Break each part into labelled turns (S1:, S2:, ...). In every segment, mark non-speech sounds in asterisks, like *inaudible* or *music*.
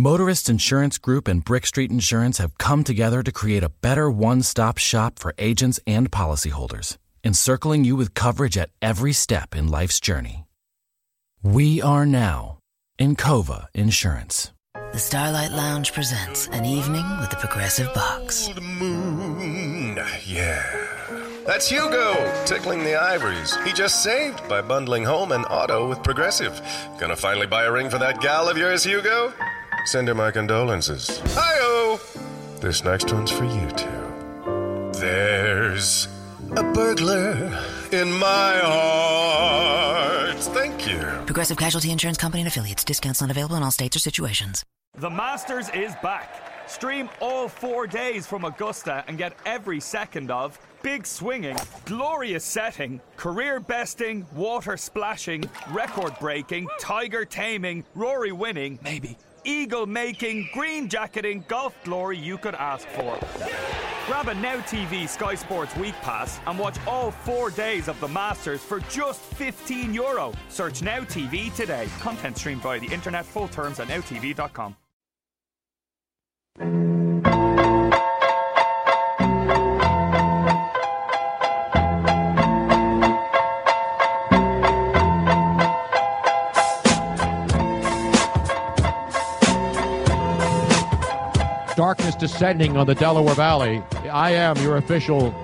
S1: Motorist Insurance Group and Brick Street Insurance have come together to create a better one stop shop for agents and policyholders, encircling you with coverage at every step in life's journey. We are now Encova Insurance.
S2: The Starlight Lounge presents an evening with the Progressive Box.
S3: Old moon. Yeah. That's Hugo tickling the ivories. He just saved by bundling home and auto with Progressive. Gonna finally buy a ring for that gal of yours, Hugo? Send her my condolences. Hi-oh! This next one's for you two. There's a burglar in my heart. Thank you.
S2: Progressive Casualty Insurance Company and affiliates. Discounts not available in all states or situations.
S4: The Masters is back. Stream all four days from Augusta and get every second of big swinging, glorious setting, career besting, water splashing, record breaking, tiger taming, Rory winning, maybe, eagle making, green jacketing, golf glory you could ask for. Grab a Now TV Sky Sports Week Pass and watch all four days of the Masters for just 15 euro. Search Now TV today. Content streamed via the internet, full terms at nowtv.com.
S5: Darkness descending on the Delaware Valley. I am your official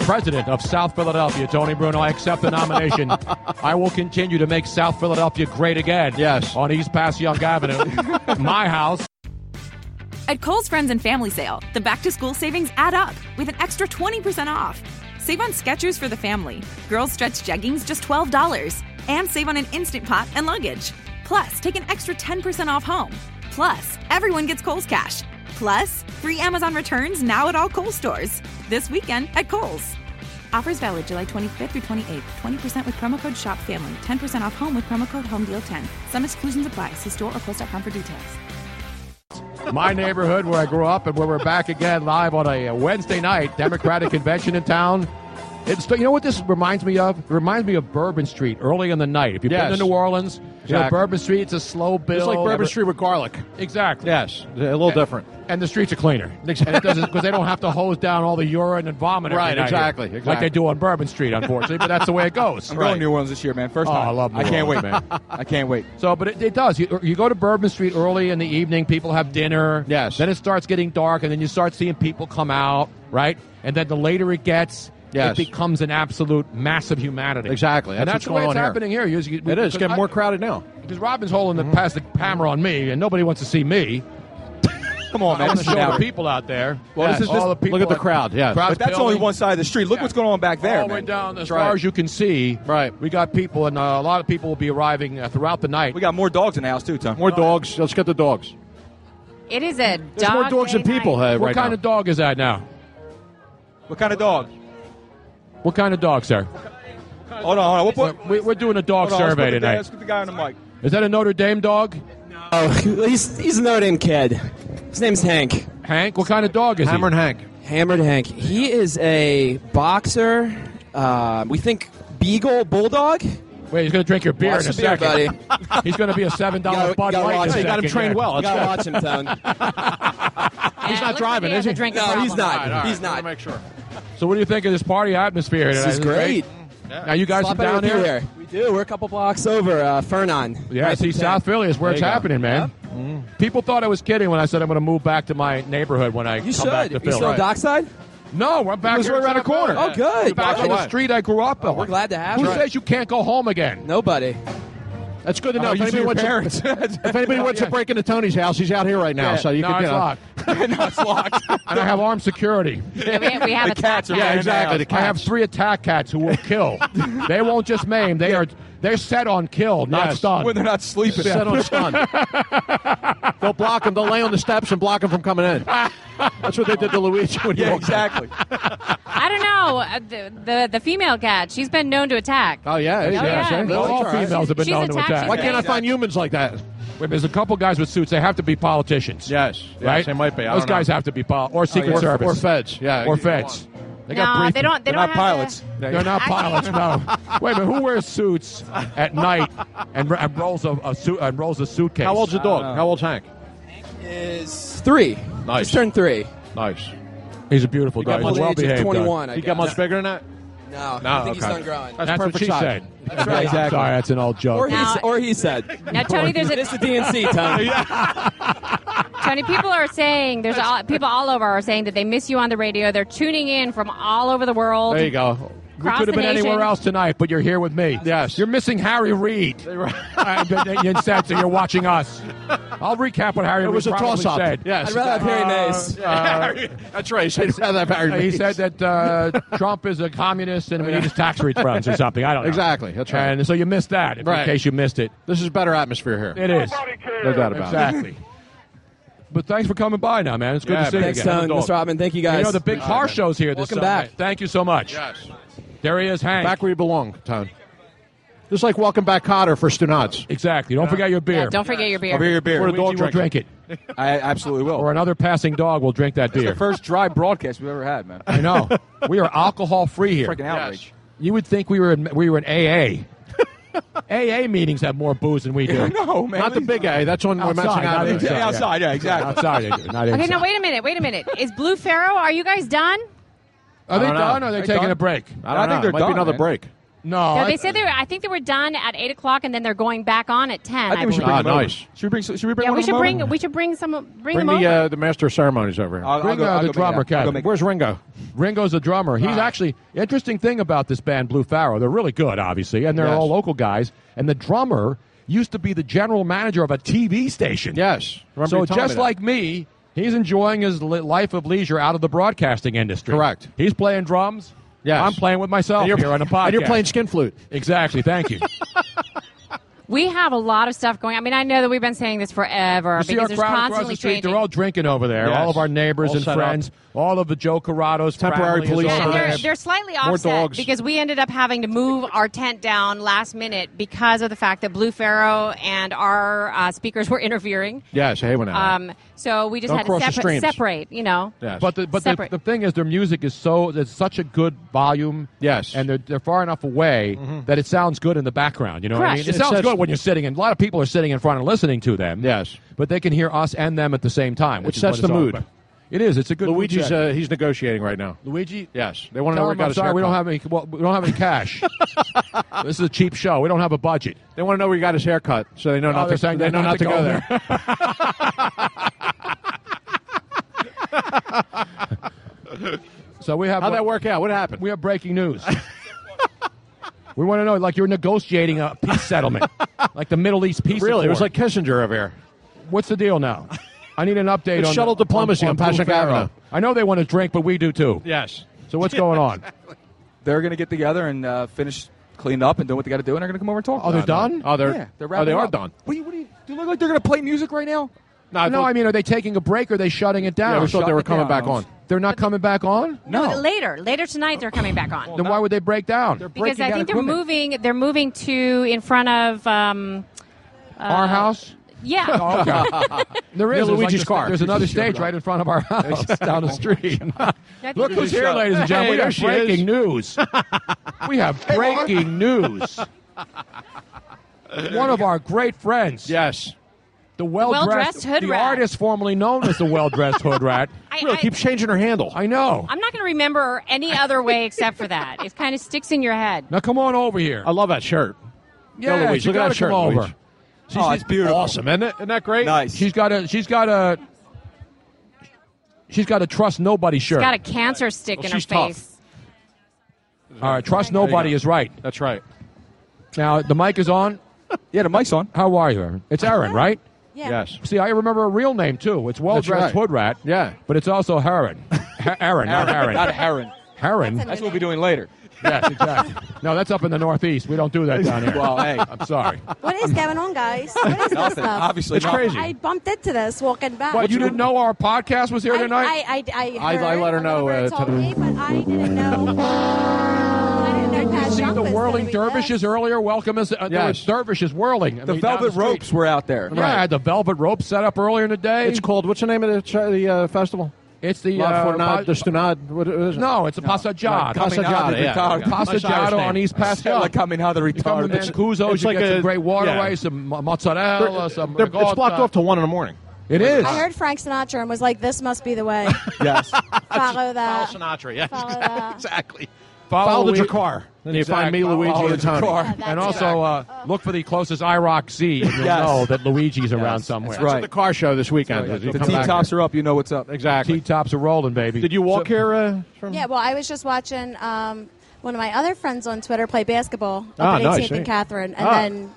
S5: president of South Philadelphia, Tony Bruno. I accept the
S6: *laughs*
S5: nomination. I will continue to make South Philadelphia great again. Yes. On East Passyunk
S6: *laughs*
S5: Avenue, my house.
S7: At Kohl's Friends and Family Sale, the back to school savings add up with an extra 20% off. Save on Skechers for the family, girls stretch jeggings just $12, and save on an instant pot and luggage. Plus, take an extra 10% off home. Plus, everyone gets Kohl's cash. Plus, free Amazon returns now at all Kohl's stores. This weekend at Kohl's. Offers valid July 25th through 28th. 20% with promo code SHOPFAMILY. 10% off home with promo code HOMEDEAL10. Some exclusions apply. See store or kohls.com for details.
S5: my neighborhood where I grew up and where we're back again live on a Wednesday night Democratic convention in town. It's you know what this reminds me of? It reminds me of Bourbon Street early in the night. If you've
S6: Yes.
S5: been to New Orleans, you know
S6: Exactly.
S5: Bourbon Street. It's a slow build.
S6: It's like Bourbon
S5: Every-
S6: Street with garlic.
S5: Exactly.
S6: Yes, a little
S5: And-
S6: different.
S5: And the streets are cleaner. And it doesn't because they don't have to hose down all the urine and vomit. every
S6: Right,
S5: night here,
S6: exactly,
S5: Like they
S6: exactly.
S5: do on Bourbon Street, unfortunately. but that's the way it goes.
S8: I'm
S5: Right.
S8: going to New Orleans this year, man. First
S5: Oh,
S8: time.
S5: I love New
S8: I can't
S5: Orleans,
S8: wait,
S5: man.
S8: I can't wait.
S5: *laughs* So, but it, it does. You, you go to Bourbon Street early in the evening. People have dinner.
S6: Yes.
S5: Then it starts getting dark, and then you start seeing people come out, right? And then the later it gets,
S6: Yes.
S5: it becomes an absolute mass of humanity.
S6: Exactly.
S5: and that's
S6: That's what's
S5: the way
S6: going
S5: it's
S6: on here.
S5: happening here. You- you-
S6: It is.
S5: because
S6: It's getting
S5: I-
S6: more crowded now.
S5: Because Robin's holding the past the hammer on me, and nobody wants to see me.
S8: Come on,
S5: I
S8: Oh, man.
S5: want to
S8: This is
S5: show the
S8: now.
S5: people out there.
S8: Well, this
S5: Yes.
S8: is- this-
S5: all the people
S6: look at the
S5: out-
S6: crowd, yeah.
S5: crowd's
S8: But that's only
S5: building.
S8: one side of the street. Look what's going on back there,
S5: All the way
S8: man.
S5: down as
S8: That's right.
S5: far as you can see.
S6: Right.
S5: We got people, and uh, a lot of people will be arriving uh, throughout the night.
S8: We got more dogs in the house too, Tom.
S6: More dogs. Let's get the dogs.
S9: It is a
S6: There's
S9: dog
S6: more dogs
S9: day
S6: than people
S9: night.
S6: uh,
S5: what
S6: right
S5: kind
S6: now.
S5: of dog is that now?
S8: What kind of dog?
S5: What kind of dog, sir?
S8: Hold on, hold on. We'll put,
S5: We, we're doing a dog
S8: hold on, let's put
S5: survey
S8: the guy-
S5: tonight.
S8: Let's get the guy on the mic.
S5: Is that a Notre Dame dog?
S10: Oh, *laughs* he's he's a Notre Dame kid. His name's Hank.
S5: Hank? What kind of dog is
S6: Hammer
S5: he?
S6: and Hank.
S10: Hammered Hank. He is a boxer. Uh, we think beagle bulldog.
S5: Wait, he's going to drink your beer
S10: Watch
S5: in a
S10: the beer,
S5: second.
S10: buddy.
S5: *laughs* he's going to be a $7
S10: Gotta-
S5: Bud
S10: gotta
S5: Light.
S10: watch
S5: in a
S10: it. You
S6: got him
S5: second
S6: trained
S5: here.
S6: well.
S10: You gotta watch him, Tone.
S9: He's
S6: not driving, is he?
S9: Drink
S10: No, he's
S5: All
S10: not.
S5: right, all right.
S10: He's
S6: Wanna
S10: not.
S6: Make sure.
S5: *laughs* So, what do you think of this party atmosphere here
S10: This
S5: tonight?
S10: is great.
S5: Now, you guys
S10: Slop
S5: are down
S10: over
S5: here.
S10: through We do. We're a couple blocks over. Uh, Fernon.
S5: Yeah,
S10: Right
S5: see,
S10: in town.
S5: South Philly is where
S6: There
S5: it's
S6: you go.
S5: happening, man. People thought I was kidding when I said I'm going to move back to my neighborhood when I
S10: You
S5: come back
S10: should.
S5: to
S10: You
S5: Philly.
S10: still on Dockside?
S5: No, I'm back
S6: It was
S5: here
S6: right
S5: in
S6: around the
S5: South
S6: corner.
S5: Philly.
S10: Oh, good.
S5: Back
S10: Well,
S5: on the street I grew up. on.
S10: We're glad to have
S5: Who
S10: you.
S5: says you can't go home again?
S10: Nobody.
S6: That's good to
S5: Oh,
S6: know. if
S5: you see
S6: anybody
S5: your
S6: wants
S5: parents.
S6: to,
S5: *laughs*
S6: if anybody wants to break into Tony's house, he's out here right now,
S5: Yeah,
S6: so you
S5: no,
S6: can.
S5: it's
S6: you know, *laughs*
S5: locked. *laughs* and I have armed security.
S9: We, we have a
S8: The cats are
S6: Yeah,
S8: running
S6: exactly.
S8: out.
S6: The
S5: I have
S6: cats.
S5: three attack cats who will
S6: *laughs*
S5: kill. they won't just maim. They are they're set on kill, not
S6: Yes.
S5: stun.
S8: When they're not sleeping.
S6: Set on *laughs* stun. they'll block him. They'll lay on the steps and block him from coming *laughs* in. That's what they did to Luigi when he
S8: Yeah,
S6: walked in.
S8: exactly.
S9: I don't know. Uh, the, the the female cat. She's been known to attack.
S6: Oh yeah.
S9: Oh, yeah.
S6: see?
S9: Well,
S6: That's
S5: all
S6: all right.
S5: females have been
S9: She's
S5: known to
S9: attacking
S5: attack.
S6: Why
S9: Yeah,
S6: can't I find humans like that?
S5: Wait, there's a couple guys with suits. They have to be politicians.
S6: Yes. Yes,
S5: right.
S6: they might be. I
S5: Those
S6: don't know. Oh,
S5: guys have to be pol- or Secret
S6: Or,
S5: Service
S6: or feds. Yeah.
S5: Or feds. They got
S9: no, they
S5: briefing.
S9: don't. They
S8: They're
S9: don't have
S8: not pilots.
S9: to-
S5: They're not pilots, no. Wait a minute, who wears suits at night and, and rolls a, a suit and rolls a suitcase?
S6: How old's the
S8: I
S6: dog?
S8: don't know.
S6: How old's Hank?
S10: is three.
S6: Nice.
S10: Just turned three.
S6: Nice. He's a beautiful
S10: He got
S6: guy.
S10: much-
S6: He's well
S10: age of
S6: behaved.
S10: 21,
S6: Doug.
S10: I
S6: He got
S10: guess.
S6: much bigger than that.
S10: No,
S6: No,
S10: I think he's
S6: okay.
S10: done growing.
S6: That's
S5: what
S6: perfect
S5: she
S6: size.
S5: said.
S10: That's right.
S5: I'm sorry, that's an old joke.
S10: Or he,
S9: Now-
S10: or he said.
S9: Now, Tony, there's a-
S10: It's the DNC,
S5: *laughs*
S10: Tony.
S9: Tony, people are saying there's all, people all over are saying that they miss you on the radio. They're tuning in from all over the world.
S5: There you *laughs* go. We
S9: Across
S5: could have
S9: the
S5: been anywhere
S9: nation.
S5: else tonight, but you're here with me.
S6: Yes.
S5: You're missing
S10: *laughs*
S5: Harry Reid. Uh, but- and Instead, so you're watching us. I'll recap what Harry
S6: It
S5: Reid
S6: was a
S5: probably
S6: toss-up.
S5: said.
S6: Yes.
S10: I'd rather have
S9: Uh,
S10: Harry
S5: *laughs*
S10: Mays. *laughs*
S6: That's right. He *laughs* said that very
S5: Uh, He said
S10: *laughs*
S5: that uh, Trump is a communist and we need his tax refunds or something. I don't know.
S6: Exactly. That's right.
S5: And so you missed that, if-
S6: Right.
S5: in case you missed it.
S6: This is better atmosphere here.
S5: It is.
S6: No doubt about
S5: Exactly. But thanks for coming by now, man. It's good
S6: Yeah,
S5: to see
S10: Thanks,
S5: you again.
S10: Tony. Miss Robin, thank you guys.
S5: uh, You know, the big car show's here this
S10: Welcome
S5: Sunday.
S10: back.
S5: Thank you so much.
S6: it. Yes.
S5: There he is, Hank.
S6: Back where you belong, Tone. This is like welcome back Cotter for Stunats.
S5: Exactly. Don't forget your beer.
S9: Yeah, don't forget your beer.
S8: Over your beer.
S5: Or a
S8: We-
S5: dog
S8: we
S5: will drink it.
S8: *laughs* I absolutely will.
S5: Or another passing dog will drink that
S8: It's
S5: beer.
S8: the first dry broadcast we've ever had, man.
S5: *laughs* I know. We are alcohol free here.
S8: Freaking outrage.
S5: You would think we were in, we were in *laughs* AA. AA meetings have more booze than we
S8: *laughs*
S5: do.
S8: No, man.
S6: Not the big A. That's when we're
S5: Outside,
S6: matching
S5: not
S6: out.
S5: inside.
S8: Yeah, outside, yeah, exactly.
S5: Outside, they do,
S9: *laughs*
S5: not
S9: Okay,
S5: inside.
S9: now wait a minute. Wait a minute. Is Blue Pharaoh? Are you guys done?
S5: Are they
S6: I don't know.
S5: done? Or are they,
S8: They
S5: taking
S8: done?
S5: a break?
S6: I don't
S8: I think
S6: know.
S8: they're
S6: Might
S8: done,
S6: be another
S8: man.
S6: break.
S5: No.
S9: No,
S5: I-
S9: they said they were. I think they were done at eight o'clock, and then they're going back on at ten.
S8: I think we
S9: believe.
S8: should bring
S6: Ah,
S8: them over.
S6: nice.
S8: Should we bring? Should we bring?
S9: yeah,
S8: one
S9: we
S8: of
S9: should
S8: them
S9: bring.
S8: over?
S9: We should bring some. Bring,
S6: Bring
S9: them
S6: the
S9: over.
S6: uh, the master of ceremonies over here.
S8: I'll, I'll
S5: Bring
S8: go,
S5: uh,
S8: I'll
S5: the
S8: go make
S5: drummer,
S8: that. I'll go
S5: Kevin.
S8: make-
S6: Where's Ringo?
S5: Ringo's a drummer. He's actually interesting thing about this band Blue Pharaoh. They're really good, obviously, and they're
S6: Yes.
S5: all local guys. And the drummer used to be the general manager of a TV station.
S6: Yes. Remember
S5: so
S6: you telling me
S5: just
S6: that.
S5: like me, he's enjoying his li- life of leisure out of the broadcasting industry.
S6: Correct.
S5: He's playing drums.
S6: Yes.
S5: I'm playing with myself here on a podcast.
S6: *laughs* and you're playing skin flute.
S5: Exactly. Thank you.
S9: we have a lot of stuff going. I mean, I know that we've been saying this forever
S5: You see our
S9: because there's
S5: crowd across
S9: constantly
S5: the street.
S9: changing.
S5: They're all drinking over there.
S6: Yes.
S5: All of our neighbors
S6: All
S5: and
S6: set up.
S5: friends. All of the Joe Corrado's
S6: Temporary
S5: family is
S6: police
S5: all
S9: yeah, and
S5: there.
S9: they're,
S6: signs.
S9: they're slightly
S6: More
S9: offset
S6: dogs.
S9: because we ended up having to move our tent down last minute because of the fact that Blue Pharaoh and our uh, speakers were interfering.
S6: Yes, I hate when that happens.
S9: Um, so we just
S6: Don't
S9: had
S6: cross the
S9: to separ-
S6: streams.
S9: separate, you know.
S6: Yes.
S5: But the, but the,
S9: Separate.
S5: the thing is, their music is so there's such a good volume.
S6: Yes. Mm-hmm.
S5: and they're, they're far enough away that it sounds good in the background. You know, what I mean,
S9: Correct.
S5: it
S6: It
S5: sounds
S6: says-
S5: good when you're sitting, and a lot of people are sitting in front and listening to them.
S6: Yes.
S5: but they can hear us and them at the same time, which is
S6: sets
S5: what
S6: the
S5: it's all
S6: mood.
S5: about. It is. It's a good mood
S6: Luigi's
S5: check.
S6: uh, he's negotiating right now.
S5: Luigi.
S6: Yes, they want to know
S5: Tell
S6: where
S5: him
S6: he got
S5: I'm
S6: his
S5: sorry, we don't
S6: haircut.
S5: have any. Well, we don't have any cash. this is a cheap show. We don't have a budget.
S6: They want to know where he got his haircut, so they know not
S5: they're
S6: to.
S5: saying
S6: they
S5: not
S6: know
S5: to
S6: not to
S5: go
S6: go there.
S5: So we have.
S6: How'd that work out? What happened?
S5: We have breaking
S6: *laughs*
S5: news. we want to know, like, you're negotiating a peace settlement, like the Middle East peace.
S6: really, it was
S5: Accord.
S6: like Kissinger over here.
S5: What's the deal now? I need an update
S6: It's
S5: on
S6: shuttle
S5: the-
S6: diplomacy on
S5: Blue
S6: Pashack
S5: Pharaoh.
S6: Avenue.
S5: I know they want to drink, but we do too.
S6: Yes.
S5: *laughs* So what's going
S6: *laughs*
S5: on?
S8: *laughs* They're going to get together and uh, finish, clean up, and do what they got to do, and they're going to come over and talk.
S5: Oh, they're
S8: about it.
S5: done?
S6: Oh, they're
S8: Yeah, they're
S6: oh, they
S8: wrapping
S6: are
S8: up.
S6: done.
S8: What do you, what do you, do you look like they're going to play music right now?
S5: No, I mean, are they taking a break? or Are they shutting it down?
S6: Yeah, we
S8: shut
S6: thought they were
S8: it
S6: coming
S8: down.
S6: back on.
S5: They're not coming back on.
S8: No.
S9: later, later tonight they're coming back on.
S5: Then why would they break down?
S9: because
S8: breaking
S9: I
S8: down
S9: think they're
S8: equipment.
S9: moving. They're moving to in front of. Um,
S5: Our house. *laughs* Oh,
S9: yeah,
S5: There is
S6: Near
S5: there's
S6: Luigi's
S5: this-
S6: car.
S5: There's another stage right in front of our house down the street. *laughs* Look who's here,
S6: shut.
S5: ladies and gentlemen.
S6: Hey,
S5: we
S6: there
S5: have
S6: she is.
S5: breaking
S6: *laughs*
S5: news. we have breaking news. One of our great friends,
S6: Yes.
S5: the well-dressed,
S9: well-dressed hood
S5: the
S9: rat.
S5: artist formerly known as the well-dressed hood rat.
S9: *laughs* I,
S6: really,
S9: I-
S6: keeps changing her handle.
S5: I know.
S9: I'm not going to remember any other way except for that. It kind of sticks in your head.
S5: now come on over here.
S6: I love that shirt.
S5: yeah,
S6: Go,
S5: you
S6: Luigi. Look
S5: gotta
S6: at that shirt,
S5: come over.
S6: Luigi.
S8: Oh, it's beautiful.
S6: Awesome, isn't it? Isn't that great?
S8: Nice.
S5: She's got a. She's got a. She's got a trust nobody shirt.
S9: Got a cancer stick in her
S6: she's tough.
S9: face.
S5: All right, trust nobody
S6: go.
S5: is right.
S6: That's right.
S5: Now the mic is on.
S8: Yeah, the mic's on.
S5: How are you, Aaron? It's Aaron, right?
S6: Yes.
S5: See, I remember a real name too. It's well dressed
S6: right.
S5: hood rat.
S6: Yeah.
S5: but it's also Heron. Ha- Aaron, not Heron.
S8: Not a heron.
S6: *laughs*
S5: Heron.
S8: That's what we'll be doing later.
S5: yes, exactly. No, that's up in the Northeast. We don't do that down here.
S8: Well, hey.
S5: I'm sorry.
S11: What is going on, guys? What is this
S8: Nothing.
S11: stuff?
S8: Obviously,
S6: It's
S8: not.
S6: crazy.
S11: I bumped into this walking back.
S5: What you didn't know our podcast was here
S11: Uh, I,
S5: tonight?
S11: I, I, I,
S6: I-
S11: heard
S6: I let her
S11: my
S6: know,
S11: lover
S6: uh,
S11: told
S6: to-
S11: me, but I
S5: *laughs*
S11: didn't know. I didn't know Pat
S5: See
S11: Jump
S5: the
S11: was
S5: whirling
S11: gonna be
S5: dervishes
S11: this.
S5: earlier. Welcome us. Uh, there
S6: Yes.
S5: was dervishes whirling. I
S8: The
S5: mean, down
S8: velvet
S5: street.
S8: ropes were out there.
S5: Yeah, I had the velvet rope set up earlier in the day.
S6: It's called. What's the name of the ch- the uh, festival?
S5: It's the
S6: La
S5: uh, Pas-
S6: Fornade de Stunade. What is it?
S5: no, it's a pasajada.
S8: Coming
S6: Passeggiata,
S8: out of the
S6: yeah.
S8: dark.
S6: Yeah.
S5: Passeggiata on East Pasteur.
S8: Like coming out of the
S5: You come to
S8: retard.
S5: Mixcuzos,
S6: it's
S5: you
S6: like
S5: get some
S6: a-
S5: great waterway,
S6: yeah.
S5: some mo- mozzarella,
S6: They're-
S5: some
S6: they're- it's
S5: ricotta. *laughs*
S6: blocked off to one in the morning.
S8: It is.
S12: I heard Frank Sinatra and was like, "This must be the
S6: *laughs*
S12: way."
S8: Yes.
S12: Follow that.
S6: Sinatra, yes.
S12: Follow that.
S6: exactly. Follow,
S5: Lu-
S6: the Dracar. Then you
S5: Exact-
S6: find me,
S5: follow
S6: Luigi,
S5: the
S6: and Tony.
S5: Drakkar.
S12: that's Oh.
S5: and also uh, look for the closest IROC Z, and you'll
S8: Yes.
S5: know that Luigi's around somewhere.
S8: right.
S6: The car show this weekend.
S8: The
S6: You'll
S8: T
S6: come back.
S8: tops are up. You know what's up.
S5: Exactly. T-tops are rolling, baby.
S6: Did you walk
S5: So-
S6: here? Uh, from
S12: Yeah. Well, I was just watching um, one of my other friends on Twitter play basketball
S6: Ah,
S12: up at
S6: nice,
S12: 18th
S6: yeah.
S12: and Catherine, and
S6: Ah.
S12: then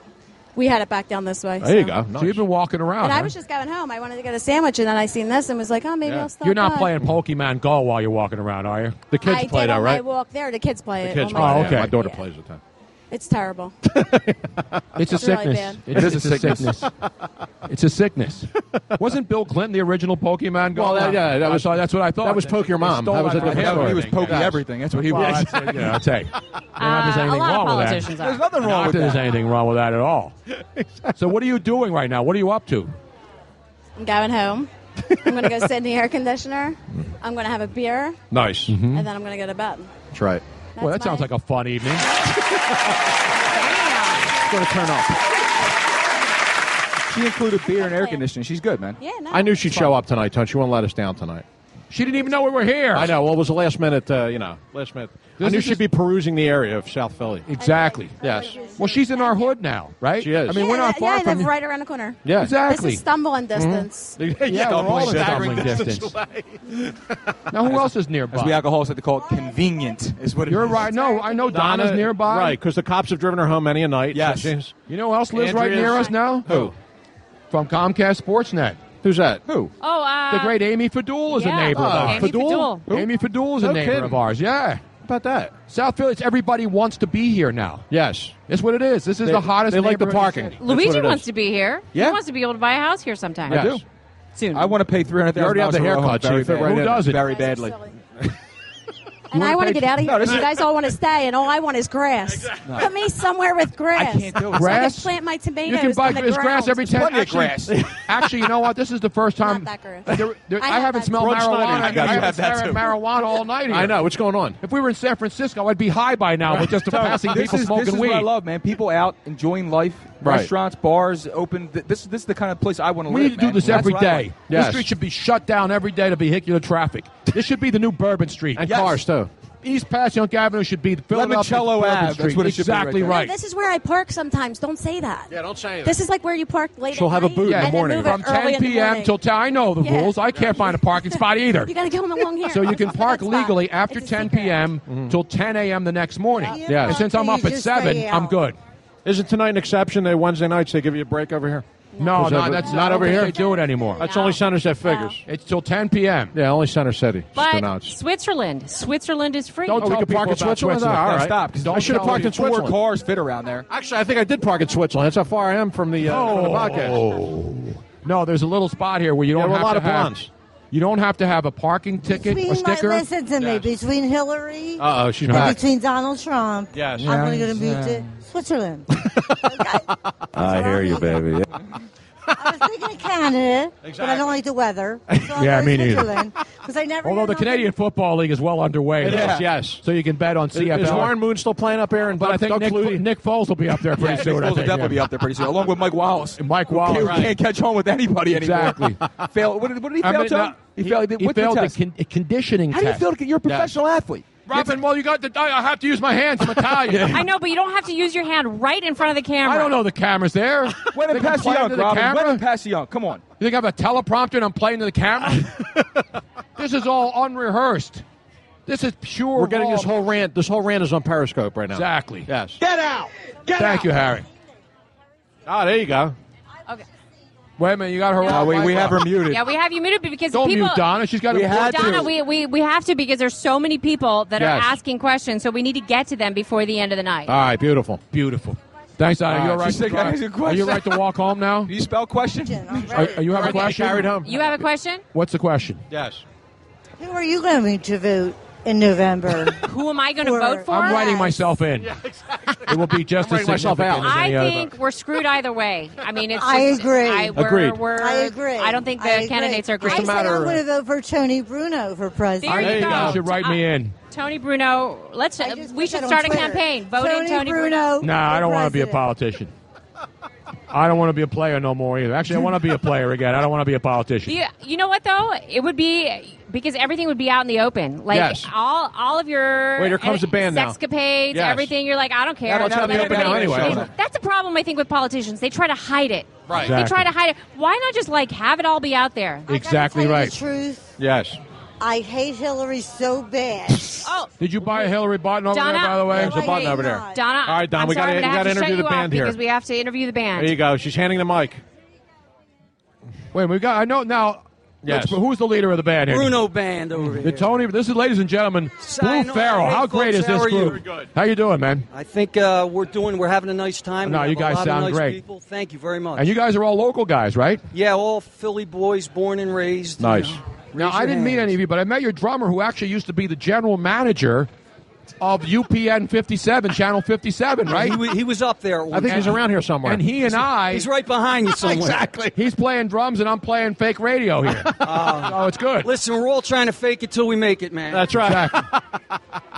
S12: we had it back down this way.
S6: There you
S12: so.
S6: go.
S5: So you've been walking around.
S12: And
S5: huh?
S12: I was just going home. I wanted to get a sandwich, and then I seen this and was like, "Oh, maybe I'll stop."
S5: You're not
S12: by.
S5: playing Pokemon Go while you're walking around, are you?
S6: The kids
S12: I did
S6: play
S12: on
S6: though,
S12: my
S6: right?
S12: walk there. The kids play
S6: The
S12: it.
S6: kids
S12: on
S6: play.
S12: my
S5: Oh,
S12: walk.
S5: okay.
S6: My daughter
S12: Yeah.
S6: plays all the time.
S5: *laughs*
S12: It's terrible.
S5: It's a
S12: It's really
S5: sickness.
S12: bad.
S5: It is a sickness. it's a sickness. Wasn't Bill Clinton the original Pokemon Go?
S6: Well, that- yeah, that
S5: I
S6: was-
S5: thought- that's what I thought.
S6: that was Poke Your
S5: They
S6: Mom.
S5: stole
S6: That was a
S5: from
S6: different
S5: him.
S6: story.
S8: He was poking
S5: Yes.
S8: everything. That's what he
S5: Well,
S8: was.
S5: that's it, yeah, I'll tell you.
S9: *laughs* Uh,
S5: there's
S9: a
S5: anything
S9: lot of
S5: wrong with that.
S9: politicians
S8: There's
S9: are.
S8: nothing wrong
S5: Not
S8: with
S5: that there's
S8: that.
S5: anything wrong with that at all. So what are you doing right now? What are you up to?
S12: I'm going home. I'm going to go sit in the air conditioner.
S5: Mm-hmm.
S12: I'm going to have a beer,
S6: Nice.
S12: and then I'm going to go to bed.
S6: That's right.
S5: well, Mm-hmm. that sounds like a fun evening.
S6: It's going to turn up.
S8: She included beer and air conditioning. She's good, man.
S12: Yeah, no.
S6: I knew she'd show up tonight, Tony. She won't let us down tonight.
S5: She didn't even know we were here.
S6: I know. Well, it was the last minute, uh, you know, last minute.
S5: This
S6: I knew
S5: is
S6: she'd
S5: just-
S6: be perusing the area of South Philly.
S5: Exactly.
S6: Yes.
S5: Well, she's in our hood now, right?
S6: She is.
S5: I mean, we're not
S12: yeah,
S5: far
S12: I
S5: from
S12: live right around the corner.
S6: Yeah.
S5: Exactly.
S12: This is stumbling
S8: *laughs*
S12: distance.
S6: yeah,
S5: we're all in
S6: staggering
S5: stumbling
S6: distance
S5: distance.
S6: away.
S5: Now, who else is
S8: As we
S5: nearby?
S8: alcoholics like to call it, convenient is what it
S5: You're
S8: is.
S5: right. No, I know Donna's nearby.
S6: Right, because the cops have driven her home many a night.
S8: Yes.
S6: So she's-
S5: You know who else lives right
S6: Andrea's-
S5: near us now?
S6: Who?
S5: From Comcast Sportsnet.
S6: Who's that? Who?
S9: Oh, uh,
S5: The great Amy Fadul is
S9: yeah.
S5: a neighbor of
S6: Oh,
S5: ours.
S9: Amy Fadul.
S6: Who?
S5: Amy Fadul is a
S6: No
S5: neighbor
S6: kidding.
S5: of ours. Yeah.
S6: How about that?
S5: South Philly, it's everybody wants to be here now.
S6: Yes.
S5: That's what it is. This is
S6: They-
S5: the hottest.
S6: they like the
S5: neighborhood
S6: parking.
S5: in city.
S9: Luigi wants to be here.
S6: Yeah.
S9: He wants to be able to buy a house here sometime.
S6: Yes.
S8: do.
S9: Soon.
S8: I want to pay three hundred
S6: You already
S8: thousand
S6: have
S8: dollars
S6: the
S8: for
S6: haircut,
S8: a
S6: so
S8: home very
S6: you fit
S8: badly.
S6: right in.
S5: doesn't?
S8: Very
S12: You guys are
S8: badly. *laughs*
S12: silly. and I want to get out of here because you guys all want to stay, and all I want is grass. Put me somewhere with grass.
S8: I can't do it.
S12: So I can
S5: Grass?
S12: plant my tomatoes.
S5: You can buy
S12: in the
S5: this grass
S12: ground.
S5: every ten.
S8: plenty of
S5: actually,
S8: grass.
S5: *laughs* actually, you know what? This is the first
S12: Not
S5: time.
S12: that grass.
S5: There- there-
S12: *laughs* I
S5: I,
S12: have
S5: haven't
S12: that
S5: smelled
S12: grass.
S6: Brooks
S5: marijuana.
S6: Snyder,
S5: I,
S6: you have
S5: haven't
S8: that
S5: smelled
S8: too.
S5: marijuana all night. Here.
S6: I know. What's going on?
S5: If we were in San Francisco, I'd be high by now with Uh,
S8: *laughs*
S5: just the passing
S8: this
S5: people
S8: is,
S5: smoking
S8: this is
S5: weed.
S8: what I love, man. People out enjoying life,
S6: Right.
S8: restaurants, bars open. Th- This this is the kind of place I want to
S5: We
S8: live.
S5: need to do
S8: man.
S5: this
S8: That's
S5: every
S8: what I
S5: day.
S8: want.
S5: The
S6: Yes.
S5: street should be shut down every day to vehicular traffic. This should be the new Bourbon Street.
S6: And
S8: Yes.
S6: cars, too.
S5: East Passyunk Avenue should be Philadelphia
S8: Limoncello
S5: Bourbon
S8: Ave, that's
S5: Street.
S8: what it should be right
S5: exactly
S8: there.
S5: right.
S12: This is where I park sometimes. Don't say that.
S6: don't say
S12: This is like where you park late.
S6: She'll
S12: at
S6: have a
S12: night
S6: boot in the
S12: and then
S6: morning.
S12: move it
S5: From
S12: early
S5: 10
S12: in the
S5: p.m.
S12: morning.
S5: till 10. I know the
S12: Yeah.
S5: rules. I can't find a parking spot either.
S12: *laughs* You got to come along here.
S5: So you
S12: It's
S5: can
S12: not a
S5: park
S12: good spot.
S5: legally after
S12: It's a
S5: 10
S12: secret.
S5: p.m.
S6: Mm-hmm.
S5: till 10 a.m. the next morning.
S6: Yeah. Yes.
S5: And since I'm up at 7, I'm good.
S6: Isn't tonight an exception that Wednesday nights they give you a break over here?
S5: No,
S6: Is
S5: no,
S6: that-
S5: that's I
S6: not
S5: don't
S6: over
S5: think
S6: here?
S5: They do it anymore.
S6: That's only Center Set figures.
S5: It's till 10 p.m.
S6: Yeah, only Center City. Just to
S9: But
S6: announce.
S9: Switzerland. Switzerland is free.
S5: Don't
S6: Oh, we
S5: tell
S6: could park
S5: people
S6: in
S5: about
S6: Switzerland?
S5: Switzerland.
S6: All
S8: Now,
S6: right.
S8: Stop, because
S6: I should have parked in Switzerland.
S8: Four cars fit around there.
S6: Actually, I think I did park in Switzerland. That's how far I am from the, uh, from the podcast.
S5: No, there's a little spot here where you
S6: There
S5: don't
S6: were a
S5: have
S6: lot
S5: to
S6: of
S5: have-
S6: blondes.
S5: You don't have to have a parking ticket or
S13: Between, like,
S5: sticker.
S13: listen to me. Between Hillary
S6: Uh oh, she's
S13: and
S6: back.
S13: between Donald Trump,
S6: Yes.
S13: I'm going
S8: Yeah.
S13: to be to Switzerland.
S3: I hear you, baby.
S13: I was thinking of Canada, but I
S6: Exactly.
S13: don't like the weather. So I'll
S5: Yeah,
S13: go
S5: *laughs* me
S13: to
S5: neither.
S13: Switzerland because I never.
S5: Although
S13: know
S5: the
S13: nothing.
S5: Canadian Football League is well underway.
S6: It
S5: now.
S6: is, yes.
S5: So you can bet on
S6: Is,
S5: CFL.
S6: is Warren Moon still playing up here? And
S5: but I think
S6: Doug
S5: Nick,
S6: Flutie?
S5: Nick Foles will be up there pretty
S8: Nick
S5: soon. I
S8: Foles will
S5: think,
S8: definitely be
S5: yeah.
S8: up there pretty soon, along with Mike Wallace.
S5: Mike Wallace.
S8: Who can't catch on with anybody anymore.
S5: Exactly.
S8: failed. What did, what did he
S5: I
S8: *laughs* fail
S5: mean,
S8: to?
S5: now,
S8: he, failed.
S5: he
S8: what's the
S5: failed the
S8: test?
S5: con- a conditioning
S8: How do you
S5: test.
S8: fail to? You're a professional athlete.
S5: Robin, well, you got to. I I have to use my hands. I'm
S8: *laughs*
S5: *laughs* Italian.
S9: I know, but you don't have to use your hand right in front of the camera.
S5: I don't know the cameras
S8: *laughs*
S5: there.
S8: When
S5: They
S8: and
S5: can
S8: pass the
S5: play
S8: young,
S5: into the
S8: Robin. When
S5: camera?
S8: and pass the young. Come on.
S5: You think I have a teleprompter and I'm playing to the
S8: *laughs*
S5: camera? this is all unrehearsed. This is pure.
S6: We're getting
S5: raw-
S6: this whole rant. This whole rant is on Periscope right now.
S5: Exactly.
S6: Yes.
S5: Thank you, Harry.
S6: Ah, there you go.
S5: Wait a minute, you got her.
S8: No,
S5: on
S8: Uh, we, we
S5: mic.
S8: have her muted.
S9: Yeah, we have you muted because
S5: Don't
S9: people.
S5: mute Donna. She's got
S8: We
S5: a
S8: had to.
S9: Donna, we, we, we have to because there's so many people that
S6: Yes.
S9: are asking questions, so we need to get to them before the end of the night.
S6: All right, beautiful.
S5: beautiful. Thanks, Donna.
S6: All
S5: You're
S6: right,
S5: right.
S8: she's
S5: to
S8: like, that
S5: drive.
S8: is a
S5: Are you
S8: question.
S5: right to walk home now?
S8: Do you spell question?
S13: I'm
S5: Are,
S13: ready.
S5: are you have a question?
S6: Carried home.
S9: you have a question?
S5: What's the question?
S6: Yes.
S13: Who are you going to vote in November?
S9: *laughs* Who am I going to
S13: Sure.
S9: vote for?
S5: I'm
S13: Yes.
S5: writing myself in. It will be just
S6: I'm
S5: as
S6: writing myself
S5: significant
S6: out.
S5: as
S9: I
S5: any other.
S9: think we're screwed either way. I mean, it's.
S13: *laughs* I
S9: just-
S13: agree.
S9: I, we're,
S6: Agreed.
S9: We're,
S13: I agree.
S9: I don't think the
S13: I agree.
S9: candidates are great.
S13: I
S6: a matter
S13: said I'm
S6: of-
S13: going to vote for Tony Bruno
S9: There
S13: for president.
S9: you
S6: you
S9: go.
S6: go.
S5: You should write me
S9: Uh,
S5: in.
S9: Tony Bruno, let's.
S13: I just
S9: We
S13: put
S9: should
S13: that on
S9: start a
S13: Twitter.
S9: campaign. Vote
S13: Tony
S9: in Tony
S13: Bruno.
S5: Nah, I don't want to be a
S13: president.
S5: politician. I don't want to be a player no more either. Actually, I want to be a player again. I don't want to be a politician.
S9: You, you know what though? It would be because everything would be out in the open. Like
S5: Yes.
S9: all all of your
S5: Wait, here comes the band now.
S9: Sexcapades,
S5: Yes.
S9: everything. You're like, I don't care.
S5: Yeah, let's
S9: Let
S5: have the open now
S9: everybody-
S5: anyway.
S9: they- that's a problem I think with politicians. They try to hide it.
S5: Right.
S9: They
S5: Exactly.
S9: try to hide it. Why not just like have it all be out there?
S5: Exactly
S13: tell you
S5: right.
S13: the truth.
S5: Yes.
S13: I hate Hillary so bad.
S9: oh,
S5: Did you buy a Hillary Button over
S9: Donna.
S5: there, by the way?
S9: No,
S5: There's a
S13: I
S5: button
S13: did
S5: over there.
S13: not.
S9: Donna.
S5: All right, Don,
S9: I'm
S5: we got
S9: sorry,
S5: to
S9: I'm gonna have to
S5: interview
S9: shut
S5: the
S9: you
S5: band
S9: off
S5: here.
S9: because we have to interview the band.
S5: There you go. She's handing the mic. Wait, we got. I know now.
S6: Yes.
S5: Yes. Who's the leader of the band here?
S14: Bruno Band over
S5: The
S14: here.
S5: Tony. This is, ladies and gentlemen, Blue
S14: Sign on.
S5: Farrell.
S14: Hey,
S5: How great
S14: folks,
S5: is this
S14: how are you?
S5: group? How you doing, man?
S14: I think uh, we're doing. We're having a nice time.
S5: No,
S14: We have
S5: you
S14: a
S5: guys
S14: lot of
S5: sound
S14: nice
S5: great.
S14: People, thank you very much.
S5: And you guys are all local guys, right?
S14: yeah, all Philly boys, born and raised. you
S5: Nice.
S14: know.
S5: Now, I didn't meet any of you, but I met your drummer who actually used to be the general manager of UPN 57, Channel 57, right?
S14: He, wa- he was up there. at one
S5: think he was
S14: time.
S5: around here somewhere. And he and
S14: He's-
S5: I-
S14: He's right *laughs* behind you
S5: *laughs*
S14: somewhere.
S5: Exactly. He's playing drums and I'm playing fake radio here.
S14: Uh,
S5: oh, it's good.
S14: Listen, we're all trying to fake it till we make it, man.
S5: That's right.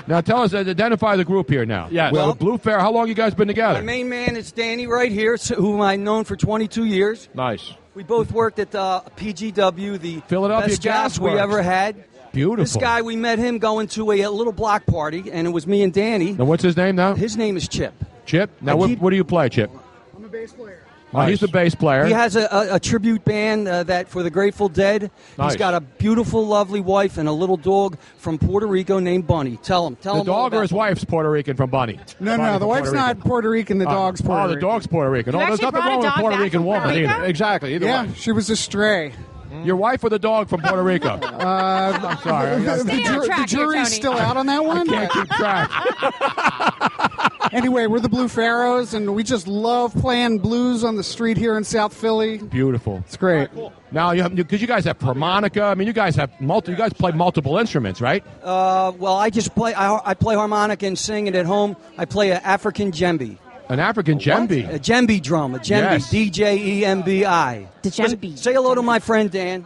S5: now, tell us, uh, identify the group here now.
S14: Yes.
S5: Well,
S14: Well-
S5: Blue Fair, how long you guys been
S14: My
S5: together?
S14: main man is Danny right here, s- whom I've known for 22 years.
S5: Nice.
S14: We both worked at uh, PGW, the
S5: Philadelphia
S14: best job
S5: Gas
S14: we
S5: Works.
S14: ever had.
S5: Beautiful.
S14: This guy, we met him going to a, a little block party, and it was me and Danny.
S5: Now, what's his name now?
S14: His name is Chip.
S5: Chip? Now, what, what do you play, Chip?
S14: I'm a bass player.
S5: Oh, he's the bass player.
S14: He has a, a, a tribute band uh, that for the Grateful Dead.
S5: Nice.
S14: He's got a beautiful, lovely wife and a little dog from Puerto Rico named Bunny. Tell him. Tell
S5: the
S14: him. all
S5: dog or
S14: about
S5: his wife's Puerto Rican from Bunny?
S15: No,
S5: Bunny
S15: no,
S5: from
S15: the wife's
S5: Puerto
S15: not
S5: Rican.
S15: Puerto Rican. The
S5: Oh,
S15: dog's Puerto
S5: Oh, the
S15: Rican.
S5: dog's Puerto Rican.
S15: You
S5: oh, there's
S15: actually
S5: nothing
S15: brought a
S5: wrong with
S15: dog
S5: Puerto
S15: back
S5: Rican
S15: from
S5: woman
S15: Puerto
S5: either.
S15: Rico?
S5: Exactly. Either
S15: Yeah,
S5: way.
S15: she was a stray.
S5: Your wife or the dog from Puerto Rico?
S15: Uh,
S6: *laughs*
S5: I'm sorry.
S15: the, the ju- the jury's still out on that one.
S5: can't keep track.
S15: *laughs* anyway, we're the Blue Pharaohs, and we just love playing blues on the street here in South Philly.
S5: Beautiful. It's great. Now, you because you guys have harmonica. I mean, you guys have multi. You guys play multiple instruments, right?
S14: it. Uh, well, I just play. I, I play harmonica and sing it at home. I play an African djembe.
S5: An African djembe.
S14: A djembe drum. A
S5: Yes.
S14: djembe. D J E M B I. Djembe. Say hello to my friend Dan.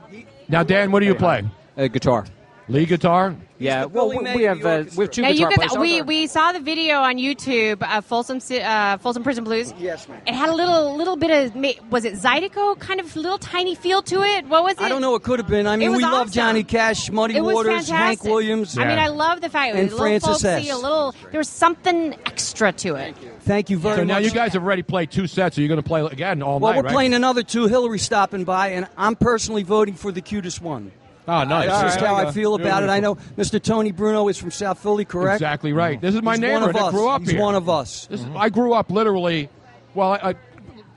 S5: Now, Dan, what do you play?
S16: Uh, guitar.
S5: Lead guitar.
S16: Yeah, well, we,
S14: May
S16: we have uh, we have two
S9: Now you
S16: guitar
S9: guys,
S16: players.
S9: we, we saw the video on YouTube of Folsom Ci- uh, Folsom Prison Blues. Yes, ma'am. It had a little little bit of ma- was it Zydeco kind of little tiny feel to it. What was it?
S14: I don't know. It could have been. I
S9: It
S14: mean,
S9: was
S14: we love
S9: awesome.
S14: Johnny Cash, Muddy
S9: It was
S14: Waters, Hank
S9: fantastic.
S14: Williams.
S9: I mean, I love the fact it
S14: And
S9: was a little
S14: Francis
S9: folksy,
S14: S.
S9: a little there was something extra to it. Uh,
S14: Thank you very
S5: So now
S14: much.
S5: you guys have already played two sets. So you're going to play again all
S14: well,
S5: night,
S14: we're
S5: right?
S14: playing another two. Hillary stopping by, and I'm personally voting for the cutest one.
S5: Oh, nice.
S14: That's just
S5: All right. There
S14: how
S5: you
S14: I
S5: go.
S14: feel about it. I know Mr. Tony Bruno is from South Philly, correct?
S5: Exactly right. This is my
S14: He's
S5: neighbor.
S14: One of
S5: that
S14: us.
S5: grew up
S14: He's
S5: here.
S14: one of us. Mm-hmm.
S5: This- I grew up literally, well, I, I,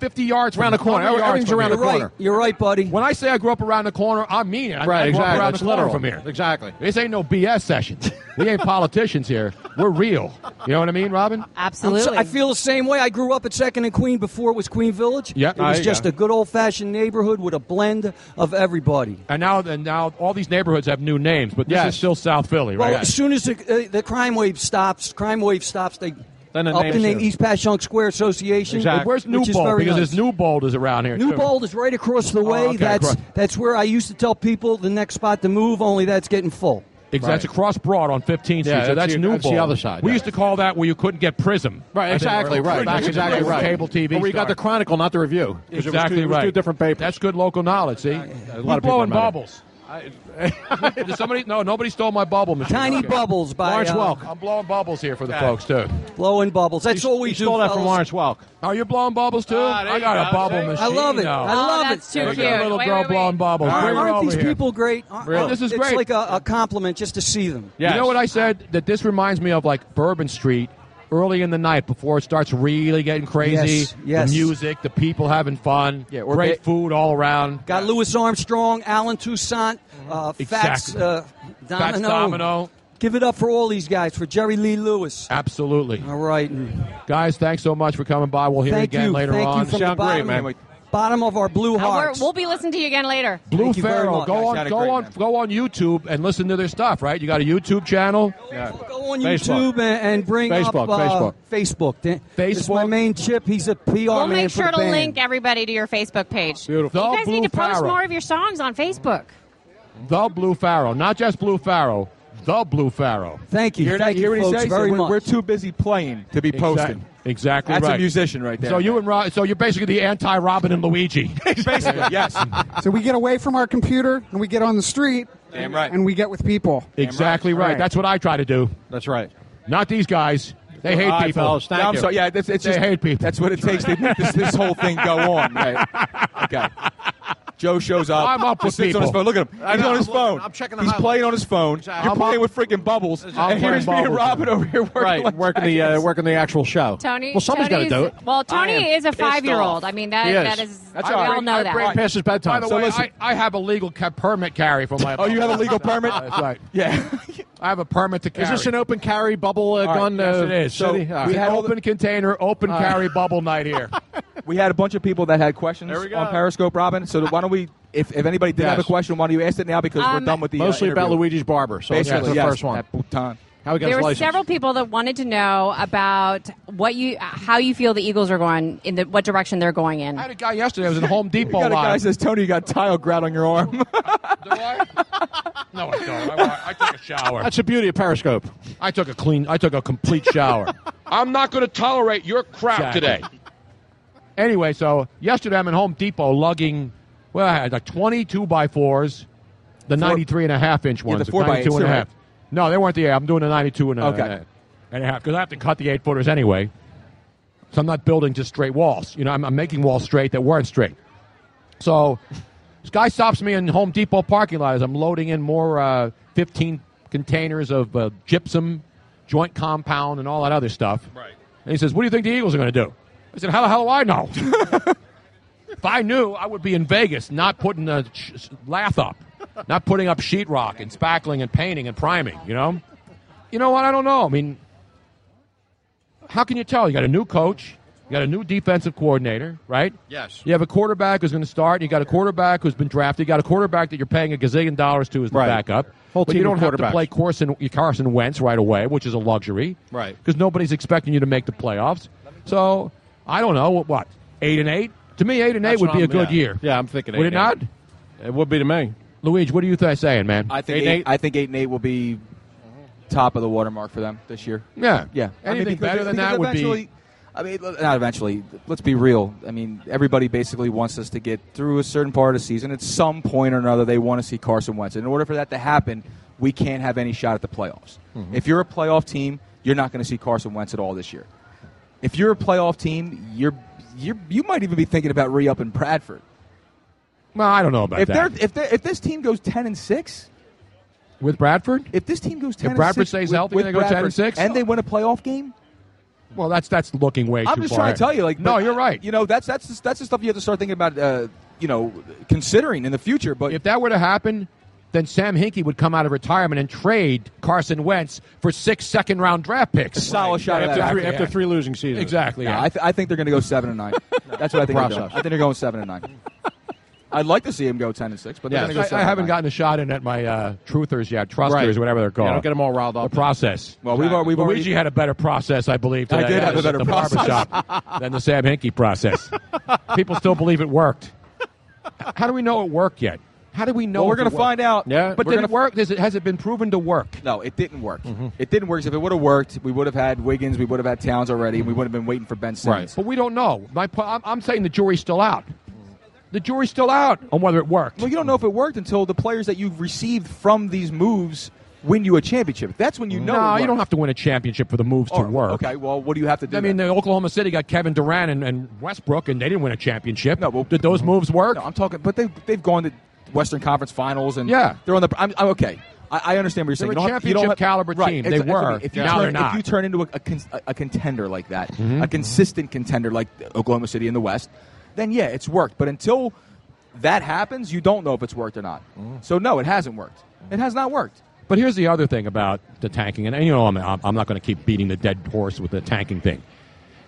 S5: 50 yards around the corner.
S14: 100 yards
S5: Everything's
S14: from
S5: around
S14: here.
S5: the
S14: You're
S5: corner.
S14: right. You're right, buddy.
S5: When I say I grew up around the corner, I mean it. I,
S6: Right,
S5: I grew up
S6: exactly.
S5: around
S6: It's
S5: the corner
S6: literal.
S5: from here. Exactly. This ain't no BS session. we
S14: *laughs*
S5: ain't politicians here. We're real. You know what I mean, Robin?
S14: I'm so- I feel the same way. I grew up at Second and Queen before it was Queen Village.
S5: Yeah,
S14: it was
S5: I-
S14: just
S5: yeah.
S14: a good old fashioned neighborhood with a blend of everybody.
S5: And now, and now, all these neighborhoods have new names, but this
S14: Yes.
S5: is still South Philly,
S14: Well,
S5: right?
S14: as soon as the, uh, the crime wave stops, crime wave stops. They
S5: Then the
S14: up
S5: name
S14: in the
S5: shows.
S14: East Passyunk Square Association.
S5: Exactly. Where's
S14: which is
S5: Newbold?
S14: very
S5: Because
S14: nice.
S5: there's Newbold is around here. too.
S14: Newbold is right across the way.
S5: Oh, okay,
S14: that's
S5: across.
S14: that's where I used to tell people the next spot to move. Only that's getting full.
S5: Ex- That's across Broad on 15th Street. so
S6: Yeah, that's
S5: that's
S6: the-
S5: Newbold.
S6: that's the other side,
S5: We
S6: yeah.
S5: used to call that where you couldn't get Prism. I
S6: Right,
S5: think,
S6: exactly
S5: or- back
S6: right. That's
S5: in the
S6: exactly
S5: day,
S6: right.
S5: Cable TV.
S6: But we
S5: star.
S6: got the Chronicle, not the Review. 'Cause it was
S5: Exactly
S6: two, it was
S5: right.
S6: two different papers.
S5: That's good local knowledge. See,
S6: A
S5: Who's
S6: lot of people
S5: blowing
S6: might have-
S5: bubbles.
S8: *laughs*
S5: Did somebody? No, nobody stole my bubble machine.
S14: Tiny
S5: Okay.
S14: bubbles by
S5: Lawrence
S14: uh,
S5: Welk. I'm blowing bubbles here for the folks too.
S14: Blowing bubbles. That's
S5: You-
S14: all we
S5: you
S14: do.
S5: stole that from Lawrence
S14: fellas.
S5: Welk. Are you blowing bubbles too?
S14: Ah, there
S5: I got
S14: you
S5: a
S14: go.
S5: bubble
S14: See?
S5: machine.
S14: I love it.
S5: now.
S14: I Oh, love it. that's too
S5: Look at
S14: cute.
S5: that little
S14: Wait,
S5: girl
S14: wait, wait.
S5: blowing bubbles. Bring her
S14: Aren't
S5: over
S14: these
S5: here.
S14: people great? Aren't-
S5: Really?
S14: aren't-
S5: This is
S14: it's
S5: great.
S14: like a, a compliment just to see them.
S5: You know what I said? That this reminds me of like Bourbon Street early in the night before it starts really getting crazy.
S14: Yes, yes.
S5: The music, the people having fun, yeah,
S14: or
S5: great
S14: ba-
S5: food all around.
S14: Got Louis Armstrong, Alan Toussaint, uh, Fats,
S5: Exactly.
S14: uh, Domino.
S5: Fats Domino.
S14: Give it up for all these guys, for Jerry Lee Lewis.
S5: Absolutely.
S14: All right.
S5: Guys, thanks so much for coming by. We'll hear
S14: Thank
S5: you again
S14: you.
S5: later
S14: Thank you
S5: on.
S14: from the bottom, bottom of our blue
S9: Uh, we're,
S14: hearts.
S9: we'll be listening to you again later.
S5: Blue
S14: Thank you very
S5: Pharaoh,
S14: much.
S5: go
S14: Guys,
S5: on,
S14: had a
S5: go
S14: great
S5: on, go on YouTube and listen to their stuff. Right? You got a YouTube channel.
S14: Go on YouTube and, and bring
S5: Facebook,
S14: up uh,
S5: Facebook.
S14: Facebook. Dan- This is my main chip. He's a PR
S9: We'll
S14: man
S9: make
S14: for
S9: sure
S14: the
S9: to
S14: band.
S9: link everybody to your Facebook page.
S5: Beautiful.
S9: You
S5: The
S9: guys
S5: Blue
S9: need to post
S5: Pharaoh.
S9: more of your songs on Facebook.
S5: The Blue Pharaoh, not just Blue Pharaoh, the Blue Pharaoh.
S14: Thank
S5: you.
S16: hear that?
S5: Thank you,
S16: hear what he
S5: folks,
S16: says?
S5: very
S16: we're,
S5: much.
S16: we're too busy playing to be
S5: Exactly.
S16: posting.
S5: Exactly
S8: That's a
S5: right.
S8: musician right there.
S5: So you and Ro- so you're basically the anti Robin and Luigi.
S8: Basically, yes.
S15: So we get away from our computer and we get on the street.
S8: Damn right.
S15: And we get with people.
S5: Exactly right. That's what I try to do.
S6: That's right.
S5: Not these guys. They hate
S8: All right,
S5: people.
S8: fellas, thank Yeah, I'm you. sorry. Yeah, that's- it's
S5: they
S8: just-
S5: hate people.
S8: That's what it takes to make this, this whole thing go
S5: *laughs*
S8: on. Right? Okay. Joe shows up.
S5: I'm up
S8: He
S5: with
S8: sits on his
S5: people.
S8: phone. Look at him.
S5: I
S8: He's
S5: know,
S8: on his
S5: I'm
S8: phone.
S5: looking. I'm checking the
S8: He's
S5: highlights.
S8: playing on his phone.
S5: Exactly.
S8: You're
S5: I'm
S8: playing with freaking bubbles.
S5: I'm
S8: and here's me
S5: playing
S8: and
S5: bubbles.
S8: Robin over here working.
S6: Right,
S8: like
S6: working the uh, working the actual show.
S9: Tony.
S6: Well, somebody's got to
S9: Tony's-
S6: do it.
S9: Well,
S6: I am
S9: Tony is a
S6: pissed off.
S9: five-year-old. I mean, that
S6: He is.
S9: that is.
S6: That's
S9: we
S6: all right.
S9: all know
S6: I
S9: that.
S6: break past his bedtime.
S5: By the
S6: So
S5: way,
S6: listen-
S5: I, I have a legal ca- permit carry for my.
S6: Oh, you have a legal permit?
S5: *laughs* That's right.
S8: Yeah,
S5: I have a permit to carry.
S6: Is this an open carry bubble uh,
S5: All right.
S6: gun?
S5: Yes,
S6: uh,
S5: it is. So
S6: city? All right.
S5: we had open container, open
S6: All right.
S5: carry bubble night here.
S8: *laughs* We had a bunch of people that had questions
S5: There we go.
S8: on Periscope, Robin. So why don't we, if, if anybody did have a
S6: Yes.
S8: question, why don't you ask it now because
S9: Um,
S8: we're done with the uh,
S6: mostly about
S8: interview.
S6: Luigi's barber. So
S8: Basically,
S6: that's the
S8: yes,
S6: first one.
S8: that bouton.
S6: How he got
S9: There
S6: his
S9: were
S6: license.
S9: several people that wanted to know about what you, how you feel the Eagles are going in the what direction they're going in.
S5: I had a guy yesterday. I
S8: *laughs*
S5: was in Home
S8: You
S5: Depot
S8: got a guy
S5: line.
S8: that says, Tony, you got tile grout on your arm.
S5: no, I don't. I, wa- I took a shower.
S6: That's the beauty of Periscope.
S5: I took a clean. I took a complete shower.
S6: *laughs*
S17: I'm not going to tolerate your crap
S5: Exactly.
S17: today.
S5: Anyway, so yesterday I'm in Home Depot lugging, well, I had like 22 by fours, the
S8: Four-
S5: 93 and a half inch
S8: Yeah, the
S5: ones,
S8: four by
S5: 92
S8: eights,
S5: and a
S8: right.
S5: half. No, they weren't the eight. I'm doing the 92 and a,
S8: Okay.
S5: and a half because I have to cut the eight footers anyway. So I'm not building just straight walls. You know, I'm, I'm making walls straight that weren't straight. So this guy stops me in Home Depot parking lot as I'm loading in more uh, 15 containers of uh, gypsum, joint compound, and all that other stuff. Right. And he says, "What do you think the Eagles are going to do?" I said, "How the hell do I
S6: *laughs*
S5: know?" if I knew, I would be in Vegas, not putting a sh- lath up, not putting up sheetrock and spackling and painting and priming. You know, you know what? I don't know. I mean, how can you tell? You got a new coach. You got a new defensive coordinator, right?
S17: Yes.
S5: You have a quarterback who's going to start. You got a quarterback who's been drafted. You got a quarterback that you're paying a gazillion dollars to as the
S6: Right.
S5: backup.
S6: Whole
S5: but you
S6: team of
S5: don't have to
S6: quarterbacks.
S5: play Carson, Carson Wentz right away, which is a luxury.
S6: Right.
S5: Because nobody's expecting you to make the playoffs. So, I don't know. What? what eight and eight? To me, eight and
S6: That's
S5: eight would
S6: what
S5: be a
S6: I'm-
S5: good
S6: yeah.
S5: year.
S6: Yeah, I'm thinking
S5: Would
S6: eight
S5: it not?
S6: and It would be to me.
S5: Luigi, what are you th- saying, man?
S8: I think eight, I think eight and eight will be top of the watermark for them this year.
S5: Yeah.
S8: yeah.
S5: Anything better than that would be-
S8: eventually- I mean, l- not eventually. Let's be real. I mean, everybody basically wants us to get through a certain part of the season. At some point or another, they want to see Carson Wentz. And in order for that to happen, we can't have any shot at the playoffs.
S5: Mm-hmm.
S8: If you're a playoff team, you're not going to see Carson Wentz at all this year. If you're a playoff team, you're you you might even be thinking about re-upping Bradford.
S5: Well, I don't know about
S8: if
S5: that.
S8: they're if they're, if this team goes ten and six,
S5: With Bradford?
S8: if this team goes ten,
S5: If Bradford
S8: and six
S5: stays
S8: with,
S5: healthy,
S8: with
S5: they go 10 and
S8: Bradford,
S5: six?
S8: and they win a playoff game.
S5: Well, that's that's looking way
S8: I'm
S5: too
S8: just
S5: far.
S8: trying to tell you, like,
S5: no,
S8: but,
S5: you're right.
S8: You know, that's that's the- that's the stuff you have to start thinking about. Uh, you know, considering in the future. But
S5: if that were to happen, then Sam Hinkie would come out of retirement and trade Carson Wentz for six second round draft picks.
S8: solid shot at
S6: after,
S8: that.
S6: three,
S8: Exactly.
S6: after three losing seasons.
S5: Exactly.
S8: No,
S5: yeah.
S8: I, th- I think they're going to go seven and nine.
S5: *laughs*
S8: That's what I think. They're doing. I
S6: Process.
S8: think they're going seven and nine. I'd like to see him go ten and six, but they're
S5: Yes.
S8: going to go.
S5: I,
S8: Seven
S5: I
S8: and
S5: haven't
S8: nine.
S5: gotten a shot in at my uh, truthers yet, trusters,
S6: Right.
S5: whatever they're called.
S6: Yeah, don't get 'em all riled up.
S5: The process.
S8: Well, we've already- we've
S5: Luigi
S8: already-
S5: had a better process, I believe. Today
S8: I did have a
S5: at
S8: better
S5: the
S8: process.
S5: barbershop than the Sam Hinkie process. People still believe it worked. How do we know it worked yet? How do we know?
S8: Well, we're
S5: going to
S8: find out.
S6: Yeah,
S5: But
S8: we're
S5: did
S8: gonna
S5: it work? Does it, has it been proven to work? Mm-hmm.
S8: No, it didn't work. It didn't work. 'cause If it would have worked, we would have had Wiggins, we would have had Towns already, and we would have been waiting for Ben Simmons.
S5: But we don't know. My, po- I'm, I'm saying the jury's still out. The jury's still out on whether it worked.
S8: Well, you don't know if it worked until the players that you've received from these moves win you a championship. That's when you know.
S5: no,
S8: it
S5: you don't
S8: worked.
S5: have to win a championship for the moves
S8: All
S5: to
S8: right,
S5: work.
S8: Okay, well, what do you have to do?
S5: I mean,
S8: then?
S5: the Oklahoma City got Kevin Durant and, and Westbrook, and they didn't win a championship.
S8: No, well- mm-hmm.
S5: Did those moves work?
S8: No, I'm talking, but they they've gone to Western Conference Finals and
S5: Yeah.
S8: they're on the. I'm, I'm okay. I, I understand what you're saying.
S5: They're
S8: You
S5: a
S8: don't have- you don't
S5: championship
S8: have-
S5: caliber
S8: right,
S5: team.
S8: exa-
S5: They
S8: that's what I
S5: were.
S8: mean. If you
S5: Now
S8: turn,
S5: they're not. Mm-hmm.
S8: If you turn into a, a, con- a- a contender like that, a consistent contender like Oklahoma City in the West, then yeah, it's worked. But until that happens, you don't know if it's worked or not.
S5: Mm.
S8: So no, it hasn't worked. It has not worked.
S5: But here's the other thing about the tanking, and, and, you know, I'm, I'm I'm not going to keep beating the dead horse with the tanking thing.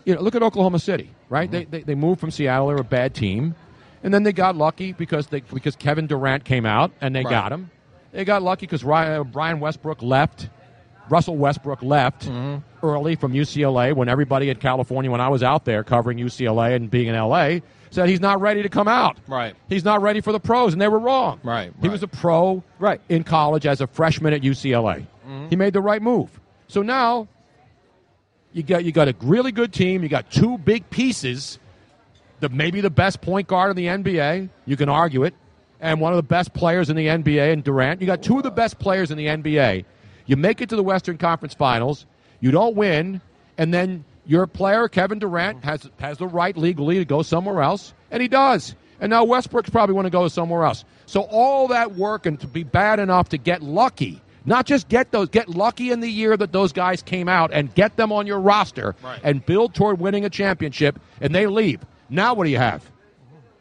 S5: You know, look at Oklahoma City, right? They, they they moved from Seattle; they were a bad team, and then they got lucky because they because Kevin Durant came out and they got him. They got lucky because Brian Westbrook left, Russell Westbrook left early from UCLA when everybody in California, when I was out there covering UCLA and being in LA, said he's not ready to come out.
S6: Right.
S5: He's not ready for the pros, and they were wrong.
S6: Right,
S5: He
S6: right.
S5: was a pro
S8: Right.
S5: in
S6: Mm-hmm.
S5: college as a freshman at UCLA. He made the right move. So now You got you got a really good team. You got two big pieces. The maybe the best point guard in the NBA. You can argue it, and one of the best players in the NBA and Durant. You got two of the best players in the NBA. You make it to the Western Conference Finals. You don't win, and then your player Kevin Durant has has the right legally to go somewhere else, and he does. And now Westbrook's probably want to go somewhere else. So all that work and to be bad enough to get lucky, not just get those, get lucky in the year that those guys came out and get them on your roster
S18: Right.
S5: and build toward winning a championship, and they leave. Now what do you have?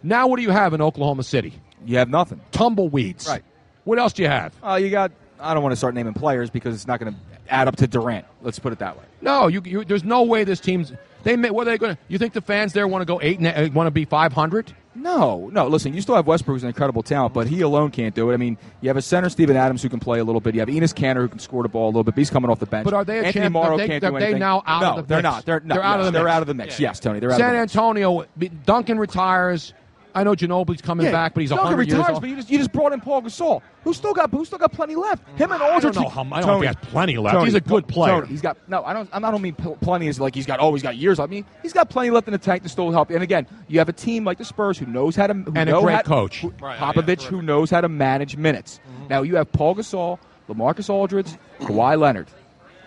S5: Now what do you have in Oklahoma City?
S8: You have nothing.
S5: Tumbleweeds.
S8: Right.
S5: What else do you have?
S8: Uh, you got. I don't want to start naming players because it's not going to add up to Durant. Let's put it that way.
S5: No, you, you, there's no way this team's. They may, what are they going to? You think the fans there want to go eight and want to be five hundred?
S8: No, no. Listen, you still have Westbrook, who's an incredible talent, but he alone can't do it. I mean, you have a center, Steven Adams, who can play a little bit. You have Enos Cantor, who can score the ball a little bit, but he's coming off the bench.
S5: But are they a
S8: Anthony
S5: champ-
S8: Morrow
S5: are they-
S8: can't
S5: are
S8: do
S5: they
S8: anything.
S5: now out
S8: no,
S5: of the
S8: they're
S5: mix?
S8: Not. They're, no,
S5: They're out
S8: yes,
S5: of the
S8: They're
S5: mix.
S8: out of the mix. Yes, Tony. They're out of
S5: San
S8: the mix.
S5: Antonio. Duncan retires. I know Ginobili's coming
S8: Yeah,
S5: back, but he's
S8: Duncan
S5: 100
S8: retires,
S5: years old.
S8: but you just, you just brought in Paul Gasol, who's still got who's still got plenty left. Him and
S5: I
S8: Aldridge.
S5: don't know how mu- I don't know if he has plenty left. He's a good player.
S8: Tony, he's got no. I don't. I don't mean pl- plenty is like he's got. Oh, he's got years. I mean, he's got plenty left in the tank to still help. you. And again, you have a team like the Spurs who knows how to who
S5: And a
S8: know
S5: great
S8: how-
S5: coach.
S8: who,
S5: Right, oh, yeah, Mm-hmm.
S8: Popovich, who knows how to manage minutes. Now you have Paul Gasol, LaMarcus Aldridge, Kawhi Leonard.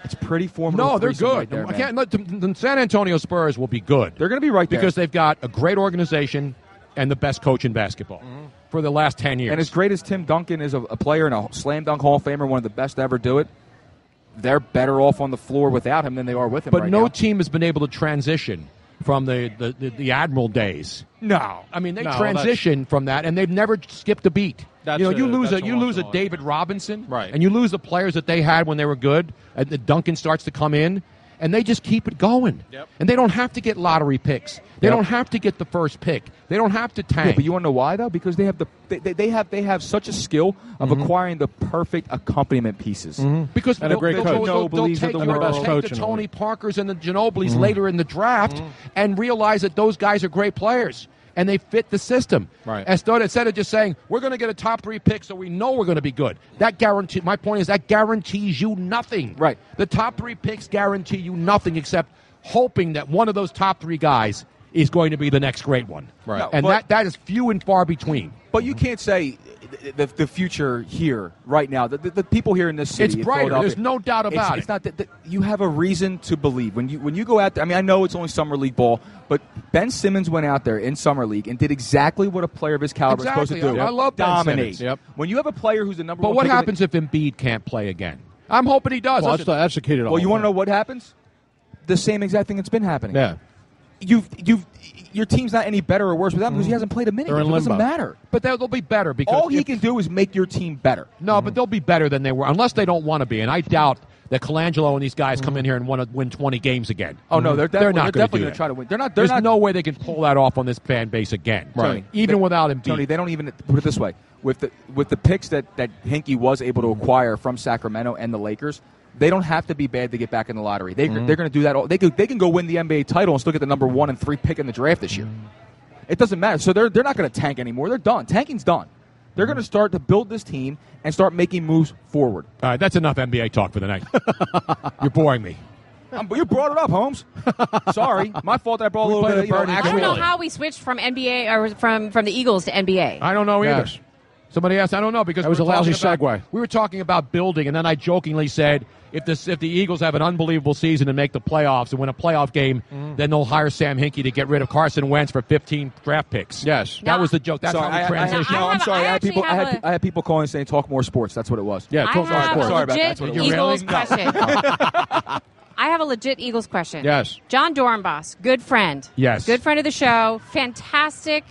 S8: It's pretty formidable.
S5: No, they're
S8: threesome
S5: good.
S8: right there,
S5: I
S8: man.
S5: can't. Look, the, the San Antonio Spurs will be good. They're
S8: going to be right there.
S5: because they've got a great organization and the best coach in basketball for the last ten years.
S8: And as great as Tim Duncan is a, a player and a slam dunk Hall of Famer, one of the best to ever do it, they're better off on the floor without him than they are with him.
S5: but
S8: right
S5: no
S8: now.
S5: team has been able to transition from the the, the, the Admiral days.
S8: No,
S5: I mean they
S8: No, that's-
S5: transition from that, and they've never skipped a beat.
S8: That's
S5: you know, you
S8: a-
S5: lose a,
S8: that's a
S5: you
S8: once
S5: lose
S8: in
S5: a
S8: a while,
S5: David Robinson,
S8: Right.
S5: And you lose the players that they had when they were good. And the Duncan starts to come in, and they just keep it going.
S8: Yep.
S5: And they don't have to get lottery picks. They
S8: Yep.
S5: don't have to get the first pick. They don't have to tank.
S8: Yeah, but you want to know why though? Because they have the they, they, they have they have such a skill of
S5: Mm-hmm.
S8: acquiring the perfect accompaniment pieces.
S5: because
S8: And a
S5: they'll-
S8: great
S5: they'll,
S8: coach.
S5: They'll, they'll,
S8: No, believes
S5: take,
S8: in the
S5: your-
S8: world.
S5: take
S8: Coach
S5: the
S8: in the Mm-hmm.
S5: Tony Parkers and the Ginobili's
S8: Mhm.
S5: later in the draft and realize that those guys are great players and they fit the system. Right. Instead, instead of just saying we're going to get a top three pick, so we know we're going to be good. That guarantee. My point is that guarantees you nothing. Right. The top three picks guarantee you nothing except hoping that one of those top three guys is going to be the next great one. Right.
S8: No,
S5: and
S8: but-
S5: that, that is few and far between.
S8: But you can't say the, the, the future here right now. The, the, the people here in this city,
S5: It's
S8: in
S5: brighter.
S8: Philadelphia,
S5: There's no doubt
S8: it's-
S5: about
S8: it's
S5: it.
S8: not that, that you have a reason to believe when you when you go out there. I mean, I know it's only summer league ball, but Ben Simmons went out there in summer league and did exactly what a player of his caliber is supposed to
S5: Exactly.
S8: do.
S5: I- I love Ben
S8: dominate.
S5: Simmons. Yep.
S8: When you have a player who's the number
S5: But
S8: one,
S5: what
S8: pick in the-
S5: happens if Embiid can't play again? I'm hoping he does.
S8: Well,
S5: Listen-
S8: that's the key to it all. Well, you wanna know what happens? The same exact thing that's been happening. Yeah. You've you've your team's not any better or worse without him because he hasn't played a minute.
S5: They're
S8: yet,
S5: in
S8: so It doesn't
S5: limbo.
S8: matter.
S5: But they'll, they'll be better because
S8: all he
S5: if-
S8: can do is make your team better.
S5: No, but they'll be better than they were unless they don't want to be. And I doubt that Colangelo and these guys come in here and want to win 20 games again.
S8: Oh, no, they're
S5: they're not
S8: definitely- they're
S5: going to
S8: definitely
S5: do
S8: gonna
S5: that.
S8: try to win. They're not- they're
S5: There's
S8: not-
S5: no way they can pull that off on this fan base again.
S8: Right.
S5: Even
S8: They-
S5: without Embiid.
S8: Tony, they don't even put it this way with the with the picks that that Hinkie was able to acquire from Sacramento and the Lakers. They don't have to be bad to get back in the lottery. They,
S5: Mhm.
S8: They're going to do that. All, they, could, they can go win the NBA title and still get the number one and three pick in the draft this year.
S5: Mm-hmm.
S8: It doesn't matter. So they're, they're not going to tank anymore. They're done. Tanking's done. They're
S5: Mm-hmm.
S8: going to start to build this team and start making moves forward.
S5: All right, that's enough NBA talk for the night. You're boring me.
S8: Um, but you brought it up, Holmes. Sorry. My fault that I brought a
S5: We
S8: little
S5: played
S8: bit
S5: a
S8: of you know,
S5: burning
S8: action.
S9: I don't know how we switched from NBA or from, from the Eagles to NBA.
S5: I don't know either.
S9: Yes.
S5: Somebody asked. I don't know because
S9: That
S5: we
S9: was
S5: were
S9: a lousy
S5: talking about-
S9: segue.
S5: We were talking about building, and then I jokingly said, if this, if the Eagles have an unbelievable season and make the playoffs and win a playoff game,
S8: Mm-hmm.
S5: then they'll hire Sam Hinkie to get rid of Carson Wentz for 15 draft picks. Yes, that was the joke. That's
S8: Sorry,
S5: how we
S8: I- I- I-
S5: transitioned.
S8: no, I'm sorry. I, had
S9: actually
S8: people. I
S9: have
S8: had,
S9: a-
S8: I had people calling saying, "Talk more sports." That's what it was.
S5: Yeah, I talk more have sports. a
S8: Sorry about that.
S9: legit
S8: That's what it was.
S9: Eagles
S8: No. *laughs*
S9: question. I have a legit Eagles question.
S5: Yes.
S9: John Dornbos, good friend.
S5: Yes.
S9: Good friend of the show. Fantastic.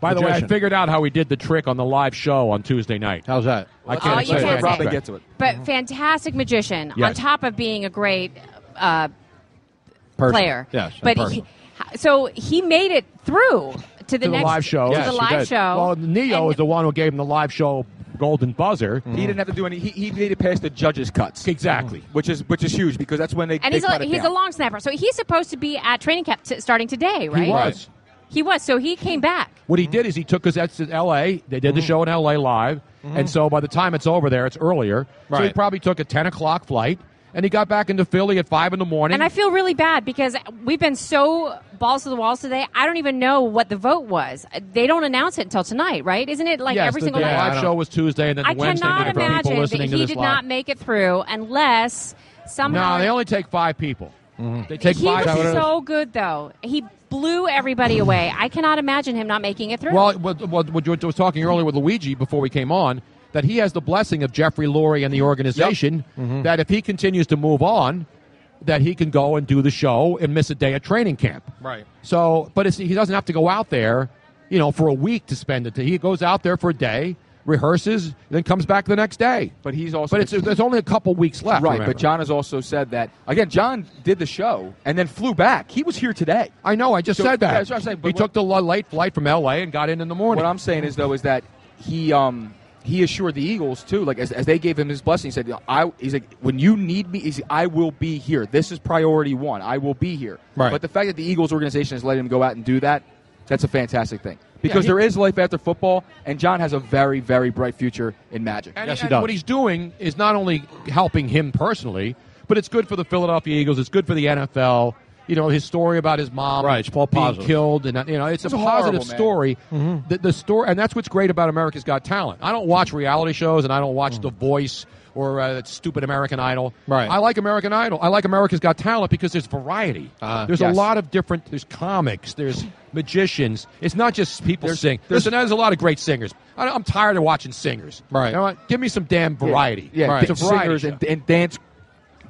S5: By the way, I
S9: Magician.
S5: figured out how we did the trick on the live show on Tuesday night. How's that? I
S9: Oh,
S5: can't
S9: you
S5: say
S9: can't
S5: it.
S9: say it. But fantastic magician on
S5: Yes.
S9: top of being a great uh,
S5: Person.
S9: player.
S5: Yes, and
S9: But he,
S5: person.
S9: so he made it through to the
S5: to
S9: next
S5: the live show.
S9: To the live show.
S5: Well, Neo is the one who gave him the live show golden buzzer.
S8: Mm-hmm. He didn't have to do any. He, he made it past the judges' cuts.
S5: Exactly,
S8: which is which is huge because that's when they.
S9: and
S8: they
S9: he's
S8: cut
S9: a,
S8: it
S9: he's
S8: down.
S9: a long snapper. So he's supposed to be at training camp t- starting today, right?
S5: He was.
S9: He was. So he came back.
S5: What he did is he took us that's to L.A. They did the show in L.A. live, and so by the time it's over there, it's earlier. So he
S18: Right.
S5: probably took a ten o'clock flight, and he got back into Philly at five in the morning.
S9: And I feel really bad because we've been so balls to the walls today. I don't even know what the vote was. They don't announce it until tonight, right? Isn't it like
S5: Yes,
S9: every
S5: the,
S9: single
S5: the
S9: night?
S5: live show was Tuesday, and then
S9: I
S5: Wednesday
S9: cannot
S5: night for people
S9: imagine
S5: listening
S9: that
S5: to
S9: he
S5: this
S9: did
S5: live.
S9: not make it through unless somehow.
S5: No, they only take five people. They take
S9: he
S5: five.
S9: was
S5: people.
S9: so good though. He blew everybody away. I cannot imagine him not making it through.
S5: Well, what, what, what you were talking earlier with Luigi before we came on, that he has the blessing of Jeffrey Lurie and the organization. That if he continues to move on, that he can go and do the show and miss a day at training camp.
S6: Right.
S5: So, but it's, he doesn't have to go out there, you know, for a week to spend it. He goes out there for a day, rehearses, then comes back the next day.
S8: But he's also.
S5: But it's, there's only a couple weeks left.
S8: Right,
S5: remember.
S8: but John has also said that again. John did the show and then flew back. He was here today.
S5: I know. I just said that.
S8: That's what I'm saying.
S5: he took the l- late flight from L.A. and got in in the morning.
S8: What I'm saying is though is that he um he assured the Eagles too. Like as, as they gave him his blessing, he said, "I." He's like, "When you need me, he's like, I will be here. This is priority one. I will be here."
S5: Right.
S8: But the fact that the Eagles organization has let him go out and do that, that's a fantastic thing because
S5: he-
S8: there is life after football, and John has a very very bright future in Magic.
S5: And, and What he's doing is not only helping him personally, but it's good for the Philadelphia Eagles. It's good for the NFL. You know his story about his mom,
S6: Right, it's all
S5: being
S6: positive.
S5: killed, and uh, you know it's,
S6: It's
S5: a
S6: horrible,
S5: positive
S6: man.
S5: story.
S6: Mm-hmm.
S5: The, the story, and that's what's great about America's Got Talent. I don't watch reality shows, and I don't watch The Voice or uh, that stupid American Idol.
S6: Mm. Right.
S5: I like American Idol. I like America's Got Talent because there's variety. there's
S6: Uh, yes.
S5: a lot of different. There's comics. There's magicians. It's not just people
S6: There's-
S5: sing.
S6: there's-
S5: Listen, there's a lot of great singers. I, I'm tired of watching singers.
S8: Right.
S5: You know what? Give me some damn variety.
S8: Yeah,
S5: Right.
S8: it's
S5: It's a variety
S8: singers and, and dance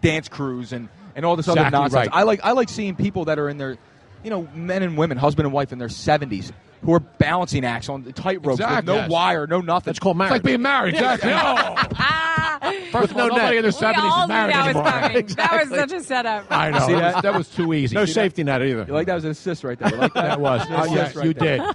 S8: dance crews and, and all this other
S5: Exactly
S8: nonsense.
S5: right.
S8: I like I like seeing people that are in their you know, men and women, husband and wife in their seventies who are balancing acts on the tight ropes with
S5: Exactly.
S8: no
S5: Yes.
S8: wire, no nothing. It's called
S5: marriage. like being married, exactly. *laughs*
S8: Oh.
S5: First of all, nobody in their seventies is married anymore. *laughs*
S9: That was such a setup.
S5: I know
S8: *laughs* See
S5: that?
S8: that?
S5: was- that was too easy.
S8: No safety
S5: net either.
S8: You like that was an assist right there. You Like that?
S5: That was.
S8: An assist
S5: Yes,
S8: right
S5: you
S8: there.
S5: did.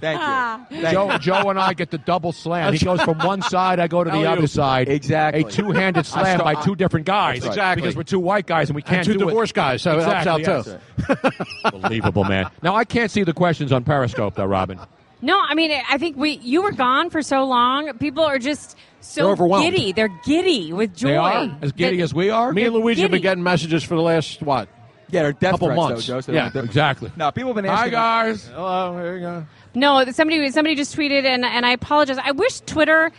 S9: *laughs*
S8: Thank you. Thank
S5: Joe,
S8: you.
S5: Joe and I get the double slam. He goes
S8: *laughs*
S5: from one side, I go to
S8: How
S5: the
S8: are you?
S5: other side.
S8: Exactly.
S5: A two-handed
S8: I
S5: slam
S8: start-
S5: by two different guys.
S6: That's right. Exactly.
S5: Because we're two white guys and we can't
S6: two
S5: do it.
S6: divorced guys, so it helps
S5: exactly,
S6: out, too.
S5: yes.
S8: *laughs*
S5: Unbelievable, man. Now I can't see the questions on Periscope though, Robin.
S9: No, I mean, I think we you were gone for so long. People are just
S5: They're
S9: so
S5: overwhelmed.
S9: giddy. They're giddy with joy.
S5: They are as giddy as we are.
S6: Me and Luigi have been
S9: Giddy.
S6: getting messages for the last what?
S8: Yeah, they're death
S6: couple
S8: threats,
S6: months.
S8: though, Joe, so
S6: yeah,
S8: they're-
S5: exactly.
S8: No, people have been
S5: Hi,
S8: asking. Oh,
S5: guys.
S6: Hello, here you go.
S9: No, somebody somebody just tweeted, and and I apologize. I wish Twitter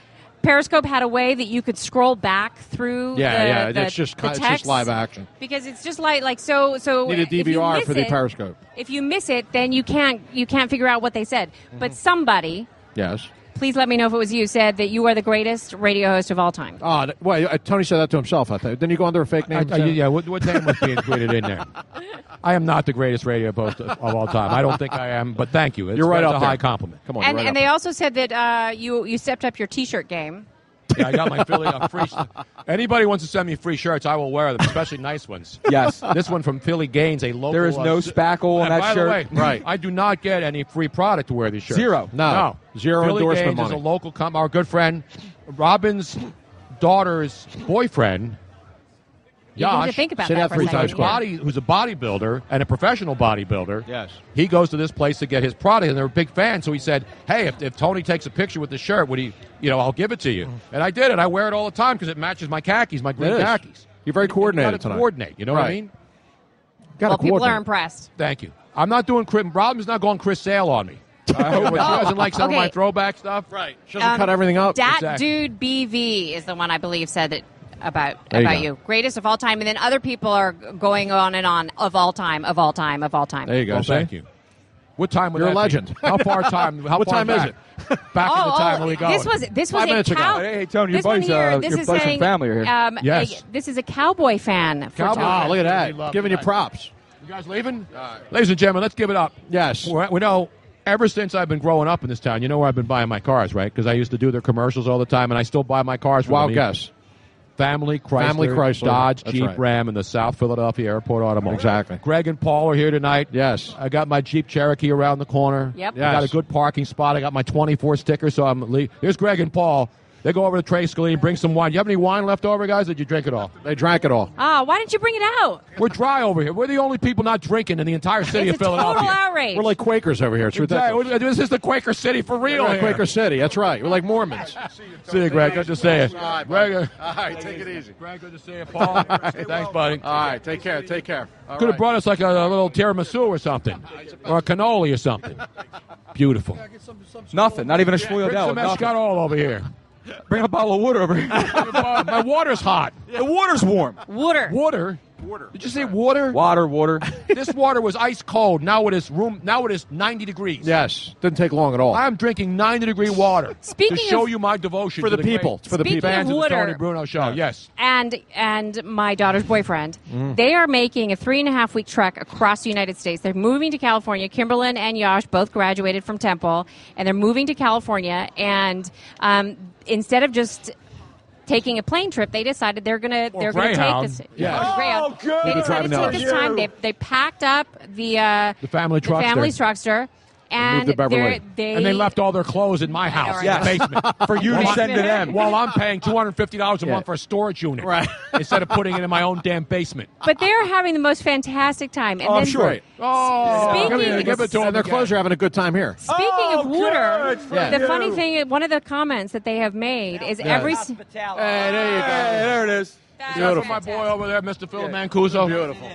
S9: Periscope had a way that you could scroll back through.
S6: Yeah,
S9: the-
S6: yeah,
S9: the-
S6: it's just
S9: the
S6: it's just
S9: text.
S6: live action.
S9: because it's just like like so so.
S6: Need a
S9: if you
S6: DVR
S9: miss
S6: for the
S9: it-
S6: Periscope.
S9: If you miss it, then you can't you can't figure out what they said. But
S6: Mm-hmm.
S9: somebody,
S6: Yes.
S9: please let me know if it was you, said that you are the greatest radio host of all time.
S5: Ah,
S6: Oh, th- well, uh, Tony said that to himself. I thought. Then you go under a fake name.
S5: I-
S6: and
S5: I-
S6: say-
S5: yeah, what, what name was being tweeted in there? *laughs* I am not the greatest radio host of, of all time. I don't think I am, but thank you. It's,
S6: You're right
S5: that's
S6: up
S5: a
S6: there.
S5: high compliment. Come
S9: and and they also said that uh, you you stepped up your T-shirt game.
S5: Yeah, I got my Philly uh, free. Anybody wants to send me free shirts, I will wear them, especially nice ones.
S8: *laughs* Yes.
S5: this one from Philly Gaines, a local.
S8: There is no
S5: uh,
S8: spackle on
S5: And
S8: that
S5: by
S8: shirt.
S5: The way, right. I do not get any free product to wear these shirts.
S8: Zero.
S5: No.
S6: No. Zero
S5: Philly
S6: endorsement
S5: Gaines
S6: money.
S5: is a local. Com- our good friend, Robin's daughter's boyfriend.
S9: You need to
S5: Josh,
S9: think about Say that that for a
S5: who's,
S9: second,
S5: a
S9: yeah.
S5: body, who's a bodybuilder and a professional bodybuilder.
S6: Yes.
S5: He goes to this place to get his product, and they're a big fan. So he said, "Hey, if, if Tony takes a picture with the shirt, would he? You know, I'll give it to you." And I did it. I wear it all the time because it matches my khakis, my green
S6: It is.
S5: khakis.
S6: You're very
S5: Got
S6: coordinated
S5: to
S6: tonight.
S5: coordinate. You know what I
S6: Right.
S5: mean?
S6: Got
S9: well,
S6: to
S9: people are
S6: coordinate.
S9: impressed.
S5: Thank you. I'm not doing Chris. Robin's not going Chris Sale on
S6: *laughs*
S5: me. I hope she doesn't like some of my
S9: Okay.
S5: throwback stuff. Right.
S6: She doesn't cut everything up.
S9: Dat
S5: Exactly.
S9: Um, dude BV is the one I believe said it about
S6: There you
S9: about
S6: go.
S9: you, Greatest of all time, and then other people are going on and on of all time, of all time, of all time.
S6: There you go.
S5: Well,
S6: see?
S5: thank you. What time would
S6: You're a
S5: that be?
S6: legend.
S5: How
S6: *laughs*
S5: far time? How
S6: What
S5: far
S6: time is
S5: back?
S6: it?
S5: Back
S9: Oh,
S5: to the time
S9: oh,
S5: when we go.
S9: This was this was
S6: Five
S9: a
S6: minutes ago.
S9: cow.
S8: Hey, hey, Tony, your
S9: this one
S8: buddies,
S9: here,
S8: uh,
S9: this
S8: your
S9: is
S8: buddies and
S9: saying,
S8: family are here.
S9: Um,
S5: Yes.
S9: a- this is a cowboy fan. For
S5: Cowboy.
S9: Tony.
S6: Oh, look
S5: We
S6: at that.
S5: love
S6: Giving you
S5: tonight.
S6: props.
S5: You guys leaving? Ladies and gentlemen, let's give it up.
S6: Yes.
S5: We we know ever since I've been growing up in this town, you know where I've been buying my cars, right? Because I used to do their commercials all the time, and I still buy my cars. From
S6: Wild
S5: them.
S6: guess.
S5: Family Chrysler,
S6: Family Chrysler.
S5: Dodge,
S6: That's
S5: Jeep
S6: right.
S5: Ram, and the South Philadelphia Airport Automobile.
S6: Exactly.
S5: Greg and Paul are here tonight.
S6: Yes.
S5: I got my Jeep Cherokee around the corner.
S9: Yep.
S5: I got a
S6: Yes.
S5: good parking spot. I got my 24 sticker, so I'm. Le- Here's Greg and Paul. They go over to Trey Scalene, bring some wine. You have any wine left over, guys? Or did you drink it all? They drank it all.
S9: Ah, why didn't you bring it out?
S5: We're dry over here. We're the only people not drinking in the entire city
S9: It's
S5: of
S9: a total
S5: Philadelphia.
S9: outrage. We're like
S5: Quakers over here.
S6: It's ridiculous.
S5: This is the Quaker City for real.
S6: We're like
S5: here.
S6: Quaker City. That's right. We're
S15: *laughs*
S6: like Mormons.
S5: See you, Greg. Good to see you. Greg, uh,
S6: All right, take it easy. Greg, good to see you,
S5: Paul. Thanks, buddy.
S6: All right, take care. Take care. All
S5: could have
S6: right.
S5: brought us like a, a little tiramisu or something, or a cannoli or something. Beautiful.
S8: Nothing. Not even a
S5: Bring
S8: shmuel
S5: some all over here.
S8: Bring a bottle of water
S5: *laughs*
S8: over here.
S5: My water's hot.
S8: *laughs* The water's warm.
S9: Water.
S5: Water. Water. Did you say water?
S8: Water, water.
S5: *laughs* this water was ice cold. Now it is room. Now it is 90 degrees.
S6: Yes, didn't take long at all.
S5: I'm drinking 90 degree water.
S9: *laughs* Speaking
S5: to show
S9: of-
S5: you my devotion
S6: For
S5: to
S6: the people.
S5: great
S6: For the
S9: Speaking people. of
S5: fans of, the
S9: water-
S5: Tony Bruno show. Yes.
S9: and and my daughter's boyfriend
S5: Mm.
S9: they are making a three and a half week trek across the united states they're moving to california kimberlyn and yosh both graduated from temple and they're moving to california and um, instead of just taking a plane trip they decided they're gonna they're gonna
S5: Greyhound.
S9: take this
S5: Yeah. Oh,
S9: or Greyhound.
S5: good
S9: they
S5: Maybe driving
S9: decided to
S5: out.
S9: take this time they, they packed up the uh,
S5: The family
S9: the
S5: truckster.
S9: family truckster and
S5: moved to Beverly.
S9: they're- they
S5: and they left all their clothes in my house
S9: Yes.
S5: in the basement
S8: For you to
S5: While I-
S8: send
S9: *laughs*
S8: to them.
S5: While I'm paying two hundred fifty dollars a
S8: Yeah.
S5: month for a storage unit, right? *laughs* instead of putting it in my own damn basement.
S9: but they are having the most fantastic time and then
S5: Oh,
S9: Speaking-
S5: give it- give it to
S6: and
S5: them
S6: their
S5: again.
S6: clothes are having a good time here.
S9: Speaking
S5: Oh,
S9: of water,
S6: for Yeah.
S9: the
S6: you.
S9: funny thing is, one of the comments that they have made is
S5: Yeah.
S9: every. s-
S5: Hey, there you go.
S6: there it is.
S5: That's for my boy over there, Mr. Phil Mancuso.
S6: Beautiful.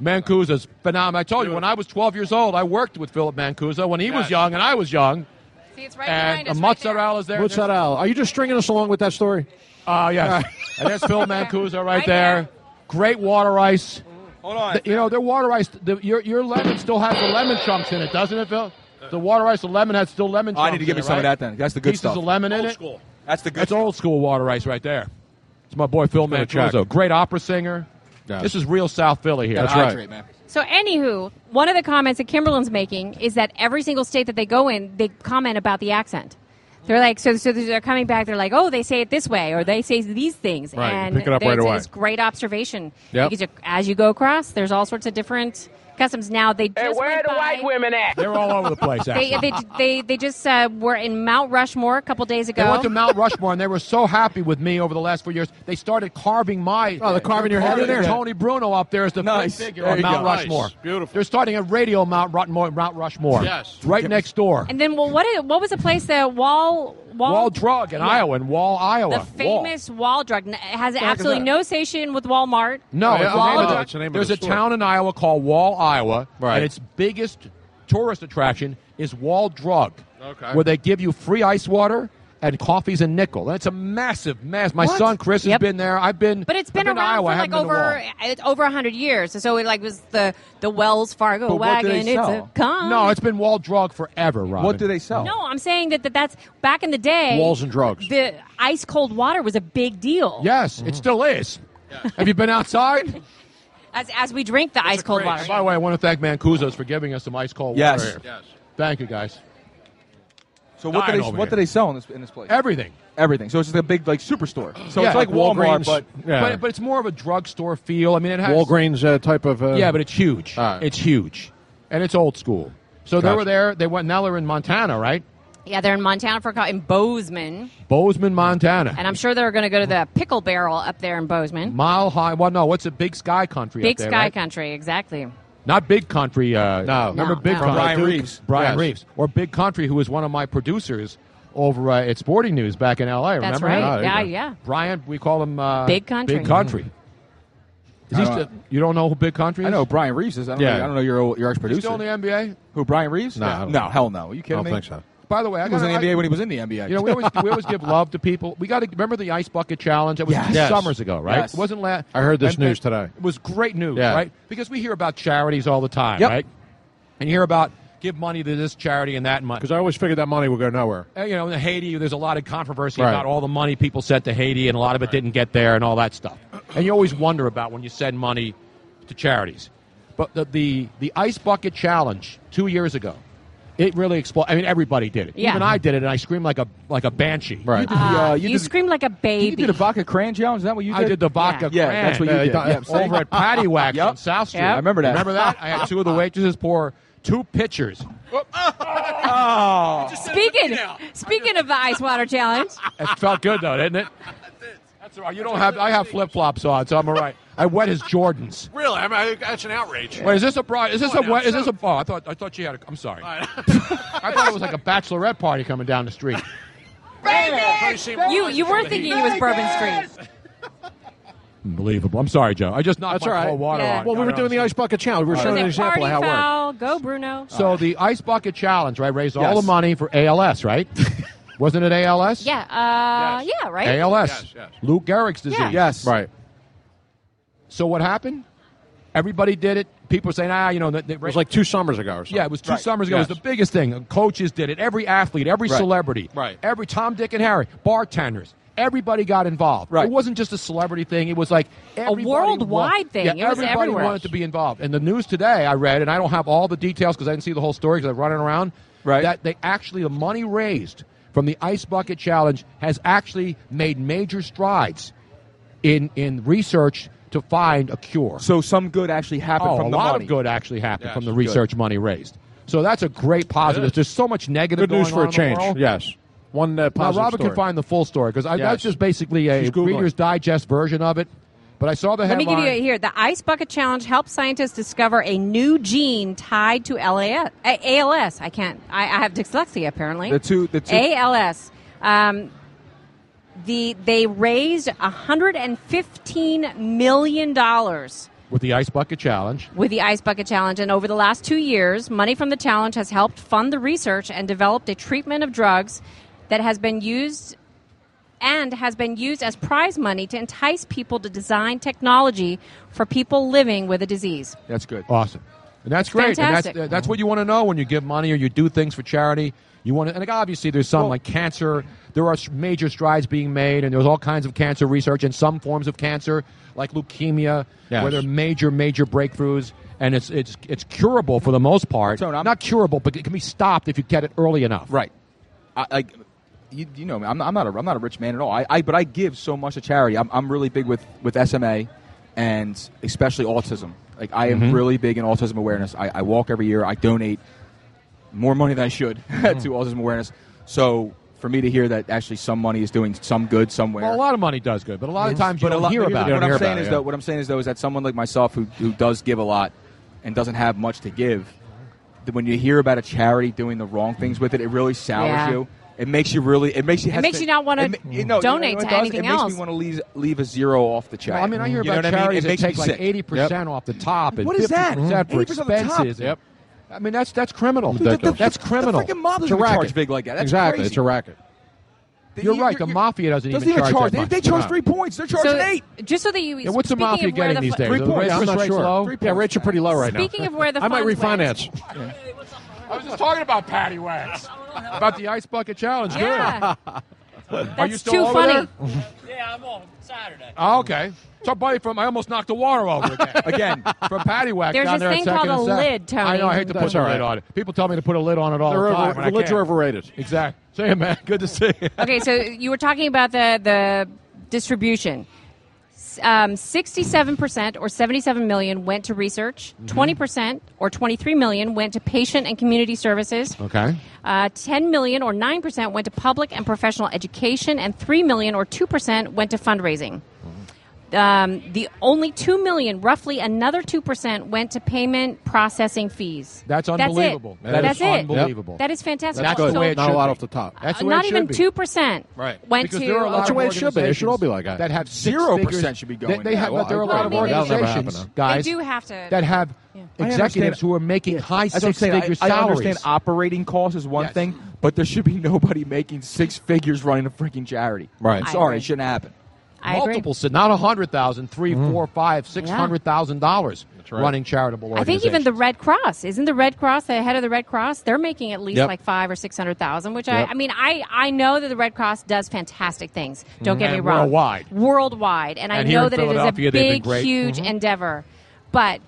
S5: Mancuso's phenomenal. I told you, when I was 12 years old, I worked with Philip Mancuso when he was
S6: Yes.
S5: young and I was young.
S9: See, it's right
S5: and a mozzarella's there.
S6: What's that out? Are you just stringing us along with that story?
S5: Ah, yes.
S6: All right.
S5: *laughs* and there's Phil Mancuso right, there. Great water ice. Mm. Hold on. you know, their water ice, the, your, your lemon still has the lemon chunks in it, doesn't it, Phil? The water ice, the lemon has still lemon
S8: Oh,
S5: chunks.
S8: I need to give
S5: in
S8: me
S5: it,
S8: some of
S5: right?
S8: that then. That's the good
S5: Pieces
S8: stuff.
S5: of lemon in
S8: Old
S5: it.
S8: school.
S5: That's the good That's old school water ice right there. It's my boy Phil
S6: Let's go check.
S5: Mancuso. Great opera singer.
S6: Yeah.
S5: This is real South Philly here.
S6: That's Gotta right. hydrate,
S5: man.
S9: So, anywho, one of the comments that Kimberlin's making is that every single state that they go in, they comment about the accent. They're like, so, so they're coming back. They're like, oh, they say it this way, or they say these things,
S6: Right, you
S9: and
S6: pick it up
S9: they-
S6: right
S9: it's,
S6: away.
S9: it's great observation
S6: Yep.
S9: because you, as you go across, there's all sorts of different customs. Now they just where the white
S10: women at?
S5: They're all over the place,
S9: They,
S5: actually.
S9: they, they, they just uh, were in Mount Rushmore a couple days ago.
S5: They went to Mount Rushmore and they were so happy with me over the last four years. They started carving my
S6: Oh, they're carving your head in there?
S5: Tony Bruno up there is the
S6: Nice.
S5: fifth figure
S6: There
S5: on
S6: you
S5: Mount
S6: go.
S5: Rushmore.
S6: Nice. Beautiful.
S5: They're starting a radio Mount Rushmore. Mount Rushmore.
S6: Yes.
S5: Right next door.
S9: And then, well, what is, what was the place that Wall Wall,
S5: Wall Drug in
S9: Yeah.
S5: Iowa, in Wall, Iowa.
S9: The famous Wall, Drug N- it has
S5: the heck is
S9: absolutely
S5: that?
S9: no station with Walmart.
S6: Oh,
S5: No, it's the
S9: Wall
S5: name of
S9: Drug-
S5: the-
S6: it's the name of
S5: there's
S6: the
S5: a
S6: store.
S5: town in Iowa called Wall, Iowa,
S6: Right.
S5: and its biggest tourist attraction is Wall Drug,
S6: Okay.
S5: where they give you free ice water and coffees and nickel. That's a massive, massive. My
S9: What?
S5: son Chris
S9: Yep.
S5: has been there. I've been,
S9: but it's been
S5: I've been to
S9: around
S5: Iowa. I
S9: for
S5: haven't
S9: like
S5: been to Wall.
S9: over it's over hundred years. So it like was the the Wells Fargo
S5: But what do
S9: wagon.
S5: they
S9: it's
S5: sell?
S9: a con.
S5: No, it's been wall drug forever, Robin.
S8: What do they sell?
S9: no. I'm saying that, that that's back in the day.
S5: Walls and drugs.
S9: The ice cold water was a big deal.
S5: Yes, it still is. Have you been outside?
S9: As as we drink the ice *laughs* cold water.
S5: By the way, I want to thank Mancuso's for giving us some ice cold
S8: Yes.
S5: water. here.
S8: Yes.
S5: Thank you, guys.
S8: So what do
S5: Dying
S8: they
S5: over
S8: what
S5: here.
S8: do they sell in this in this place?
S5: Everything.
S8: Everything. So it's just a big like superstore. So
S5: Yeah,
S8: it's like, Walmart,
S5: Walgreens.
S8: but
S5: but but it's more of a drugstore feel. I mean, it has
S6: Walgreens uh, type of. Uh,
S5: Yeah, but it's huge. It's huge, and it's old school. So they
S6: Gotcha.
S5: were there. They went. Now they're in Montana, right?
S9: Yeah, they're in Montana for a co- in Bozeman,
S5: Bozeman, Montana.
S9: and I'm sure they're going to go to the pickle barrel up there in Bozeman.
S5: Mile high. Well, no, what's a big sky country? up
S9: Big
S5: there,
S9: Sky
S5: right?
S9: Country, exactly.
S5: Not Big Country. Uh, no. Remember
S9: No,
S5: Big
S9: no.
S5: Country?
S8: Brian
S5: Duke?
S8: Reeves.
S5: Brian
S8: Yes.
S5: Reeves. Or Big Country, who was one of my producers over uh, at Sporting News back in L.A.
S9: That's
S5: Remember
S9: right.
S5: him?
S9: yeah, yeah.
S5: Brian, we call him uh,
S9: Big Country.
S5: Big Country. Is he
S8: I don't
S5: still- you don't know who Big Country is?
S8: I know Brian Reeves is. I don't,
S5: Yeah.
S8: know, I don't know your old- your ex
S5: He's
S8: producer.
S5: still in the NBA?
S8: Who Brian Reeves?
S5: No, I don't
S8: no,
S5: think
S8: hell no. you
S5: I
S8: kidding
S5: don't
S8: me?
S5: think so. By the way, I
S8: he was in
S5: gotta-
S8: the NBA
S5: I-
S8: when he was in the NBA.
S5: You know, we
S8: *laughs*
S5: always, we always give love to people. We got to remember the ice bucket challenge. That was
S6: Yes.
S5: two
S6: Yes.
S5: summers ago, right?
S6: Yes.
S5: It wasn't last.
S6: I heard this news today.
S5: It was great news,
S6: Yeah.
S5: right? Because we hear about charities all the time,
S6: Yep.
S5: right? And you hear about give money to this charity and that money.
S6: Because I always figured that money would go nowhere.
S5: Uh, you know, in Haiti, there's a lot of controversy
S6: Right.
S5: about all the money people sent to Haiti, and a lot of it didn't get there, and all that stuff. And you always wonder about when you send money to charities. But the the, the ice bucket challenge two years ago, it really exploded. I mean, everybody did it.
S9: Yeah.
S5: Even I did it, and I screamed like a like a banshee.
S8: Right. You did the, uh, you
S9: you
S8: did-
S9: screamed like a baby.
S8: You did a vodka crayon challenge. Is that what you did?
S5: I did the vodka
S8: Yeah,
S5: cran.
S8: that's what you did. Yeah,
S5: Over at Patty Wax
S8: Yep.
S5: on South Street.
S8: Yep. I remember that.
S5: Remember that? I had two of the waitresses pour two pitchers.
S9: Oh. Speaking speaking of the ice water challenge,
S5: It felt good though, didn't it? *laughs* That's all right. You don't have. I have flip flops on, so I'm all right. I wet his Jordans.
S18: Really? I mean, I- that's an outrage.
S5: Wait, is this a broad? Is this
S18: Come
S5: a
S18: on now,
S5: wet? Is this
S18: so-
S5: a? Oh, I thought I thought you had. A, I'm sorry. *laughs*
S8: *laughs*
S5: I thought it was like a bachelorette party coming down the street.
S9: you you were thinking it was Bourbon Street.
S5: Unbelievable. I'm sorry, Joe. I just knocked
S6: That's
S5: my
S6: all right.
S5: cold water
S6: Yeah.
S5: on.
S6: Well, we were doing the ice bucket challenge. We were
S5: All
S6: showing
S5: right.
S6: an
S5: Was it
S6: example of how it works.
S9: Foul, go Bruno.
S5: So the ice bucket challenge, right? Raised all
S6: Yes.
S5: the money for ALS,
S6: *laughs*
S5: right? Wasn't it ALS?
S9: Oh. Yeah, uh, yeah, right.
S5: ALS. Lou Gehrig's disease.
S9: Yeah.
S5: Yes. Right. So what happened? Everybody did it. People were saying, ah, you know, that it
S6: was like two summers ago or something.
S5: Yeah, it was two
S6: Right.
S5: summers ago. It
S6: Yes.
S5: was the biggest thing. Coaches did it. Every athlete, every
S6: Right.
S5: celebrity,
S6: Right.
S5: Every Tom, Dick, and Harry, bartenders. Everybody got involved. Right. It wasn't just a celebrity thing. It was like everybody wa-
S9: worldwide thing.
S5: Yeah,
S9: It was
S5: everybody
S9: everywhere.
S5: wanted to be involved. And the news today, I read, and I don't have all the details because I didn't see the whole story because I'm running around. Right. That they actually the money raised from the ice bucket challenge has actually made major strides in in research to find a cure.
S8: So some good actually happened
S5: Oh,
S8: from
S5: a
S8: the
S5: lot
S8: money.
S5: of good actually happened
S8: Yes,
S5: from the
S8: good.
S5: research money raised. So that's a great
S6: It
S5: positive.
S6: is.
S5: There's so much negative.
S6: Good news
S5: going on
S6: for a
S5: in the
S6: change.
S5: world.
S6: Yes. One uh,
S5: Now,
S6: positive
S5: Robin
S6: story.
S5: can find the full story because
S6: Yes.
S5: that's just basically a
S6: She's Googling.
S5: Reader's Digest version of it. But I saw the
S9: Let me
S5: headline.
S9: give you it here. The Ice Bucket Challenge helps scientists discover a new gene tied to LAS, A- ALS. I can't. I, I have dyslexia apparently.
S8: The two- the two-
S9: ALS. Um, the they raised 115 million dollars
S5: with the ice bucket challenge.
S9: with the Ice Bucket Challenge, and over the last two years, money from the challenge has helped fund the research and developed a treatment of drugs that has been used and has been used as prize money to entice people to design technology for people living with a disease.
S8: That's good.
S5: Awesome. And that's great. And
S9: Fantastic.
S5: that's, that's what you want to know when you give money or you do things for charity. You want to, and like, obviously there's some like cancer. There are s- major strides being made, and there's all kinds of cancer research and some forms of cancer, like leukemia,
S6: Yes.
S5: where there are major, major breakthroughs, and it's it's it's curable for the most part. Not curable, but it can be stopped if you get it early enough.
S8: Right. I, I you, you know me. I'm, I'm not a I'm not a rich man at all. I, I but I give so much to charity. I'm, I'm really big with with SMA and especially autism. Like I am
S6: Mhm.
S8: really big in autism awareness. I, I walk every year. I donate more money than I should *laughs* to autism awareness. So for me to hear that actually some money E is doing some good somewhere.
S5: Well, a lot of money does good, but a lot of times you
S8: but a
S5: don't
S8: lot-
S5: hear
S8: but
S5: about it.
S8: What I'm saying is though, what I'm saying is though, is that someone like myself who who does give a lot and doesn't have much to give, that when you hear about a charity doing the wrong things with it, it really sours
S9: Yeah.
S8: you. It makes you really. It makes you.
S9: It makes
S8: hesitate.
S9: you not wanna
S8: It ma- you know,
S9: donate
S8: you know what
S9: to
S8: it does?
S9: anything
S8: It makes
S9: else.
S8: me want to leave, leave a zero off the check.
S5: Well, I mean, I hear
S8: You know
S5: about
S8: what mean? It
S5: charities
S8: makes
S5: that
S8: me
S5: take like
S8: sick.
S5: eighty percent off the top and
S8: What is
S5: 50%
S8: that?
S5: for
S8: 80% off the top?
S5: expenses.
S8: Yep.
S5: I mean that's that's criminal.
S8: The- the- Ridiculous.
S5: that's criminal.
S8: the freaking mob
S5: It's
S8: doesn't
S5: a
S8: even charge
S5: racket.
S8: big like that. That's
S5: exactly,
S8: crazy.
S5: it's a racket. You're right. The mafia doesn't,
S8: Doesn't even charge.
S5: that
S8: They,
S5: much.
S8: they charge
S5: No.
S8: three points. They're charging
S9: So,
S8: eight.
S9: just so that you,
S5: Yeah, what's the
S9: speaking
S5: mafia
S9: of where
S5: getting
S9: the
S5: these
S9: fu-
S5: days?
S6: Three
S5: The
S6: points. I'm
S5: interest
S6: not
S5: rate's
S6: sure.
S5: low?
S6: Three Yeah, points. rates are pretty low right now.
S9: Speaking of where the
S6: I might
S9: funds went.
S6: refinance.
S5: I was just talking about Patty
S9: *laughs*
S5: Wax. about the ice bucket challenge.
S9: Yeah.
S5: Good. *laughs* Are
S9: That's
S5: you still
S9: too
S5: over
S9: funny.
S5: *laughs* there?
S19: *laughs* Yeah, I'm on Saturday.
S5: Oh, okay. So, buddy, from I almost knocked the water over
S6: *laughs*
S5: again. again from Patty Wax
S9: There's
S5: down
S9: this
S5: there at
S9: thing
S5: second
S9: called
S5: and
S9: a
S5: seven.
S9: lid, Tony.
S5: I know. I hate to put
S6: That's
S5: the
S6: all
S5: lid
S6: right.
S5: on it. People tell me to put a lid on it all
S6: They're
S5: the
S6: over-
S5: time. and I
S6: lids
S5: can't.
S6: are overrated.
S5: Exactly. Say it, man. Good to see you.
S9: okay, so you were talking about the the distribution. S- Um, Sixty-seven percent, or seventy-seven million, went to research.
S5: Mm-hmm.
S9: 20 percent, or twenty-three million, went to patient and community services.
S5: Okay.
S9: Uh, Ten million, or nine percent, went to public and professional education, and three million, or two percent, went to fundraising.
S5: Mm-hmm.
S9: Um, the only two million, roughly another two percent, went to payment processing fees.
S5: That's
S9: it.
S5: unbelievable. That
S9: That's
S5: is
S9: it.
S5: unbelievable.
S9: That is fantastic.
S5: That's
S9: So-
S5: the way it
S6: Not a
S5: should
S6: lot
S5: be.
S6: off the top.
S5: That's the way
S9: Uh, not
S5: it should
S9: even
S5: be.
S9: two percent.
S5: Right.
S9: Went
S5: because
S9: to
S5: there are a lot
S6: That's
S5: of
S6: the way it should be. It should all be like that.
S5: organizations That have six
S6: 0%
S5: figures-
S6: should be
S5: They,
S6: going
S5: they
S6: there.
S5: have,
S6: Well,
S5: but there are a
S6: I-
S5: lot of
S6: Well, I mean, that'll never
S5: organizations,
S6: happen, huh?
S5: guys,
S9: They do have to-
S5: that have
S8: I understand-
S5: executives who are making high
S8: That's what I'm saying.
S5: six-figure
S8: I, I
S5: salaries.
S8: understand operating costs is one thing, but there should be *laughs* nobody making six figures running a freaking charity.
S5: Right.
S8: I'm
S5: I
S8: sorry,
S5: agree.
S8: it shouldn't happen.
S9: I agree.
S5: Multiple, so not a hundred thousand, three, four, five, six
S9: Yeah.
S5: hundred thousand dollars
S6: right.
S5: running charitable
S9: I
S5: organizations.
S9: think even the Red Cross isn't the Red Cross the head of the Red Cross. They're making at least
S5: Yep.
S9: like five or six hundred thousand, which
S5: Yep.
S9: I, I mean, I I know that the Red Cross does fantastic things. Don't get
S5: Mhm.
S9: me
S5: And
S9: wrong,
S5: worldwide.
S9: worldwide, and,
S5: And
S9: I
S5: here
S9: know
S5: in
S9: that it is a
S5: Philadelphia, they've been
S9: big,
S5: great. Mm-hmm.
S9: huge endeavor. But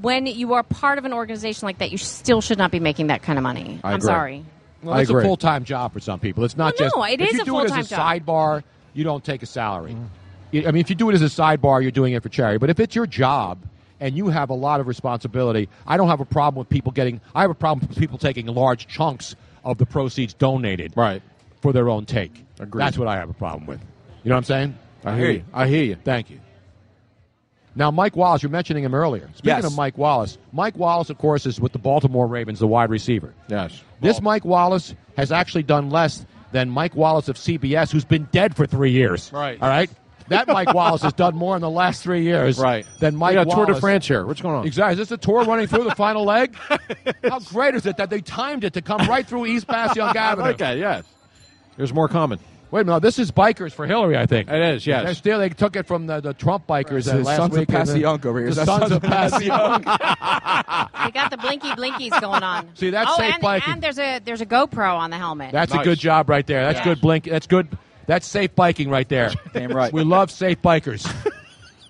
S9: when you are part of an organization like that, you still should not be making that kind of money.
S5: I
S9: am
S5: agree. *laughs*
S9: sorry.
S5: Well,
S6: I
S5: it's
S6: agree.
S5: a full time job for some people. It's not
S9: Well,
S5: just
S9: no, it
S5: if
S9: is
S5: you
S9: a
S5: do it
S9: full-time
S5: as a
S9: job.
S5: sidebar, Mm. you don't take a salary. You- I mean, if you do it as a sidebar, you're doing it for charity. But if it's your job and you have a lot of responsibility. I don't have a problem with people getting. I have a problem with people taking large chunks of the proceeds donated, right, for their own take. Agreed. That's what I have a problem with. You know what I'm saying?
S6: I hear you.
S5: I hear you. Thank you. Now, Mike Wallace, you're mentioning him earlier. Speaking
S6: Yes.
S5: of Mike Wallace, Mike Wallace, of course, is with the Baltimore Ravens, the wide receiver.
S6: Yes.
S5: This Mike Wallace has actually done less than Mike Wallace of CBS, who's been dead for three years.
S6: Right.
S5: All right. That
S6: *laughs*
S5: Mike Wallace has done more in the last three years
S6: Right.
S5: than Mike
S6: We got
S5: Wallace.
S6: Tour de France here. What's going on?
S5: Exactly. Is this the tour running through the final
S6: *laughs*
S5: leg? How great is it that they timed it to come right through East Passyunk
S6: I
S5: Avenue?
S6: like that, yes. *laughs* There's more common.
S5: Wait a minute. This is bikers for Hillary, I think.
S6: It is, yes.
S5: They still, they took it from the, the Trump bikers uh,
S6: The
S5: last
S6: Sons of
S5: week. and then-
S6: Passyunk over here.
S5: The
S6: Is that
S5: Sons of
S6: Sons of
S5: Passyunk.
S9: They got the blinky blinkies going on.
S5: See, that's
S9: oh,
S5: safe
S9: and,
S5: biking.
S9: and there's a there's a GoPro on the helmet.
S5: That's a good job right there. That's
S9: Yeah.
S5: good blink. That's good. That's safe biking right there. *laughs* Damn right. We love safe bikers.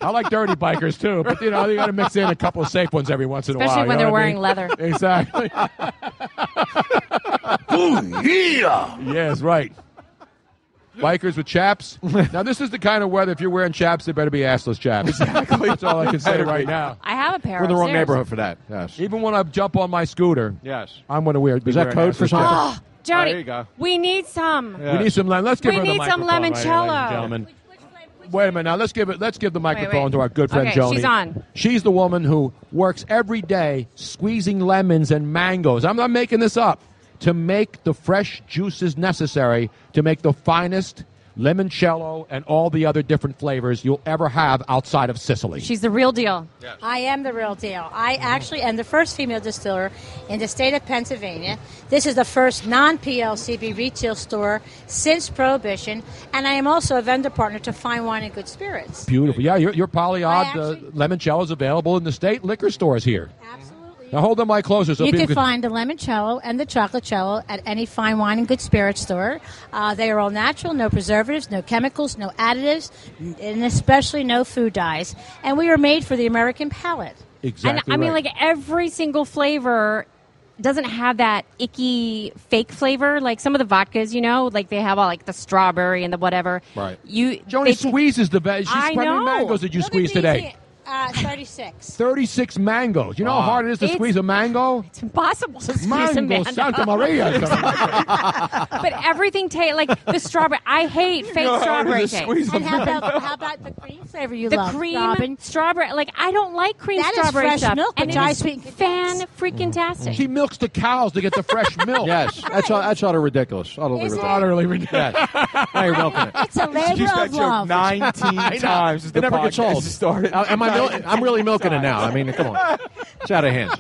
S5: I like dirty bikers too, but you know you got to mix in a couple of safe ones every once in
S9: Especially
S5: a while.
S9: when
S5: you know what I mean?
S9: they're wearing leather.
S5: Exactly. *laughs* yeah. Yes, right. Bikers with *laughs* chaps. now this is the kind of weather. If you're wearing chaps, they better be assless chaps. Exactly. That's all I can say right now.
S9: *laughs* I have a pair.
S5: We're the wrong
S9: upstairs.
S5: neighborhood
S6: for that. Yes.
S5: Even when I jump on my scooter,
S6: Yes.
S5: I'm going to wear.
S6: Is that code for something?
S9: Oh,
S5: *gasps*
S9: Jody,
S5: there you go.
S9: we need some.
S5: We need some lemon. Let's give
S9: We
S5: her the
S9: need some
S5: microphone right here, ladies
S9: limoncello.
S5: and gentlemen. Wait a minute. Now let's give it. Let's give the
S9: Wait,
S5: microphone
S9: wait.
S5: to our good friend
S9: Okay,
S5: Joni.
S9: she's on.
S5: She's the woman who works every day squeezing lemons and mangoes. I'm not making this up. To make the fresh juices necessary to make the finest limoncello and all the other different flavors you'll ever have outside of Sicily.
S9: She's the real deal.
S11: I am the real deal. I actually am the first female distiller in the state of Pennsylvania. This is the first non PLCB retail store since Prohibition, and I am also a vendor partner to Fine Wine and Good Spirits.
S5: Beautiful. Yeah, your, your polyod
S11: I actually-
S5: uh, limoncello is available in the state liquor stores here. Absolutely. Now hold the mic closer so
S11: you
S5: people
S11: can find the limoncello and the chocolatecello at any fine wine and good spirits store. Uh, they are all natural, no preservatives, no chemicals, no additives, and especially no food dyes. And we are made for the American palate.
S5: Exactly.
S9: and I mean,
S5: right.
S9: like every single flavor doesn't have that icky fake flavor. Like some of the vodkas, you know, like they have all like the strawberry and the whatever.
S5: Right.
S9: You,
S5: Joni
S9: they-
S5: squeezes the best. How
S9: I
S5: many
S9: know.
S5: mangoes did you squeeze today?
S11: Uh, 36.
S5: 36 mangoes. You know how
S6: Wow.
S5: hard it is to
S9: It's-
S5: squeeze a mango?
S9: It's impossible to squeeze a
S5: Mango
S9: mango.
S5: Santa
S9: *laughs*
S5: Maria.
S9: *laughs* but everything tastes like the strawberry.
S5: *laughs*
S9: I hate fake
S5: know how it
S9: strawberry
S5: is to
S9: cake.
S5: squeeze a
S11: And how about, how about the cream flavor you
S9: the
S11: love,
S9: cream
S11: Robin?
S9: strawberry. Like I don't like cream
S11: That is
S9: strawberry
S11: fresh
S9: stuff.
S11: milk,
S9: and
S11: which
S9: it
S11: I
S9: is
S11: sweet-
S9: fan freaking tastic.
S5: she milks the cows to get the
S9: *laughs*
S5: fresh milk.
S6: Yes. That's, all, that's utter ridiculous. Utterly
S11: Is it?
S6: ridiculous.
S5: Utterly ridiculous.
S6: Yes. Now you're
S9: *laughs*
S6: milking it.
S11: It's a labor of
S5: *laughs*
S11: love.
S6: 19 times. It never gets old. Uh, am I mil- I'm really milking it now. I mean, come on. It's out of hand.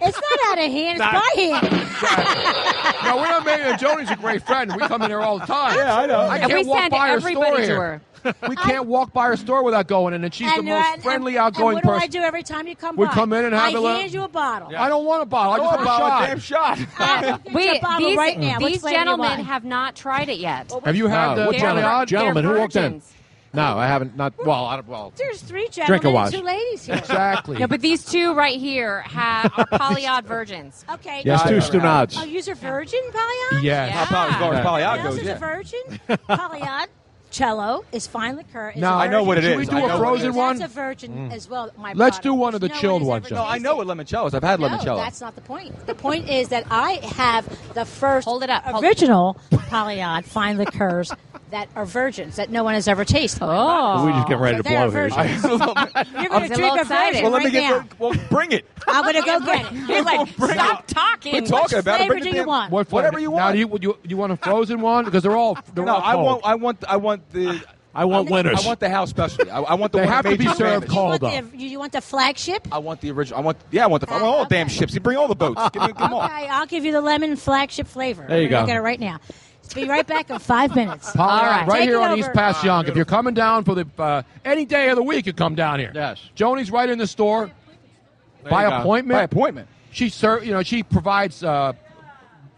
S11: It's not out of hand, it's by hand.
S5: now, we're not making Joni's a great friend. We come in here all the time.
S6: Yeah, I know.
S5: I
S9: And
S5: can't
S9: we
S5: walk
S9: send
S5: by her store
S9: everybody to
S5: here.
S9: her.
S5: We can't walk by her store without going in, and she's the
S11: And, uh,
S5: most
S11: and-
S5: friendly,
S11: and
S5: outgoing
S11: what
S5: person.
S11: do I do every time you come
S5: We
S11: by?
S5: come in and have
S11: I
S5: a little-
S11: hand you a bottle.
S5: I don't want a bottle. I just want a shot.
S6: shot.
S11: *laughs* I'll get you
S9: We,
S11: a bottle
S9: these,
S11: right now. Which
S9: these
S11: flavor you
S9: gentlemen
S11: want?
S9: have not tried it yet.
S5: Have you had uh,
S6: No,
S5: the
S6: what gentlemen?
S5: Jolly
S6: Gentlemen, who walked in?
S9: virgins.
S6: No, I haven't. Not well. I don't, well,
S11: There's three
S6: Drink a
S11: gentlemen
S6: wash.
S11: and two ladies here.
S5: Exactly.
S9: No, but these two right here have are polyod *laughs* virgins.
S11: Okay.
S6: Yes, two stunads.
S11: Oh, you're a virgin, Polyod?
S5: Yes.
S9: Yeah. Poly- as far as
S6: Polyod
S11: What else is
S5: *laughs*
S11: a virgin? Polyod. Cello is fine liquor. Is
S5: No,
S11: a
S5: I know
S11: virgin.
S5: what it Should we is. do I a know what it frozen is. one? Mm.
S11: That's a virgin as well. My
S5: Let's
S11: product.
S5: do one of the
S11: No
S5: chilled
S11: has
S5: ones,
S11: ever
S5: John.
S11: tasted
S8: I know what limoncellos. I've had
S11: No,
S8: limoncello.
S11: that's not the point. The point is that I have the first
S9: Hold it up, hold-
S11: original polyod fine liqueurs that are virgins that no one has ever tasted.
S9: Oh.
S6: we just get ready to
S11: They're
S6: blow here.
S11: virgins. You're going to
S9: little
S11: drink a
S9: excited.
S11: virgin
S9: Well, let
S11: right now.
S8: well, bring it.
S11: I'm going to go get it. You're like,
S9: Stop talking.
S8: We're talking
S11: what
S8: about it.
S11: flavor
S8: Bring
S11: do
S8: the
S11: you
S8: damn-
S11: want?
S5: What flavor?
S8: Whatever you
S5: Now,
S8: want.
S5: do you, you, you want a frozen one? Because they're all they're
S8: No,
S5: all
S8: I
S5: cold.
S8: want. I want. I
S11: Uh,
S8: want the.
S6: I want winners.
S8: I want the house specialty. I, I want the.
S5: They
S8: one that
S5: have to
S8: made
S5: be
S8: you
S5: served
S8: famous.
S11: You
S5: cold.
S11: want,
S5: Hold
S11: the, you want the flagship?
S8: I want the original. I want. Yeah, I want the. I want all damn ships. You bring all the boats. Give me, give 'em all.
S11: Okay, I'll give you the lemon flagship flavor.
S5: There you
S11: We're gonna
S5: go.
S11: Get it right now. Let's be right back in
S5: *laughs*
S11: five minutes.
S5: Polyod,
S9: All right.
S5: right
S11: Take
S5: here
S11: it
S5: on
S11: over.
S5: East Pass Young. If you're coming down for the uh, any day of the week, you come down here.
S6: Yes.
S5: Joni's right in the store by
S6: you go.
S5: appointment.
S8: By appointment.
S5: She serve, you know, she provides uh,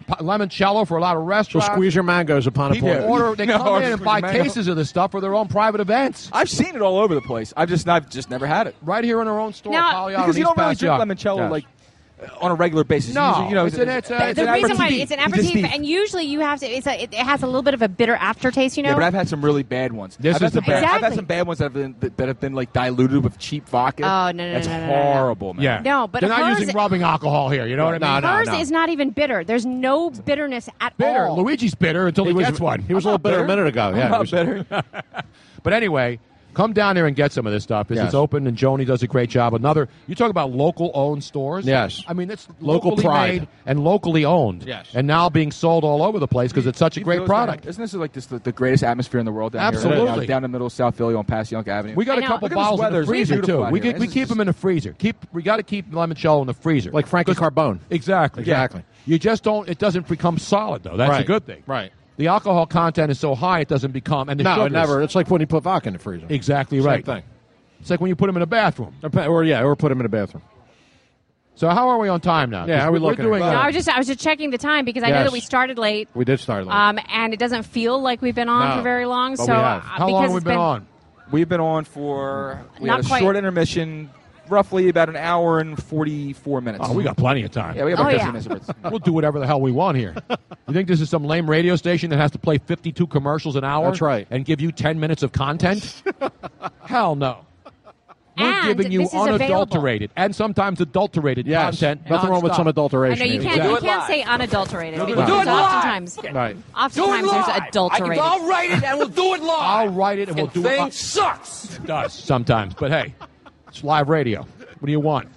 S5: po- limoncello for a lot of
S6: So
S5: restaurants.
S6: squeeze your mangoes upon a
S5: People
S6: point.
S5: order, they
S8: *laughs* No,
S5: come in
S8: squeeze
S5: and buy
S8: your mango.
S5: cases of this stuff for their own private events.
S8: I've seen it all over the place. I've just. I've just never had it.
S5: Right here in her own store,
S9: Now-
S5: Polyod on
S8: Because you
S5: East
S8: don't really
S5: Pass
S8: drink
S5: Young.
S8: limoncello
S5: Yes.
S8: like. on a regular basis.
S17: No,
S8: Usually, you know,
S17: it's an- it's a- The it's
S9: the reason why
S8: aperitif.
S9: it's an
S8: You just
S9: aperitif,
S8: need-
S9: and usually you have to. It's a, it, it has a little bit of a bitter aftertaste, you know.
S8: Yeah, but I've had some really bad ones.
S9: This
S8: I've
S9: is
S8: had
S9: the
S8: some bad, I've had
S9: Exactly.
S8: some bad ones that have been, that, that have been like diluted with cheap vodka.
S9: Oh, no, no,
S8: That's
S9: no, no, no, no, no.
S8: horrible, man.
S9: Yeah. No, but They're not hers- using
S5: rubbing alcohol here. You know what I mean?
S9: Hers is not even bitter. There's no bitterness at
S5: bitter.
S9: all.
S5: Luigi's bitter until he,
S6: He was-
S5: gets one.
S6: he was a little bitter a minute ago.
S5: I'm
S6: Yeah, he
S5: not
S6: was-
S5: bitter. *laughs* but anyway, come down here and get some of this stuff. 'cause
S6: Yes.
S5: It's open, and Joni does a great job. Another, you talk about local-owned stores.
S6: Yes.
S5: I mean it's
S6: Local
S5: locally
S6: pride.
S5: made and locally owned.
S8: Yes.
S5: and now being sold all over the place because it's such a great product.
S8: Isn't this like this, the, the greatest atmosphere in the world down here?
S5: Absolutely.
S8: Down- Down the middle of South Philly on Passyunk Avenue.
S5: We got a
S8: a
S5: couple bottles in the freezer too. We, get, we keep them in the freezer. Keep we got to keep limoncello in the freezer, like Frankie Carbone. Exactly,
S6: Exactly.
S5: yeah. You just don't. It doesn't become solid though. That's a
S6: Right.
S5: good thing. Right. The alcohol content is so high, it doesn't become. And the
S6: no, it
S5: sugars-
S6: never. It's like when you put vodka in the freezer.
S5: Exactly
S6: Same
S5: right.
S6: thing.
S5: It's like when you put them in a bathroom.
S6: Or, pa- or, yeah, or put them in a bathroom.
S5: So how are we on time now?
S6: Yeah, how are we
S5: We're
S6: looking?
S5: doing
S9: No,
S5: a-
S9: I was just I was just checking the time because I know
S5: Yes.
S9: that we started late,
S6: We did start.
S9: um, and it doesn't feel like we've been on
S8: No,
S9: for very long.
S8: but
S9: so
S8: we have.
S9: uh,
S8: How long
S9: because
S8: have we
S9: it's
S8: been on? We've been on for we
S9: Not
S8: had a
S9: quite.
S8: short intermission, roughly about an hour and forty-four minutes.
S5: Oh, we got plenty of time.
S8: Yeah, we got
S6: Oh,
S8: about fifteen minutes.
S5: *laughs* we'll do whatever the hell we want
S6: *laughs*
S5: here. You think this is some lame radio station that has to play 52 commercials an hour?
S6: That's right.
S5: And give you 10 minutes of content?
S6: *laughs*
S5: hell no. We're
S9: And
S5: giving you
S9: this is
S5: unadulterated and sometimes adulterated content.
S6: Nothing wrong with
S5: nonstop.
S6: some adulteration.
S9: I know you can't you can't say unadulterated
S5: Do it
S9: because
S5: live.
S9: it's oftentimes
S5: Right.
S9: oftentimes there's adulterated.
S5: write it and we'll do it live. I'll write it and we'll do it live.
S9: Oh,
S17: sucks.
S5: It does sometimes, but hey, it's live radio. What do you want?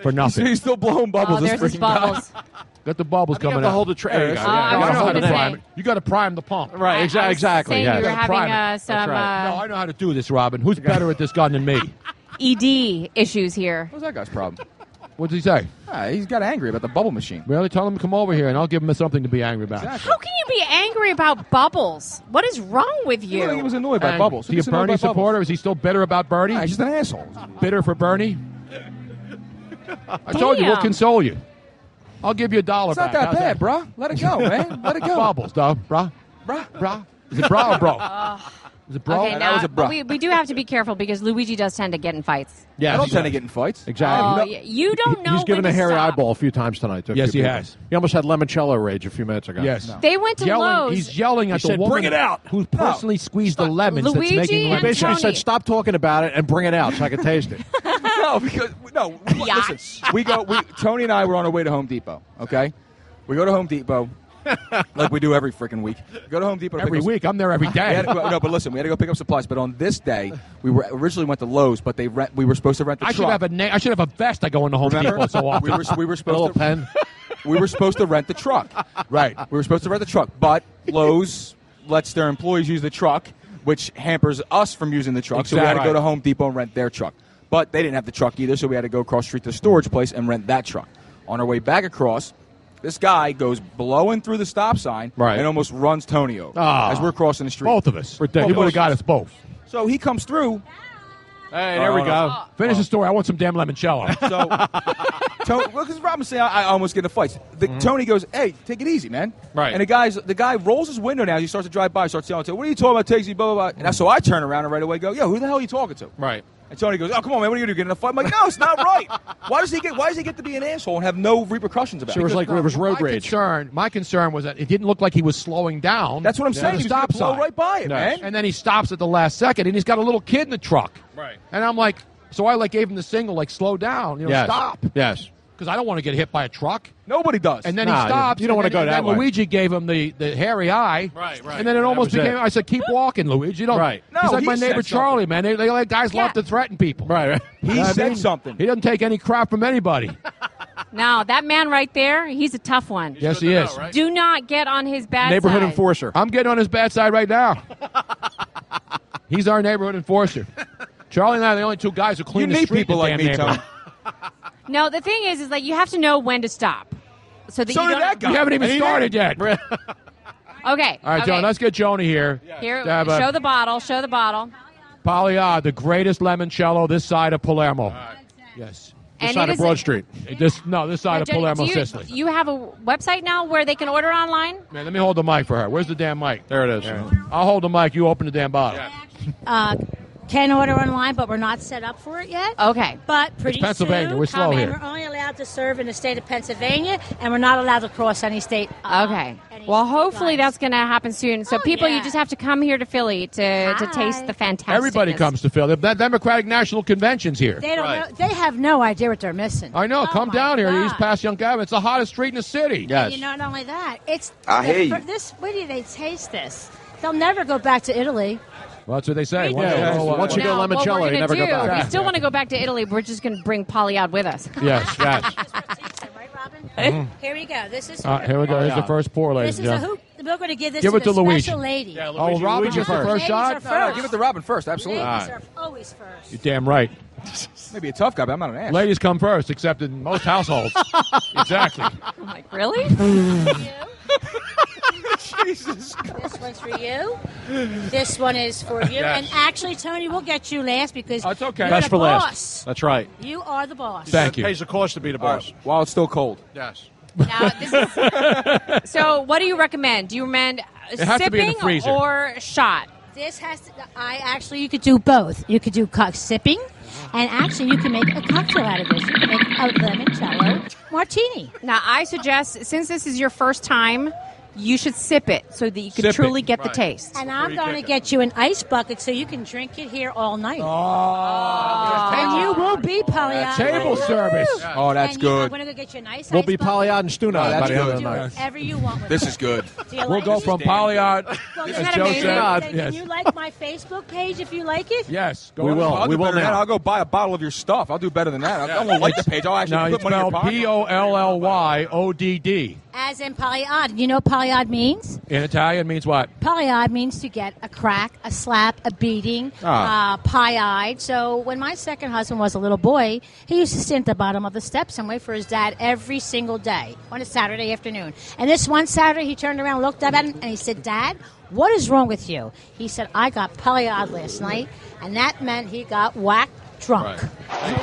S5: For nothing.
S8: He's still blowing bubbles.
S9: Oh, this there's his freaking guy.
S5: *laughs*
S9: bubbles.
S5: Got the bubbles
S6: you
S5: coming
S6: have to
S5: out.
S6: hold the tra-
S5: There
S6: Oh,
S5: you
S8: Uh,
S5: go.
S6: I
S5: Yeah,
S6: was
S5: you gotta
S6: gonna
S5: hold the
S6: say.
S5: prime. You got to prime the pump.
S6: Right, I- I exa- was exactly, saying yes. you were
S5: gotta
S9: having,
S5: prime it.
S9: uh, That's some, right. uh,
S5: no, I know how to do this, Robin. *laughs* Who's better at this gun than me?
S9: ED E issues here.
S8: What was that guy's problem?
S5: What did he say?
S8: Ah, he's got angry about the bubble machine.
S5: Really? Tell him to come over here, and I'll give him something to be angry about.
S9: How can you be angry about bubbles? What is wrong with you?
S8: He was annoyed by
S5: Angry. *laughs*
S8: bubbles.
S5: Is he a Bernie supporter? Is he still bitter about Bernie?
S8: he's just an asshole.
S5: Bitter for Bernie? I told you, we'll
S8: Damn.
S5: console you. I'll give you a dollar
S8: It's not
S5: back.
S8: that
S5: How's
S8: bad, bruh. Let
S5: *laughs*
S8: it go, man. Let it go.
S5: Bubbles, though. Bruh.
S8: Bruh.
S5: Bruh. Is it bruh or
S9: *laughs*
S8: *laughs*
S5: bro?
S9: Ugh.
S5: Is it bro?
S9: Uh, Okay, now we, we do have to be careful because Luigi does tend to get in fights.
S6: Yeah,
S8: I don't tend to get in fights.
S9: Oh,
S6: Exactly.
S9: y- you don't know.
S6: He's given
S9: when to
S6: a hairy
S9: stop.
S6: eyeball a few times tonight. to a
S5: Yes,
S6: few
S5: he
S6: people.
S5: has.
S6: He almost had limoncello rage a few minutes ago.
S5: Yes.
S9: They went to
S5: yelling,
S9: Lowe's.
S5: He's yelling
S6: He
S5: at the
S6: said,
S5: woman
S6: "Bring it out!"
S5: who personally squeezed the lemons
S9: Luigi
S5: that's making
S9: and
S5: lemon.
S6: Basically, he
S9: Tony.
S6: said, "Stop talking about it and bring it out so I can taste it."
S8: no, because
S6: *laughs*
S8: no. Listen, we go. We, Tony and I were on our way to Home Depot. Okay, we go to Home
S6: *laughs*
S8: Depot like we do every freaking week. We *laughs* go to Home Depot to pick
S5: Every
S8: up-
S5: week, I'm there every
S8: *laughs* We
S5: day.
S8: had to go- no, but listen, we had to go pick up supplies. But on this day, we were originally went to Lowe's, but they rent, we were supposed to rent the
S5: I should
S8: truck.
S5: have a na- I should have a vest. I go into Home Depot so often.
S8: we were we
S6: *laughs*
S8: were supposed to
S5: pen.
S8: *laughs* we were supposed to rent the truck.
S5: Right.
S8: We were supposed to rent the truck,
S5: *laughs*
S8: but Lowe's lets their employees use the truck, which hampers us from using the truck. So we had to
S5: Exactly.
S8: go to Home Depot and rent their truck. But they didn't have the truck either, so we had to go across the street to the storage place and rent that truck. On our way back across, this guy goes blowing through the stop sign
S5: Right.
S8: and almost runs Tony over
S5: Ah.
S8: as we're crossing the street.
S5: Both of us. He
S8: Ridiculous.
S5: would have got us both.
S8: So he comes through. Hey,
S5: there we go. Uh, Finish the story. I want some damn limoncello.
S8: *laughs* So, Tony, because Robin saying I, I almost get in a fight. The, Tony goes, "Hey, take it easy, man."
S5: Mm-hmm. Right.
S8: And the guys, the guy rolls his window down. He starts to drive by, starts yelling to, him, "What are you talking about? Takes you, blah blah blah." And I- so I turn around and right away go, "Yo, who the hell are you talking to?"
S5: Right.
S8: And Tony goes, "Oh, come on, man, what are you gonna do? Get in a fight?" I'm like, "No, it's
S5: *laughs*
S8: not right. why does he get? Why does he get to be an asshole and have no repercussions about
S6: So it was
S8: Because-
S6: like it was
S5: my
S6: road rage.
S5: concern, my concern was that it didn't look like he was slowing down.
S8: That's what I'm
S5: to
S8: saying.
S5: The
S8: He was gonna
S5: stop
S8: blow
S5: sign.
S8: right by it, No. man.
S5: And then he stops at the last second, and he's got a little kid in the truck.
S8: Right.
S5: And I'm like, so I like gave him the single, like slow down, you know,
S6: Yes.
S5: stop,
S6: Yes.
S5: because I don't want to get hit by a truck.
S8: Nobody does.
S5: And then
S6: Nah,
S5: he
S6: you-
S5: stops.
S6: you don't
S5: and
S6: wanna
S5: then-
S6: go
S5: and
S6: that
S5: then
S6: way.
S5: Luigi gave him the, the hairy eye.
S6: Right, right.
S5: And then it
S6: That
S5: almost
S6: was
S5: became.
S6: it.
S5: I said, "Keep walking, Luigi." You don't.
S6: Right.
S5: He's
S8: No,
S5: like
S8: he
S5: my
S8: said
S5: neighbor
S8: something.
S5: Charlie, man. They, they like guys
S9: Yeah.
S5: love to threaten people.
S6: Right. right.
S8: He
S5: You know what I
S8: said
S5: mean?
S8: something.
S5: He doesn't take any crap from
S6: *laughs*
S5: anybody.
S9: No, that man right there, he's a tough one.
S5: yes, he is.
S9: Do not get on his bad
S6: Neighborhood
S9: side.
S6: enforcer.
S5: I'm getting on his bad side right
S9: *laughs*
S5: now. He's our neighborhood enforcer. Charlie and I are the only two guys who
S8: You
S5: clean the
S8: need
S5: street.
S8: people
S5: in the
S8: like
S5: damn
S8: me,
S5: neighborhood.
S8: Tony.
S9: No, the thing is, is like you have to know when to stop, so that
S8: So
S9: you
S8: did
S9: don't.
S8: that guy.
S5: We haven't even
S8: And he
S5: started yet. All
S9: Okay.
S5: right,
S9: okay.
S5: John, let's get Joni here.
S9: Here,
S5: To have a-
S9: show the bottle. Show the bottle.
S5: Paglià, the greatest limoncello this side of Palermo. Yes.
S9: This And side it of Broad is-
S5: Street. This no, this side of
S9: Jenny,
S5: Palermo,
S9: do you,
S5: Sicily.
S9: You have a website now where they can order online.
S5: Man, let me hold the mic for her. Where's the damn mic?
S6: There it is.
S5: I'll hold the mic. You open the damn bottle.
S13: Uh,
S11: can order online, but we're not set up for it yet.
S9: Okay.
S11: But pretty
S5: Pennsylvania.
S11: soon,
S5: We're slow
S11: um, and
S5: here.
S11: We're only allowed to serve in the state of Pennsylvania, and we're not allowed to cross any state. uh,
S9: Okay. Well, hopefully that's going to happen soon.
S11: Oh,
S9: So, people, you just have to come here to Philly to, to taste the fantastic.
S5: Everybody comes to Philly. The Democratic National Convention's here.
S11: They don't know. They have no idea what they're missing.
S5: I
S8: Oh
S5: know. come down here to East Pass Young Avenue. It's the hottest street in the city.
S11: You know, not only that, it's.
S5: I
S11: the
S5: hear you.
S11: fir- This. Where do they taste this? They'll never go back to Italy.
S5: Well, that's what they say.
S6: Yeah, yeah. Once you go
S9: Now, what we're
S6: limoncello,
S9: gonna
S6: you never
S9: do,
S6: go back.
S9: We still want to go back to Italy. We're just going to bring Polly out
S5: *laughs*
S9: with us.
S5: Yes, yes.
S8: *laughs*
S5: Mhm.
S11: Here we go. This is.
S5: All right, Uh, here we go. Here's the first pour, ladies and
S11: This is a
S5: gentlemen.
S11: hoop. We're going to give this
S5: Give
S11: to
S5: it
S11: the
S5: to Luigi.
S11: special lady.
S5: Yeah, Luigi. Oh, Robin gets the first
S11: Ladies are
S5: shot?
S11: first.
S5: No, no,
S8: give it to Robin first. Absolutely.
S11: Ladies
S5: All
S11: are always first.
S5: You're damn right.
S8: *laughs* Maybe a tough guy, but I'm not an ass.
S5: Ladies come first, except in most
S8: *laughs*
S5: households.
S11: *laughs*
S5: exactly.
S9: I'm like,
S5: *laughs*
S9: really?
S11: Jesus. This one's for you. This one is for you.
S5: Yes.
S11: And actually, Tony, we'll get you last because that's
S5: okay.
S11: you're
S8: Best
S11: the
S8: for last.
S11: boss.
S8: That's right.
S11: You are the boss.
S8: Thank you.
S18: Pays the cost to be the boss.
S8: While it's still cold.
S18: Yes.
S9: so, what do you recommend? Do you recommend uh,
S11: It
S9: sipping
S11: has to be in the freezer.
S9: or shot?
S11: This has to. I actually, you could do both. You could do co- sipping, and actually, you can make a cocktail out of this. You can make a limoncello martini.
S9: Now, I suggest since this is your first time, you should sip it so that you can
S11: Sip it.
S9: truly get
S11: Right.
S9: the taste.
S11: And I'm going to get you an ice bucket so you can drink it here all night.
S6: Oh.
S11: and you will be Polly.
S6: Table service.
S8: Oh,
S11: You,
S8: that's
S11: I'm
S8: good.
S11: going to go get you a nice
S6: We'll
S11: ice
S6: be Polyod and Stuna
S11: bucket.
S6: by the end of the
S11: You can do
S6: night.
S11: whatever you want with
S8: This is good.
S11: Do you
S5: We'll
S11: like
S5: go
S11: it?
S5: from Polyard.
S11: Well,
S5: This
S11: isn't
S5: is
S11: that
S5: Joe
S11: amazing?
S5: Sad.
S11: Then Can
S5: Yes.
S11: you like my Facebook page if you like it?
S5: Yes.
S8: We will.
S5: I'll
S8: we
S5: do
S8: will
S5: better than
S8: now.
S5: that.
S8: I'll go buy a bottle of your stuff. I'll do better than that. I, I won't like the page. I'll actually
S5: Now,
S8: put
S5: it's
S8: money in your
S5: spelled
S8: pocket.
S5: P O L L Y O D D.
S11: As in polyod. You know what polyod means?
S5: In Italian means what?
S11: Polyod means to get a crack, a slap, a beating,
S5: Ah.
S11: uh, pie-eyed. So when my second husband was a little boy, he used to sit at the bottom of the steps and wait for his dad every single day on a Saturday afternoon. And this one Saturday, he turned around, looked up at him, and he said, "Dad, what is wrong with you?" He said, "I got polyod last night, and that meant he got whacked drunk."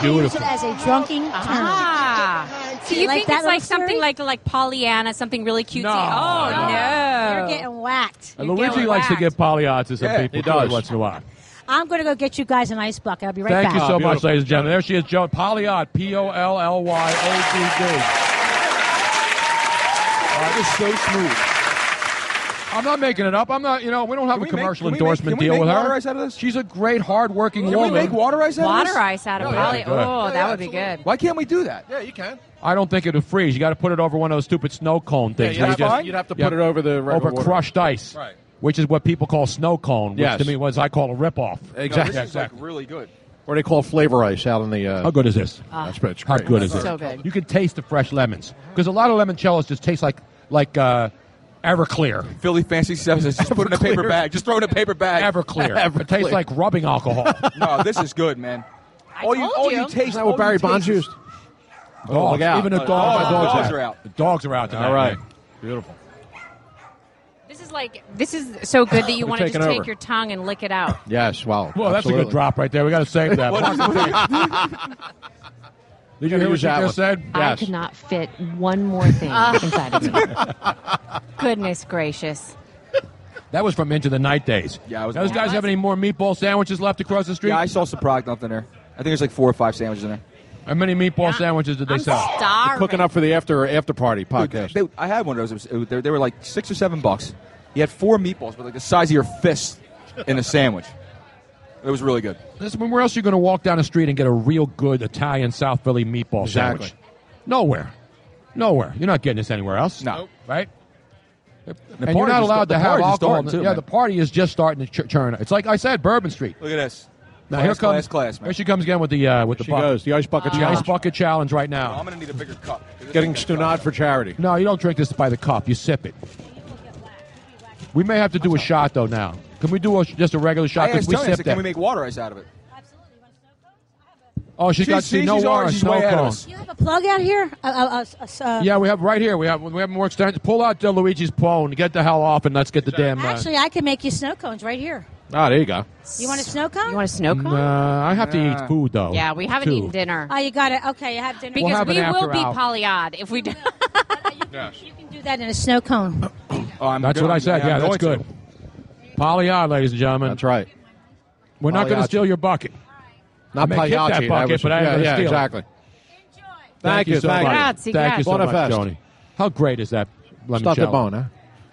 S11: Use it as a drunking term.
S9: Ah. So
S11: You
S9: you
S11: like
S9: think
S11: that
S9: it's like
S11: little
S9: something like like Pollyanna, something really cutesy?
S5: No.
S9: oh
S5: No.
S9: no,
S11: You're getting whacked.
S5: And Luigi likes to give polyods to some
S11: Yeah,
S5: people
S11: he
S5: too,
S11: does.
S5: once in a while.
S11: I'm going to go get you guys an ice bucket. I'll be right
S5: Thank
S11: back.
S5: you
S8: Ah,
S5: so much, ladies and gentlemen. There she is, Joe Polyod. P O L L Y O
S8: D D. Ah, so smooth.
S5: I'm not making it up. I'm not. You know, we don't have a commercial
S8: can we make-
S5: endorsement
S8: can we
S5: deal
S8: make
S5: with her.
S8: water ice out of this?
S5: She's a great, hard-working
S8: Can we
S5: woman.
S8: make water ice out of
S9: Water
S8: this?
S9: ice out of
S5: Oh, yeah,
S9: poly.
S5: good.
S9: Oh,
S8: Yeah,
S9: that
S8: yeah,
S9: would be good.
S8: Why can't we do that?
S18: Yeah, you can.
S5: I don't think it'll freeze. You got to put it over one of those stupid snow cone things.
S18: you'd
S5: where you
S18: have to-
S5: just-
S18: you'd have to
S5: yeah,
S18: put it over the regular
S5: over
S18: water.
S5: crushed ice,
S18: Right.
S5: Which is what people call snow cone, which
S6: Yes.
S5: to me was I call a ripoff.
S6: Exactly.
S5: Yeah,
S6: this is like
S8: really good.
S6: Or they call it flavor ice out in the. Uh,
S5: How good is this?
S6: That's pretty
S5: How
S6: great.
S5: good is it?
S6: So
S9: good.
S5: You can taste the fresh lemons because a lot of limoncellos just taste like like uh, Everclear.
S8: Philly fancy stuff. Just put it in a paper bag. Just throw it in a paper bag. *laughs*
S5: Everclear. It tastes like *laughs* rubbing alcohol.
S8: no, this is good, man. all you,
S9: told
S8: all
S9: you.
S8: you taste.
S9: Isn't that
S8: all
S9: what
S8: you
S9: Barry Bonds
S8: taste is-
S6: used?
S5: Dogs,
S6: look out.
S5: even the
S6: Oh,
S5: dogs,
S6: dogs, dogs
S5: are
S6: are
S5: out.
S6: out.
S5: The dogs are out tonight.
S6: All right.
S5: man.
S6: Beautiful.
S9: This is like this is so good that you
S6: We're
S9: want to
S6: taking
S9: just
S6: over.
S9: take your tongue and lick it
S11: *laughs*
S9: out.
S6: Yes. Wow.
S5: Well, that's a good drop right there. We got to save
S8: *laughs*
S5: that.
S6: What is-
S5: Did you hear what
S6: Use
S5: you
S6: that
S5: just
S6: one.
S5: said?
S9: I could not fit one more thing
S7: Ah.
S9: inside of me. *laughs* Goodness gracious.
S5: That was from Into the Night days.
S8: Yeah, I was.
S5: Those guys have any more meatball sandwiches left across the street?
S8: Yeah, I saw some product left in there. I think there's like four or five sandwiches in there.
S5: How many meatball sandwiches did they sell?
S9: Starving.
S6: Cooking up for the after after party podcast.
S8: They, I had one of those. It was, they, they were like six or seven bucks. You had four meatballs, but like the size of your fist in a sandwich. It was really good.
S5: Listen, where else are you going to walk down the street and get a real good Italian South Philly meatball
S8: Exactly.
S5: sandwich? Nowhere. Nowhere. You're not getting this anywhere else.
S8: No.
S5: Right?
S8: The
S5: and you're
S8: party's
S5: not
S8: just-
S5: allowed
S8: the
S5: to have
S8: party's just
S5: alcohol.
S8: starting, too,
S5: yeah,
S8: man.
S5: the party is just starting to ch- churn. It's like I said, Bourbon Street.
S8: Look at this.
S5: Now
S8: Class,
S5: here comes
S8: class, class, man.
S5: Here she comes again with the uh, with the
S6: She
S5: buck-
S6: goes, the ice bucket
S5: the ice
S6: challenge.
S5: bucket challenge right now.
S8: I'm gonna need a bigger cup.
S6: Getting stunad for charity.
S5: No, you don't drink this by the cup. You sip it. We may have to do a shot though. Now, can we do a, just a regular
S8: I
S5: shot? 'Cause
S8: asked Tony, I
S5: sip
S8: said,
S5: that.
S8: can we make water ice out of it?
S5: oh, she's
S8: She-
S5: got
S8: see,
S5: see, no
S8: she's
S5: water,
S8: already- she's
S5: snow
S8: way ahead of
S5: cone.
S8: us.
S11: You have a plug out here? A, a, a, a, a-
S5: Yeah, we have right here. We have we have more extensions. Pull out uh, Luigi's phone. Get the hell off and let's get the damn. Uh,
S11: Actually, I can make you snow cones right here.
S5: ah, there you go.
S11: You want a snow cone? You
S9: want a snow
S5: Uh, I have to eat food though.
S9: Yeah, we haven't
S5: too.
S9: eaten dinner.
S11: Oh, you got it. Okay, you have dinner.
S5: We'll
S9: Because
S5: have
S9: we
S5: an
S9: will
S5: after
S9: be
S5: hour.
S9: polyod if we do.
S11: do that in a snow cone.
S8: Oh, I'm
S5: That's
S8: good.
S5: what I
S8: I'm-
S5: said.
S8: I'm
S5: Yeah,
S8: going
S5: that's
S8: to.
S5: good. Polyard, ladies and gentlemen. That's
S6: right.
S20: We're
S8: Oh,
S20: not going to
S5: Pagliacci.
S20: steal your bucket.
S5: Not
S20: I may kick
S5: Pagliacci,
S20: that
S5: that
S20: bucket,
S5: was-
S20: but I
S5: yeah,
S20: have
S5: yeah,
S20: steal it.
S5: exactly. Thank you,
S20: so
S5: thank you.
S20: much.
S5: Grazie,
S20: Thank you so
S5: grazie.
S20: much,
S5: Buona festa.
S20: Joni. How great is that lemon
S8: Stuffed
S20: jello?
S8: bone, huh?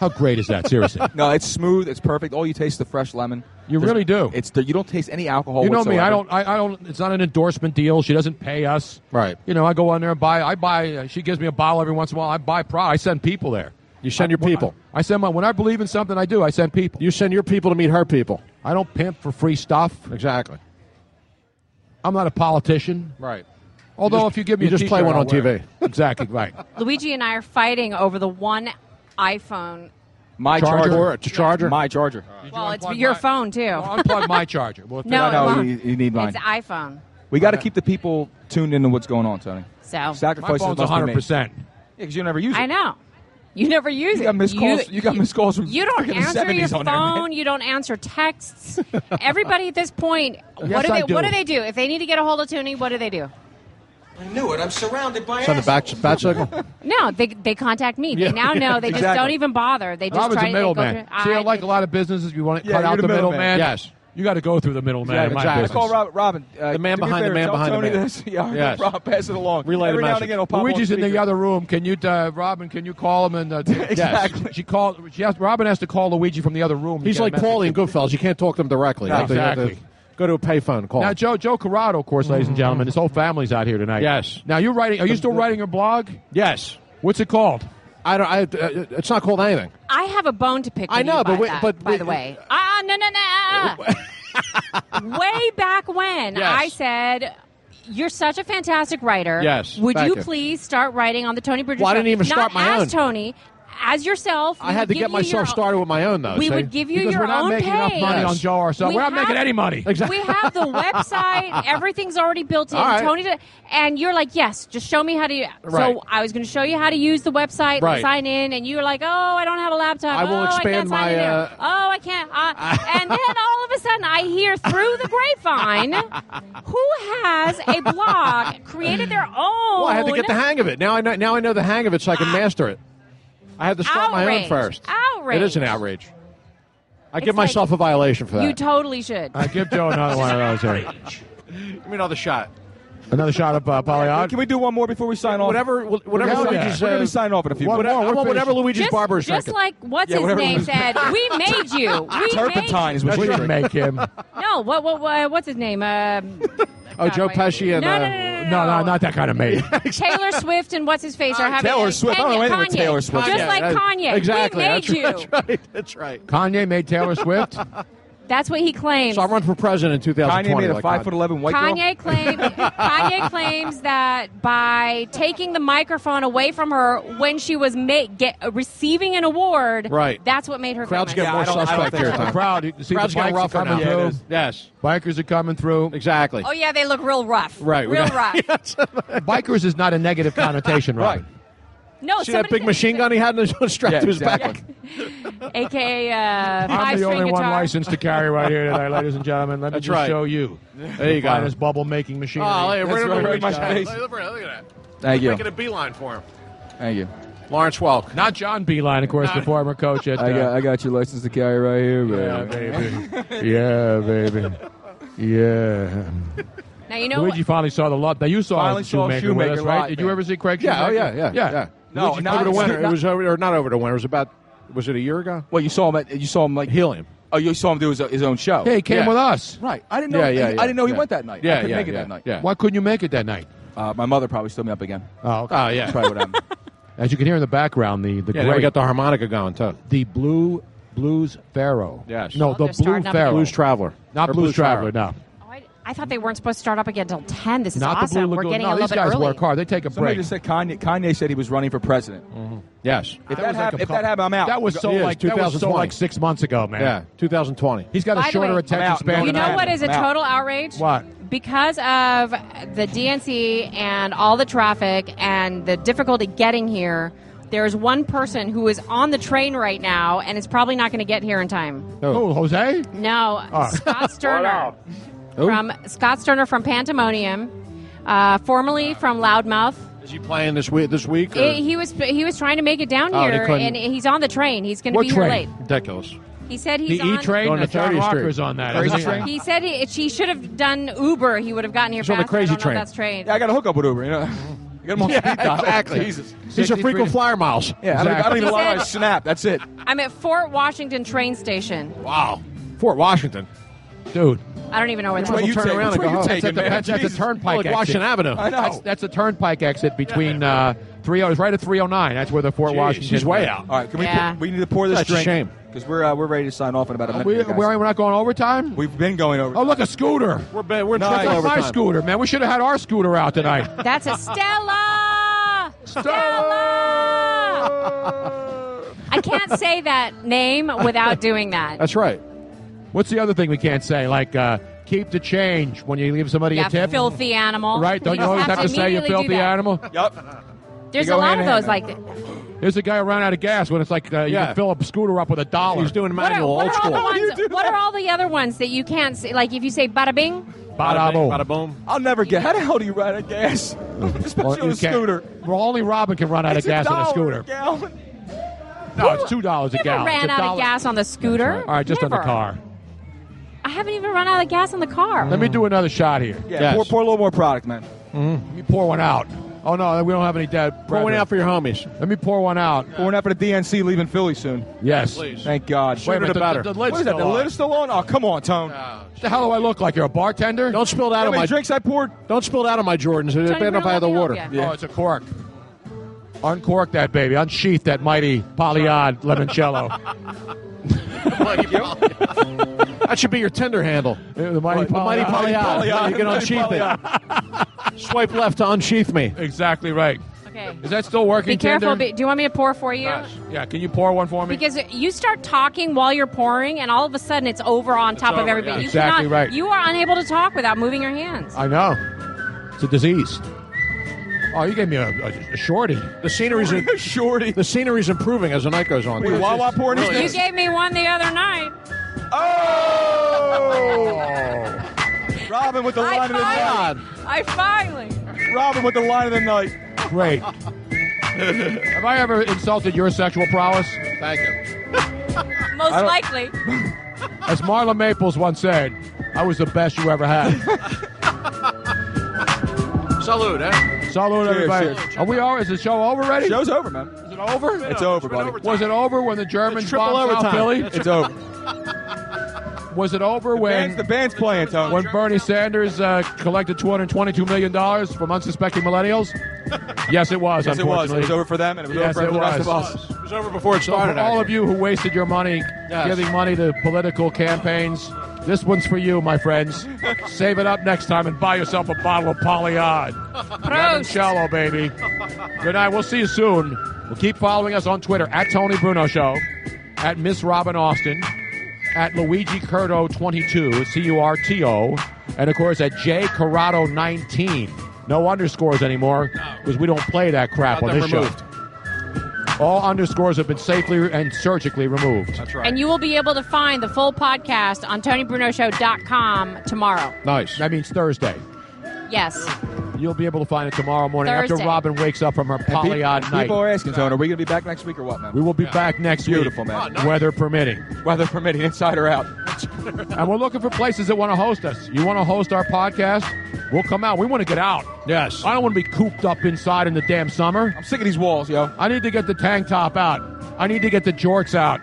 S20: How great *laughs* is that? Seriously.
S8: no, it's smooth. It's perfect. All you taste is the fresh lemon.
S20: You really do.
S8: It's the, you don't taste any alcohol.
S20: You know me. I
S8: whatsoever.
S20: don't. I, I don't. It's not an endorsement deal. She doesn't pay us. Right. You know, I go on there and buy. I buy. uh, She gives me a bottle every once in a while. I buy. Pro. I send people there. You send your people. I, send my. When I believe in something, I do. I send people. You send your people to meet her people. I don't pimp for free stuff. Exactly. I'm not a politician. Right. Although, if you give me,
S5: you
S20: a
S5: just play
S20: t-shirt,
S5: one
S20: I'll
S5: on
S20: wear it.
S5: TV.
S20: Exactly *laughs* right.
S9: Luigi and I are fighting over the one iPhone.
S8: My
S20: Charger?
S8: charger.
S20: Or a charger?
S8: My charger.
S9: Well, it's your phone too.
S20: unplug *laughs* my charger.
S9: *laughs*
S20: Well,
S8: if
S9: no,
S8: it- No,
S9: it won't.
S8: you- you need mine.
S9: It's iPhone.
S8: We got to keep the people tuned into what's going on, Tony.
S9: So
S8: Sacrifices
S20: Uh, My phone's
S8: must be made.
S20: 100%.
S8: Yeah, 'cause you never use it.
S9: I know. You never use
S8: You
S9: it.
S8: got missed calls. You got missed calls from
S9: You don't
S8: freaking the
S9: answer your
S8: 70s on there, man.
S20: Oh,
S9: phone. You don't answer texts. Everybody at this point, what
S8: Yes,
S9: do
S8: I
S9: they? What
S8: do.
S9: do they do if they need to get a hold of Tony? What do they do?
S16: I knew it. I'm surrounded by
S5: Send a back, back circle.
S9: No, they they contact me.
S5: *laughs* Yeah.
S9: They now know. They just
S5: Exactly.
S9: don't even bother. They just
S20: Robert's
S9: try
S20: a
S9: to go
S20: middleman.
S9: through-
S20: See, I
S9: I-
S20: like a lot of businesses. You want to
S8: Yeah,
S20: cut
S8: you're
S20: out
S8: the
S20: the middleman.
S8: middleman.
S5: Yes.
S20: You got to go through the middleman. in my
S8: I
S20: business.
S8: call Robin. Robin uh,
S5: The man
S8: do me a
S5: behind the
S8: favor,
S5: man
S8: tell
S5: behind the
S8: Tony
S5: man.
S8: This. *laughs* Yeah,
S5: Yes.
S8: Rob, pass it along.
S5: Relay the
S8: Every now and
S5: message.
S8: again, I'll pop
S20: Luigi's
S8: on
S20: in the
S8: speaker.
S20: other room. Can you, uh, Robin? Can you call him? And
S8: *laughs*
S20: uh, exactly. She, called. She has, Robin has to call Luigi from the other room. to
S5: He's
S20: get a
S5: like
S20: message.
S5: Paulie and Goodfellas. You can't talk to them directly.
S20: No.
S5: You have to- you have to
S20: Exactly.
S5: Go to a payphone. Call.
S20: Now, Joe Joe Corrado, of course,
S9: Mm-hmm.
S20: ladies and gentlemen, his whole family's out here tonight.
S5: Yes.
S20: Now you're writing. Are you still writing your blog?
S5: Yes.
S20: What's it called?
S5: I don't. I, uh, it's not called anything.
S9: I have a bone to pick.
S5: I
S9: with
S5: know,
S9: you
S5: but
S9: by
S5: we-
S9: that,
S5: but
S9: by
S5: we-
S9: the way, ah, no, no, no.
S5: *laughs*
S9: ah. Way back when
S5: Yes.
S9: I said. You're such a fantastic writer.
S5: Yes,
S9: Would
S5: thank
S9: you
S5: you.
S9: please start writing on the Tony Bridges
S5: Well, I
S9: Show?
S5: didn't even
S9: Not
S5: start my
S9: as
S5: own.
S9: Tony, as yourself.
S5: I had to get myself started with my own though.
S9: We
S5: see?
S9: would give you
S5: Because
S9: your
S5: we're not
S9: own
S5: making
S9: pay.
S5: enough money
S9: Yes.
S5: on Joe ourselves.
S9: We
S5: we're not
S9: have-
S5: making any money.
S9: We have the
S5: *laughs*
S9: website. Everything's already built in.
S5: All right.
S9: Tony, did, and you're like, yes, just show me how to.
S5: Right.
S9: So I was going to show you how to use the website,
S5: Right.
S9: and sign in, and you were like, oh, I don't have a laptop.
S5: I will
S9: oh, I
S5: expand
S9: can't sign
S5: my,
S9: in there.
S5: uh,
S9: oh, I can't.
S5: *laughs*
S9: Uh, and then all of a sudden, I hear through the
S5: *laughs*
S9: grapevine, who has a blog created their own?
S5: Well, I had to get the hang of it. Now I know. Now I know the hang of it, so I can master it. I had to start my
S9: Ah. Outrage.
S5: own first.
S9: Outrage.
S5: It is an uh, outrage. I
S9: It's
S5: give myself a violation for that.
S9: You totally should.
S20: I give Joe another one of those. Here.
S5: give me another shot.
S20: Another shot of uh, Pagliacci.
S8: Can we do one more before we sign off?
S5: Whatever, whatever
S8: We're gonna-
S5: Luigi
S8: We're going to
S5: says.
S8: sign off in a few
S5: What-
S8: minutes.
S5: I want whatever Luigi's
S9: just,
S5: barber is
S9: just
S5: drinking.
S9: like what's
S5: Yeah,
S9: his
S5: whatever
S9: name
S5: Luigi's- *laughs*
S9: said, we made you. We
S5: Turpentine
S9: made
S5: is
S9: you.
S5: what
S20: We
S5: you
S20: didn't
S5: drink.
S20: make him.
S9: No, what, what, what, what's his name? Um,
S5: Oh, Joe Pesci and
S9: No,
S5: uh,
S9: no, no,
S20: No, no, not that kind of mate.
S9: Taylor Swift and what's his face are having
S20: Taylor
S9: a-
S20: Swift. I don't know
S9: Kanye-
S20: anything with
S9: Kanye.
S20: Taylor Swift.
S9: Just
S20: Kanye,
S9: like
S20: that-
S9: Kanye.
S5: Exactly.
S9: We made
S5: that's,
S9: you.
S5: that's right. That's right.
S20: Kanye made Taylor
S9: *laughs*
S20: Swift.
S9: That's what he claims.
S5: So I run for president in 2020.
S8: Kanye made a
S5: like
S8: five foot eleven white girl.
S9: Kanye
S20: *laughs*
S9: claims Kanye claims that by taking the microphone away from her when she was ma- get, uh, receiving an award,
S5: Right.
S9: That's what made her
S5: Crowd's
S9: famous.
S5: getting more suspect here.
S20: The crowd, you see
S5: Crowd's
S20: the
S5: getting
S20: bikes are
S5: rougher
S20: coming
S5: now.
S20: through.
S5: Yeah, it is. yes,
S20: bikers are coming through.
S5: Exactly.
S9: Oh yeah, they look real rough.
S5: Right,
S20: *laughs*
S5: we *laughs*
S9: real
S5: got-
S9: rough.
S20: Bikers is not a negative connotation, right?
S9: No,
S5: See that
S9: Oh, somebody
S5: big
S9: *laughs*
S5: machine gun he had in his *laughs* strapped
S20: Yeah,
S5: to his back.
S20: exactly.
S9: AKA uh,
S20: I'm
S9: five
S20: the
S9: string
S20: only
S9: guitar.
S20: one licensed to carry right here tonight, ladies and gentlemen. Let me
S5: That's
S20: just
S5: right.
S20: show you.
S5: There you
S20: the
S5: go.
S20: Finest bubble making machine.
S5: Oh, hey, right over
S20: right,
S5: my
S20: guys.
S5: face. Look at that.
S8: Thank you.
S5: Making a beeline for him.
S8: Thank you.
S5: Lawrence Welk.
S20: Not John Beeline, of course, the former coach at.
S8: I got,
S20: Uh,
S8: I got your license to carry right here,
S20: yeah,
S8: man.
S20: baby. Yeah,
S8: *laughs*
S20: baby. Yeah.
S9: Now you know
S20: Luigi finally saw the lot. Now you saw
S8: Finally saw
S20: Shoemaker,
S8: Shoemaker
S20: with us, right?
S8: live,
S20: Did you
S8: man.
S20: ever see Craig
S5: Yeah, oh, yeah,
S20: Shoemaker?
S5: yeah, yeah.
S8: No,
S5: Luigi-
S8: not-
S5: over the winter.
S8: not-
S5: It was over, or not over the winter. It was about. Was it a year ago?
S8: Well, you saw him. At, you saw him like
S5: helium.
S8: Oh, you saw him do his, his own show.
S20: Hey, he came
S5: Yeah.
S20: with us.
S8: Right. I didn't know.
S5: Yeah, yeah,
S8: I,
S5: yeah,
S8: didn't know he
S5: yeah.
S8: went that night.
S5: Yeah,
S8: I couldn't
S5: yeah,
S8: make it
S5: yeah,
S8: that night.
S5: yeah.
S20: Why couldn't you make it that night?
S8: Uh, my mother probably stood me up again.
S20: Oh, okay.
S5: Oh yeah.
S8: Probably what happened.
S20: As you can hear in the background, the the
S5: yeah, now
S20: great,
S5: we got the harmonica going too.
S20: the blue blues pharaoh.
S5: Yes.
S20: No,
S5: Oh,
S20: the
S9: they're
S20: blue
S9: starting up
S20: pharaoh.
S5: Blues Traveler.
S20: Not
S5: Or
S20: blues,
S5: Blues
S20: traveler.
S5: Traveler.
S20: No.
S9: I thought they weren't supposed to start up again until ten. This is
S20: Not the
S9: awesome.
S20: blue
S9: We're
S20: lagoon.
S9: getting
S20: no,
S9: a little
S20: these
S9: bit
S20: guys
S9: early.
S20: work hard. They take a
S8: Somebody
S20: break.
S8: just said Kanye. Kanye said he was running for president.
S5: Yes.
S8: If
S20: was
S8: that,
S20: like
S8: hap-
S20: a
S8: if
S20: pub-
S8: that happened, I'm out.
S20: That was so
S5: Yes,
S20: like that was so
S5: 2020.
S20: like six months ago, man.
S5: Yeah. 2020.
S20: He's got
S9: By
S20: a
S9: the
S20: shorter
S9: way,
S20: attention
S8: I'm out.
S20: span.
S9: You
S20: than I
S9: know
S20: do.
S9: what is a
S8: Now-
S9: total outrage?
S20: What?
S9: Because of the DNC and all the traffic and the difficulty getting here, there is one person who is on the train right now and is probably not going to get here in time.
S20: Oh, Jose.
S9: No,
S20: Ah. *laughs*
S9: Scott Sterner from Scott Sterner from Pantomonium, uh, formerly from Loudmouth.
S5: Is he playing this week? This week? Or?
S9: He- he was he was trying to make it down
S5: Oh, and he
S9: here,
S5: couldn't.
S9: and he's on the train. He's going to
S20: What
S9: be
S20: train?
S9: here late.
S20: *laughs*
S5: Ridiculous.
S9: He said he's
S5: The E
S9: on
S5: train
S21: Going
S5: and
S21: to
S5: John
S21: 30th Street.
S5: Rocker's on that.
S21: Crazy
S5: isn't he?
S21: train?
S9: He said he, she should have done Uber. He would have gotten here
S21: He's on the
S9: faster. I don't
S21: crazy
S9: know if
S21: train.
S9: That's train.
S8: Yeah, I got a hookup with Uber. You know, get him on
S21: Yeah,
S8: speed dial.
S21: exactly.
S8: Jesus.
S21: These are frequent flyer miles.
S8: Yeah, I don't- I don't even
S9: He
S8: allow
S9: said-
S8: my snap. That's it.
S9: I'm at Fort Washington train station.
S20: Oh.
S21: Wow. Fort Washington. Dude.
S9: I don't even know where that is.
S21: Which way you turn around and go home.
S5: That's at the, that's at the turnpike
S21: Like
S5: exit.
S21: Washington Avenue.
S5: I know. That's, that's the turnpike exit between uh, 30. It's right at 309. That's where the Fort Washington.
S8: All right, can we?
S5: Yeah.
S8: Pour, we need to pour this
S5: That's a
S8: drink.
S5: shame.
S8: because we're uh, we're ready to sign off in about a minute.
S5: we,
S8: here, guys.
S5: we're, we're not going overtime.
S8: We've been going over.
S5: Oh, look, a scooter. We're
S8: we're in
S5: That's
S8: triple
S5: like my
S8: overtime.
S5: scooter, man. We should have had our scooter out tonight.
S9: That's a Stella. Stella. I can't say that name without doing that.
S5: That's right. What's the other thing we can't say? Like uh, keep the change when you leave somebody
S9: Yeah,
S5: a tip.
S9: filthy animal.
S5: Right? Don't you always have to say you
S9: immediately do
S5: filthy
S9: that.
S5: animal?
S9: There's
S5: You
S9: a
S5: go
S9: lot
S5: hand
S9: of
S5: in
S9: those.
S5: hand.
S9: Like,
S5: There's a guy who ran out of gas when it's like uh, you
S21: Yeah.
S5: can fill a scooter up with a dollar. He's doing
S9: what are, what are all the ones? What are all the other ones that you can't say? Like, if you say "bada bing,"
S5: Bada boom.
S8: I'll never get. How the hell do you ride a
S20: *laughs*
S8: gas? Especially on
S5: you
S8: a
S5: can't-
S8: scooter.
S5: Well, only Robin can run out
S8: It's
S5: of gas on a
S8: dollar
S5: scooter.
S8: gallon.
S5: No, it's two dollars a
S9: never
S5: gallon.
S9: ran
S5: It's a
S9: out of
S5: dollar-
S9: gas on the scooter.
S5: All right, just on
S9: Never.
S5: the car.
S9: I haven't even run out of gas on the car.
S5: Let me do another shot here. Mm-hmm.
S8: Yeah, pour, pour a little more product, man.
S5: Let me pour one out. Oh no, we don't have any dead.
S8: Pour one out for
S5: your homies. Let me pour one out.
S8: Pouring up at the DNC, leaving Philly soon.
S5: Yes.
S8: Thank God.
S5: Wait a minute,
S8: Sooner
S5: the-
S8: better.
S5: the- the lid's
S8: what is that?
S5: still
S8: The
S5: on.
S8: lid is still on. Oh, come on, Tone.
S5: The hell do I look like? You're a bartender? Don't
S21: spill it out
S8: Yeah,
S21: of
S8: but
S21: my
S8: the drinks I poured.
S21: Don't spill it out of my Jordans. It depends if I have the water.
S5: Oh, it's a cork. Uncork that baby. Unsheath that mighty polyod limoncello.
S8: *laughs*
S21: That should be your tender handle.
S5: the mighty
S21: the mighty
S5: Polyod.
S21: polyod.
S5: Polyod.
S21: You can
S5: Mighty
S21: unsheath it. Swipe left to unsheath me.
S5: exactly right.
S9: Okay.
S5: Is that still working?
S9: Be careful.
S5: Tinder?
S9: Be, do you want me to pour for you?
S5: yeah. Can you pour one for me?
S9: Because you start talking while you're pouring, and all of a sudden it's over on top of
S5: over,
S9: everybody.
S5: yeah.
S9: You
S5: Exactly
S9: cannot,
S5: right.
S9: You are unable to talk without moving your hands.
S5: I know. It's a disease. Oh, you gave me a, a, a shorty.
S21: The scenery's
S5: *laughs*
S8: shorty.
S21: The scenery's improving as the night goes on. Oh.
S8: Wait, Wawa pouring
S9: you
S21: *laughs*
S9: gave me one the other night.
S8: Oh! Robin with the
S9: I
S8: line of the night.
S9: finally- I finally.
S8: Robin with the line of the night.
S5: Great. *laughs* Have I ever insulted your sexual prowess?
S21: Thank you.
S9: Most
S5: I don't-
S9: likely.
S5: As Marla Maples once said, I was the best you ever had.
S21: Salute, eh?
S5: Salute,
S21: Cheers,
S5: everybody.
S21: cheers.
S5: Are we all? Is the show
S20: Oh,
S5: over already?
S8: Show's over, man.
S5: Is it over?
S8: It's over, buddy.
S5: Was it over when the Germans
S8: triple
S5: bombed South
S8: overtime.
S5: Philly?
S8: It's over.
S5: Was it over when
S8: band's- the band's playing? Tone.
S5: When Bernie Sanders uh, collected two hundred twenty-two million dollars from unsuspecting
S8: *laughs*
S5: millennials? yes, it was.
S8: Yes, it was.
S5: unfortunately.
S8: It was over for them, and it was
S5: Yes,
S8: over for the rest
S5: was.
S8: of us.
S21: It was over before it
S5: So for
S21: started.
S5: all of you who wasted your money
S21: Yes.
S5: giving money to political campaigns, this one's for you, my friends. Save it up next time and buy yourself a bottle of Polyod. Lemon Shallow, baby. Good night. We'll see you soon. Well, keep following us on Twitter at Tony Bruno Show, at Miss Robin Austin, at Luigi Curto 22, C U R T O, and of course at J Corrado 19. No underscores anymore because we don't play that crap
S21: Got
S5: on
S21: them
S5: this
S21: removed.
S5: show. All underscores have been safely and surgically removed.
S21: That's
S9: And you will be able to find the full podcast on TonyBrunoShow.com tomorrow.
S5: Nice. That means Thursday.
S9: Yes.
S5: You'll be able to find it tomorrow morning after
S9: Thursday.
S5: Robin wakes up from her
S8: And peop-
S5: polyod
S8: people,
S5: night.
S8: are asking, Tone, are we going to be back next week or what, man?
S5: we will be back next
S8: Beautiful,
S5: week, Ah,
S8: man. Oh, nice.
S5: weather permitting.
S8: Weather permitting, inside or out.
S5: *laughs* and we're looking for places that want to host us. You want to host our podcast? We'll come out. We want to get out.
S21: Yes.
S5: I don't want to be cooped up inside in the damn summer.
S8: I'm sick of these walls, yo.
S5: I need to get the tank top out. I need to get the jorts
S8: *laughs*
S5: out.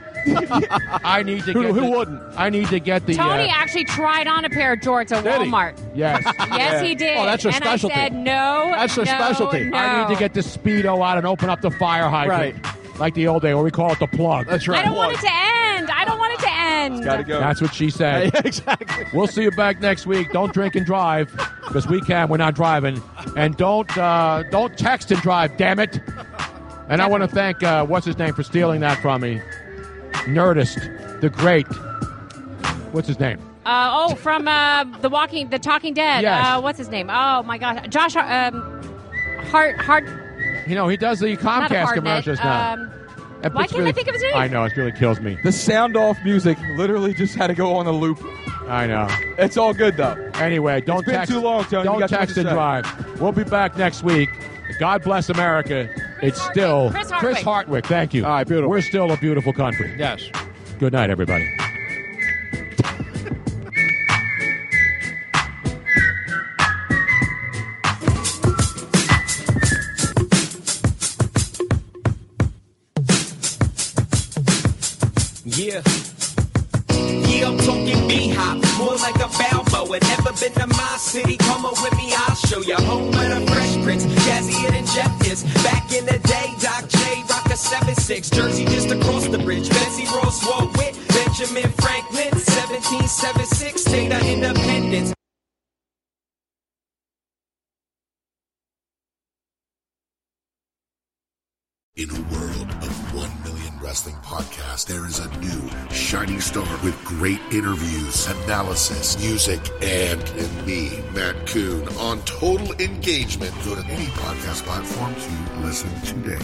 S5: I need to
S21: Who-
S5: get
S21: who
S5: the-
S21: wouldn't?
S5: I need to get the
S9: Tony
S5: uh,
S9: actually tried on a pair of jorts at
S5: Did he?
S9: Walmart.
S5: Yes.
S9: *laughs* Yes, he did.
S21: Oh, that's her
S9: and
S21: specialty.
S9: I said no.
S21: That's her
S9: no,
S21: specialty.
S9: no.
S5: I need to get the speedo out and open up the fire hydrant, like the old day, or we call it the plug.
S21: That's
S9: I
S21: right.
S9: don't want it to end. I don't want it to end.
S8: Got to go.
S5: That's what she said.
S21: *laughs* exactly.
S5: We'll see you back next week. Don't drink and drive because we can. We're not driving, and don't uh, don't text and drive. Damn it! And I want to thank uh, what's his name for stealing that from me. Nerdist, the great. What's his name?
S9: Uh, oh, from uh, the Walking, the Talking Dead.
S5: Yes.
S9: Uh, what's his name? Oh my gosh, Josh um, Hart. Hart.
S5: You know he does the
S9: not
S5: Comcast
S9: Hartnett,
S5: commercials now.
S9: Um,
S5: And
S9: why
S5: it's
S9: can't I think of his name?
S5: I know it really kills me.
S8: The sound off music literally just had to go on a loop.
S5: I know.
S8: It's all good, though.
S5: Anyway, don't
S8: been
S5: text.
S8: too long, Tony. You
S5: Don't
S8: got too much
S5: text
S8: to
S5: and
S8: say.
S5: drive. We'll be back next week. God bless America. it's still
S9: Chris
S5: Chris Hartwick. Thank you.
S21: All right, beautiful.
S5: We're still a beautiful country.
S21: Yes.
S5: Good Good night, everybody.
S22: Yeah. Yeah, I'm talking hop, more like a Balboa. Never been to my city, come up with me, I'll show you. Home of the Fresh Prince, Jazzy and Injectors. Back in the day, Doc J, rock a 7-6. Jersey just across the bridge, Betsy Ross walk with Benjamin Franklin. 1776, state of independence.
S21: In a world of 1 million wrestling podcasts, there is a new shining star with great interviews, analysis, music, and, and me, Matt Coon, on total engagement. Go to any podcast platform to listen today.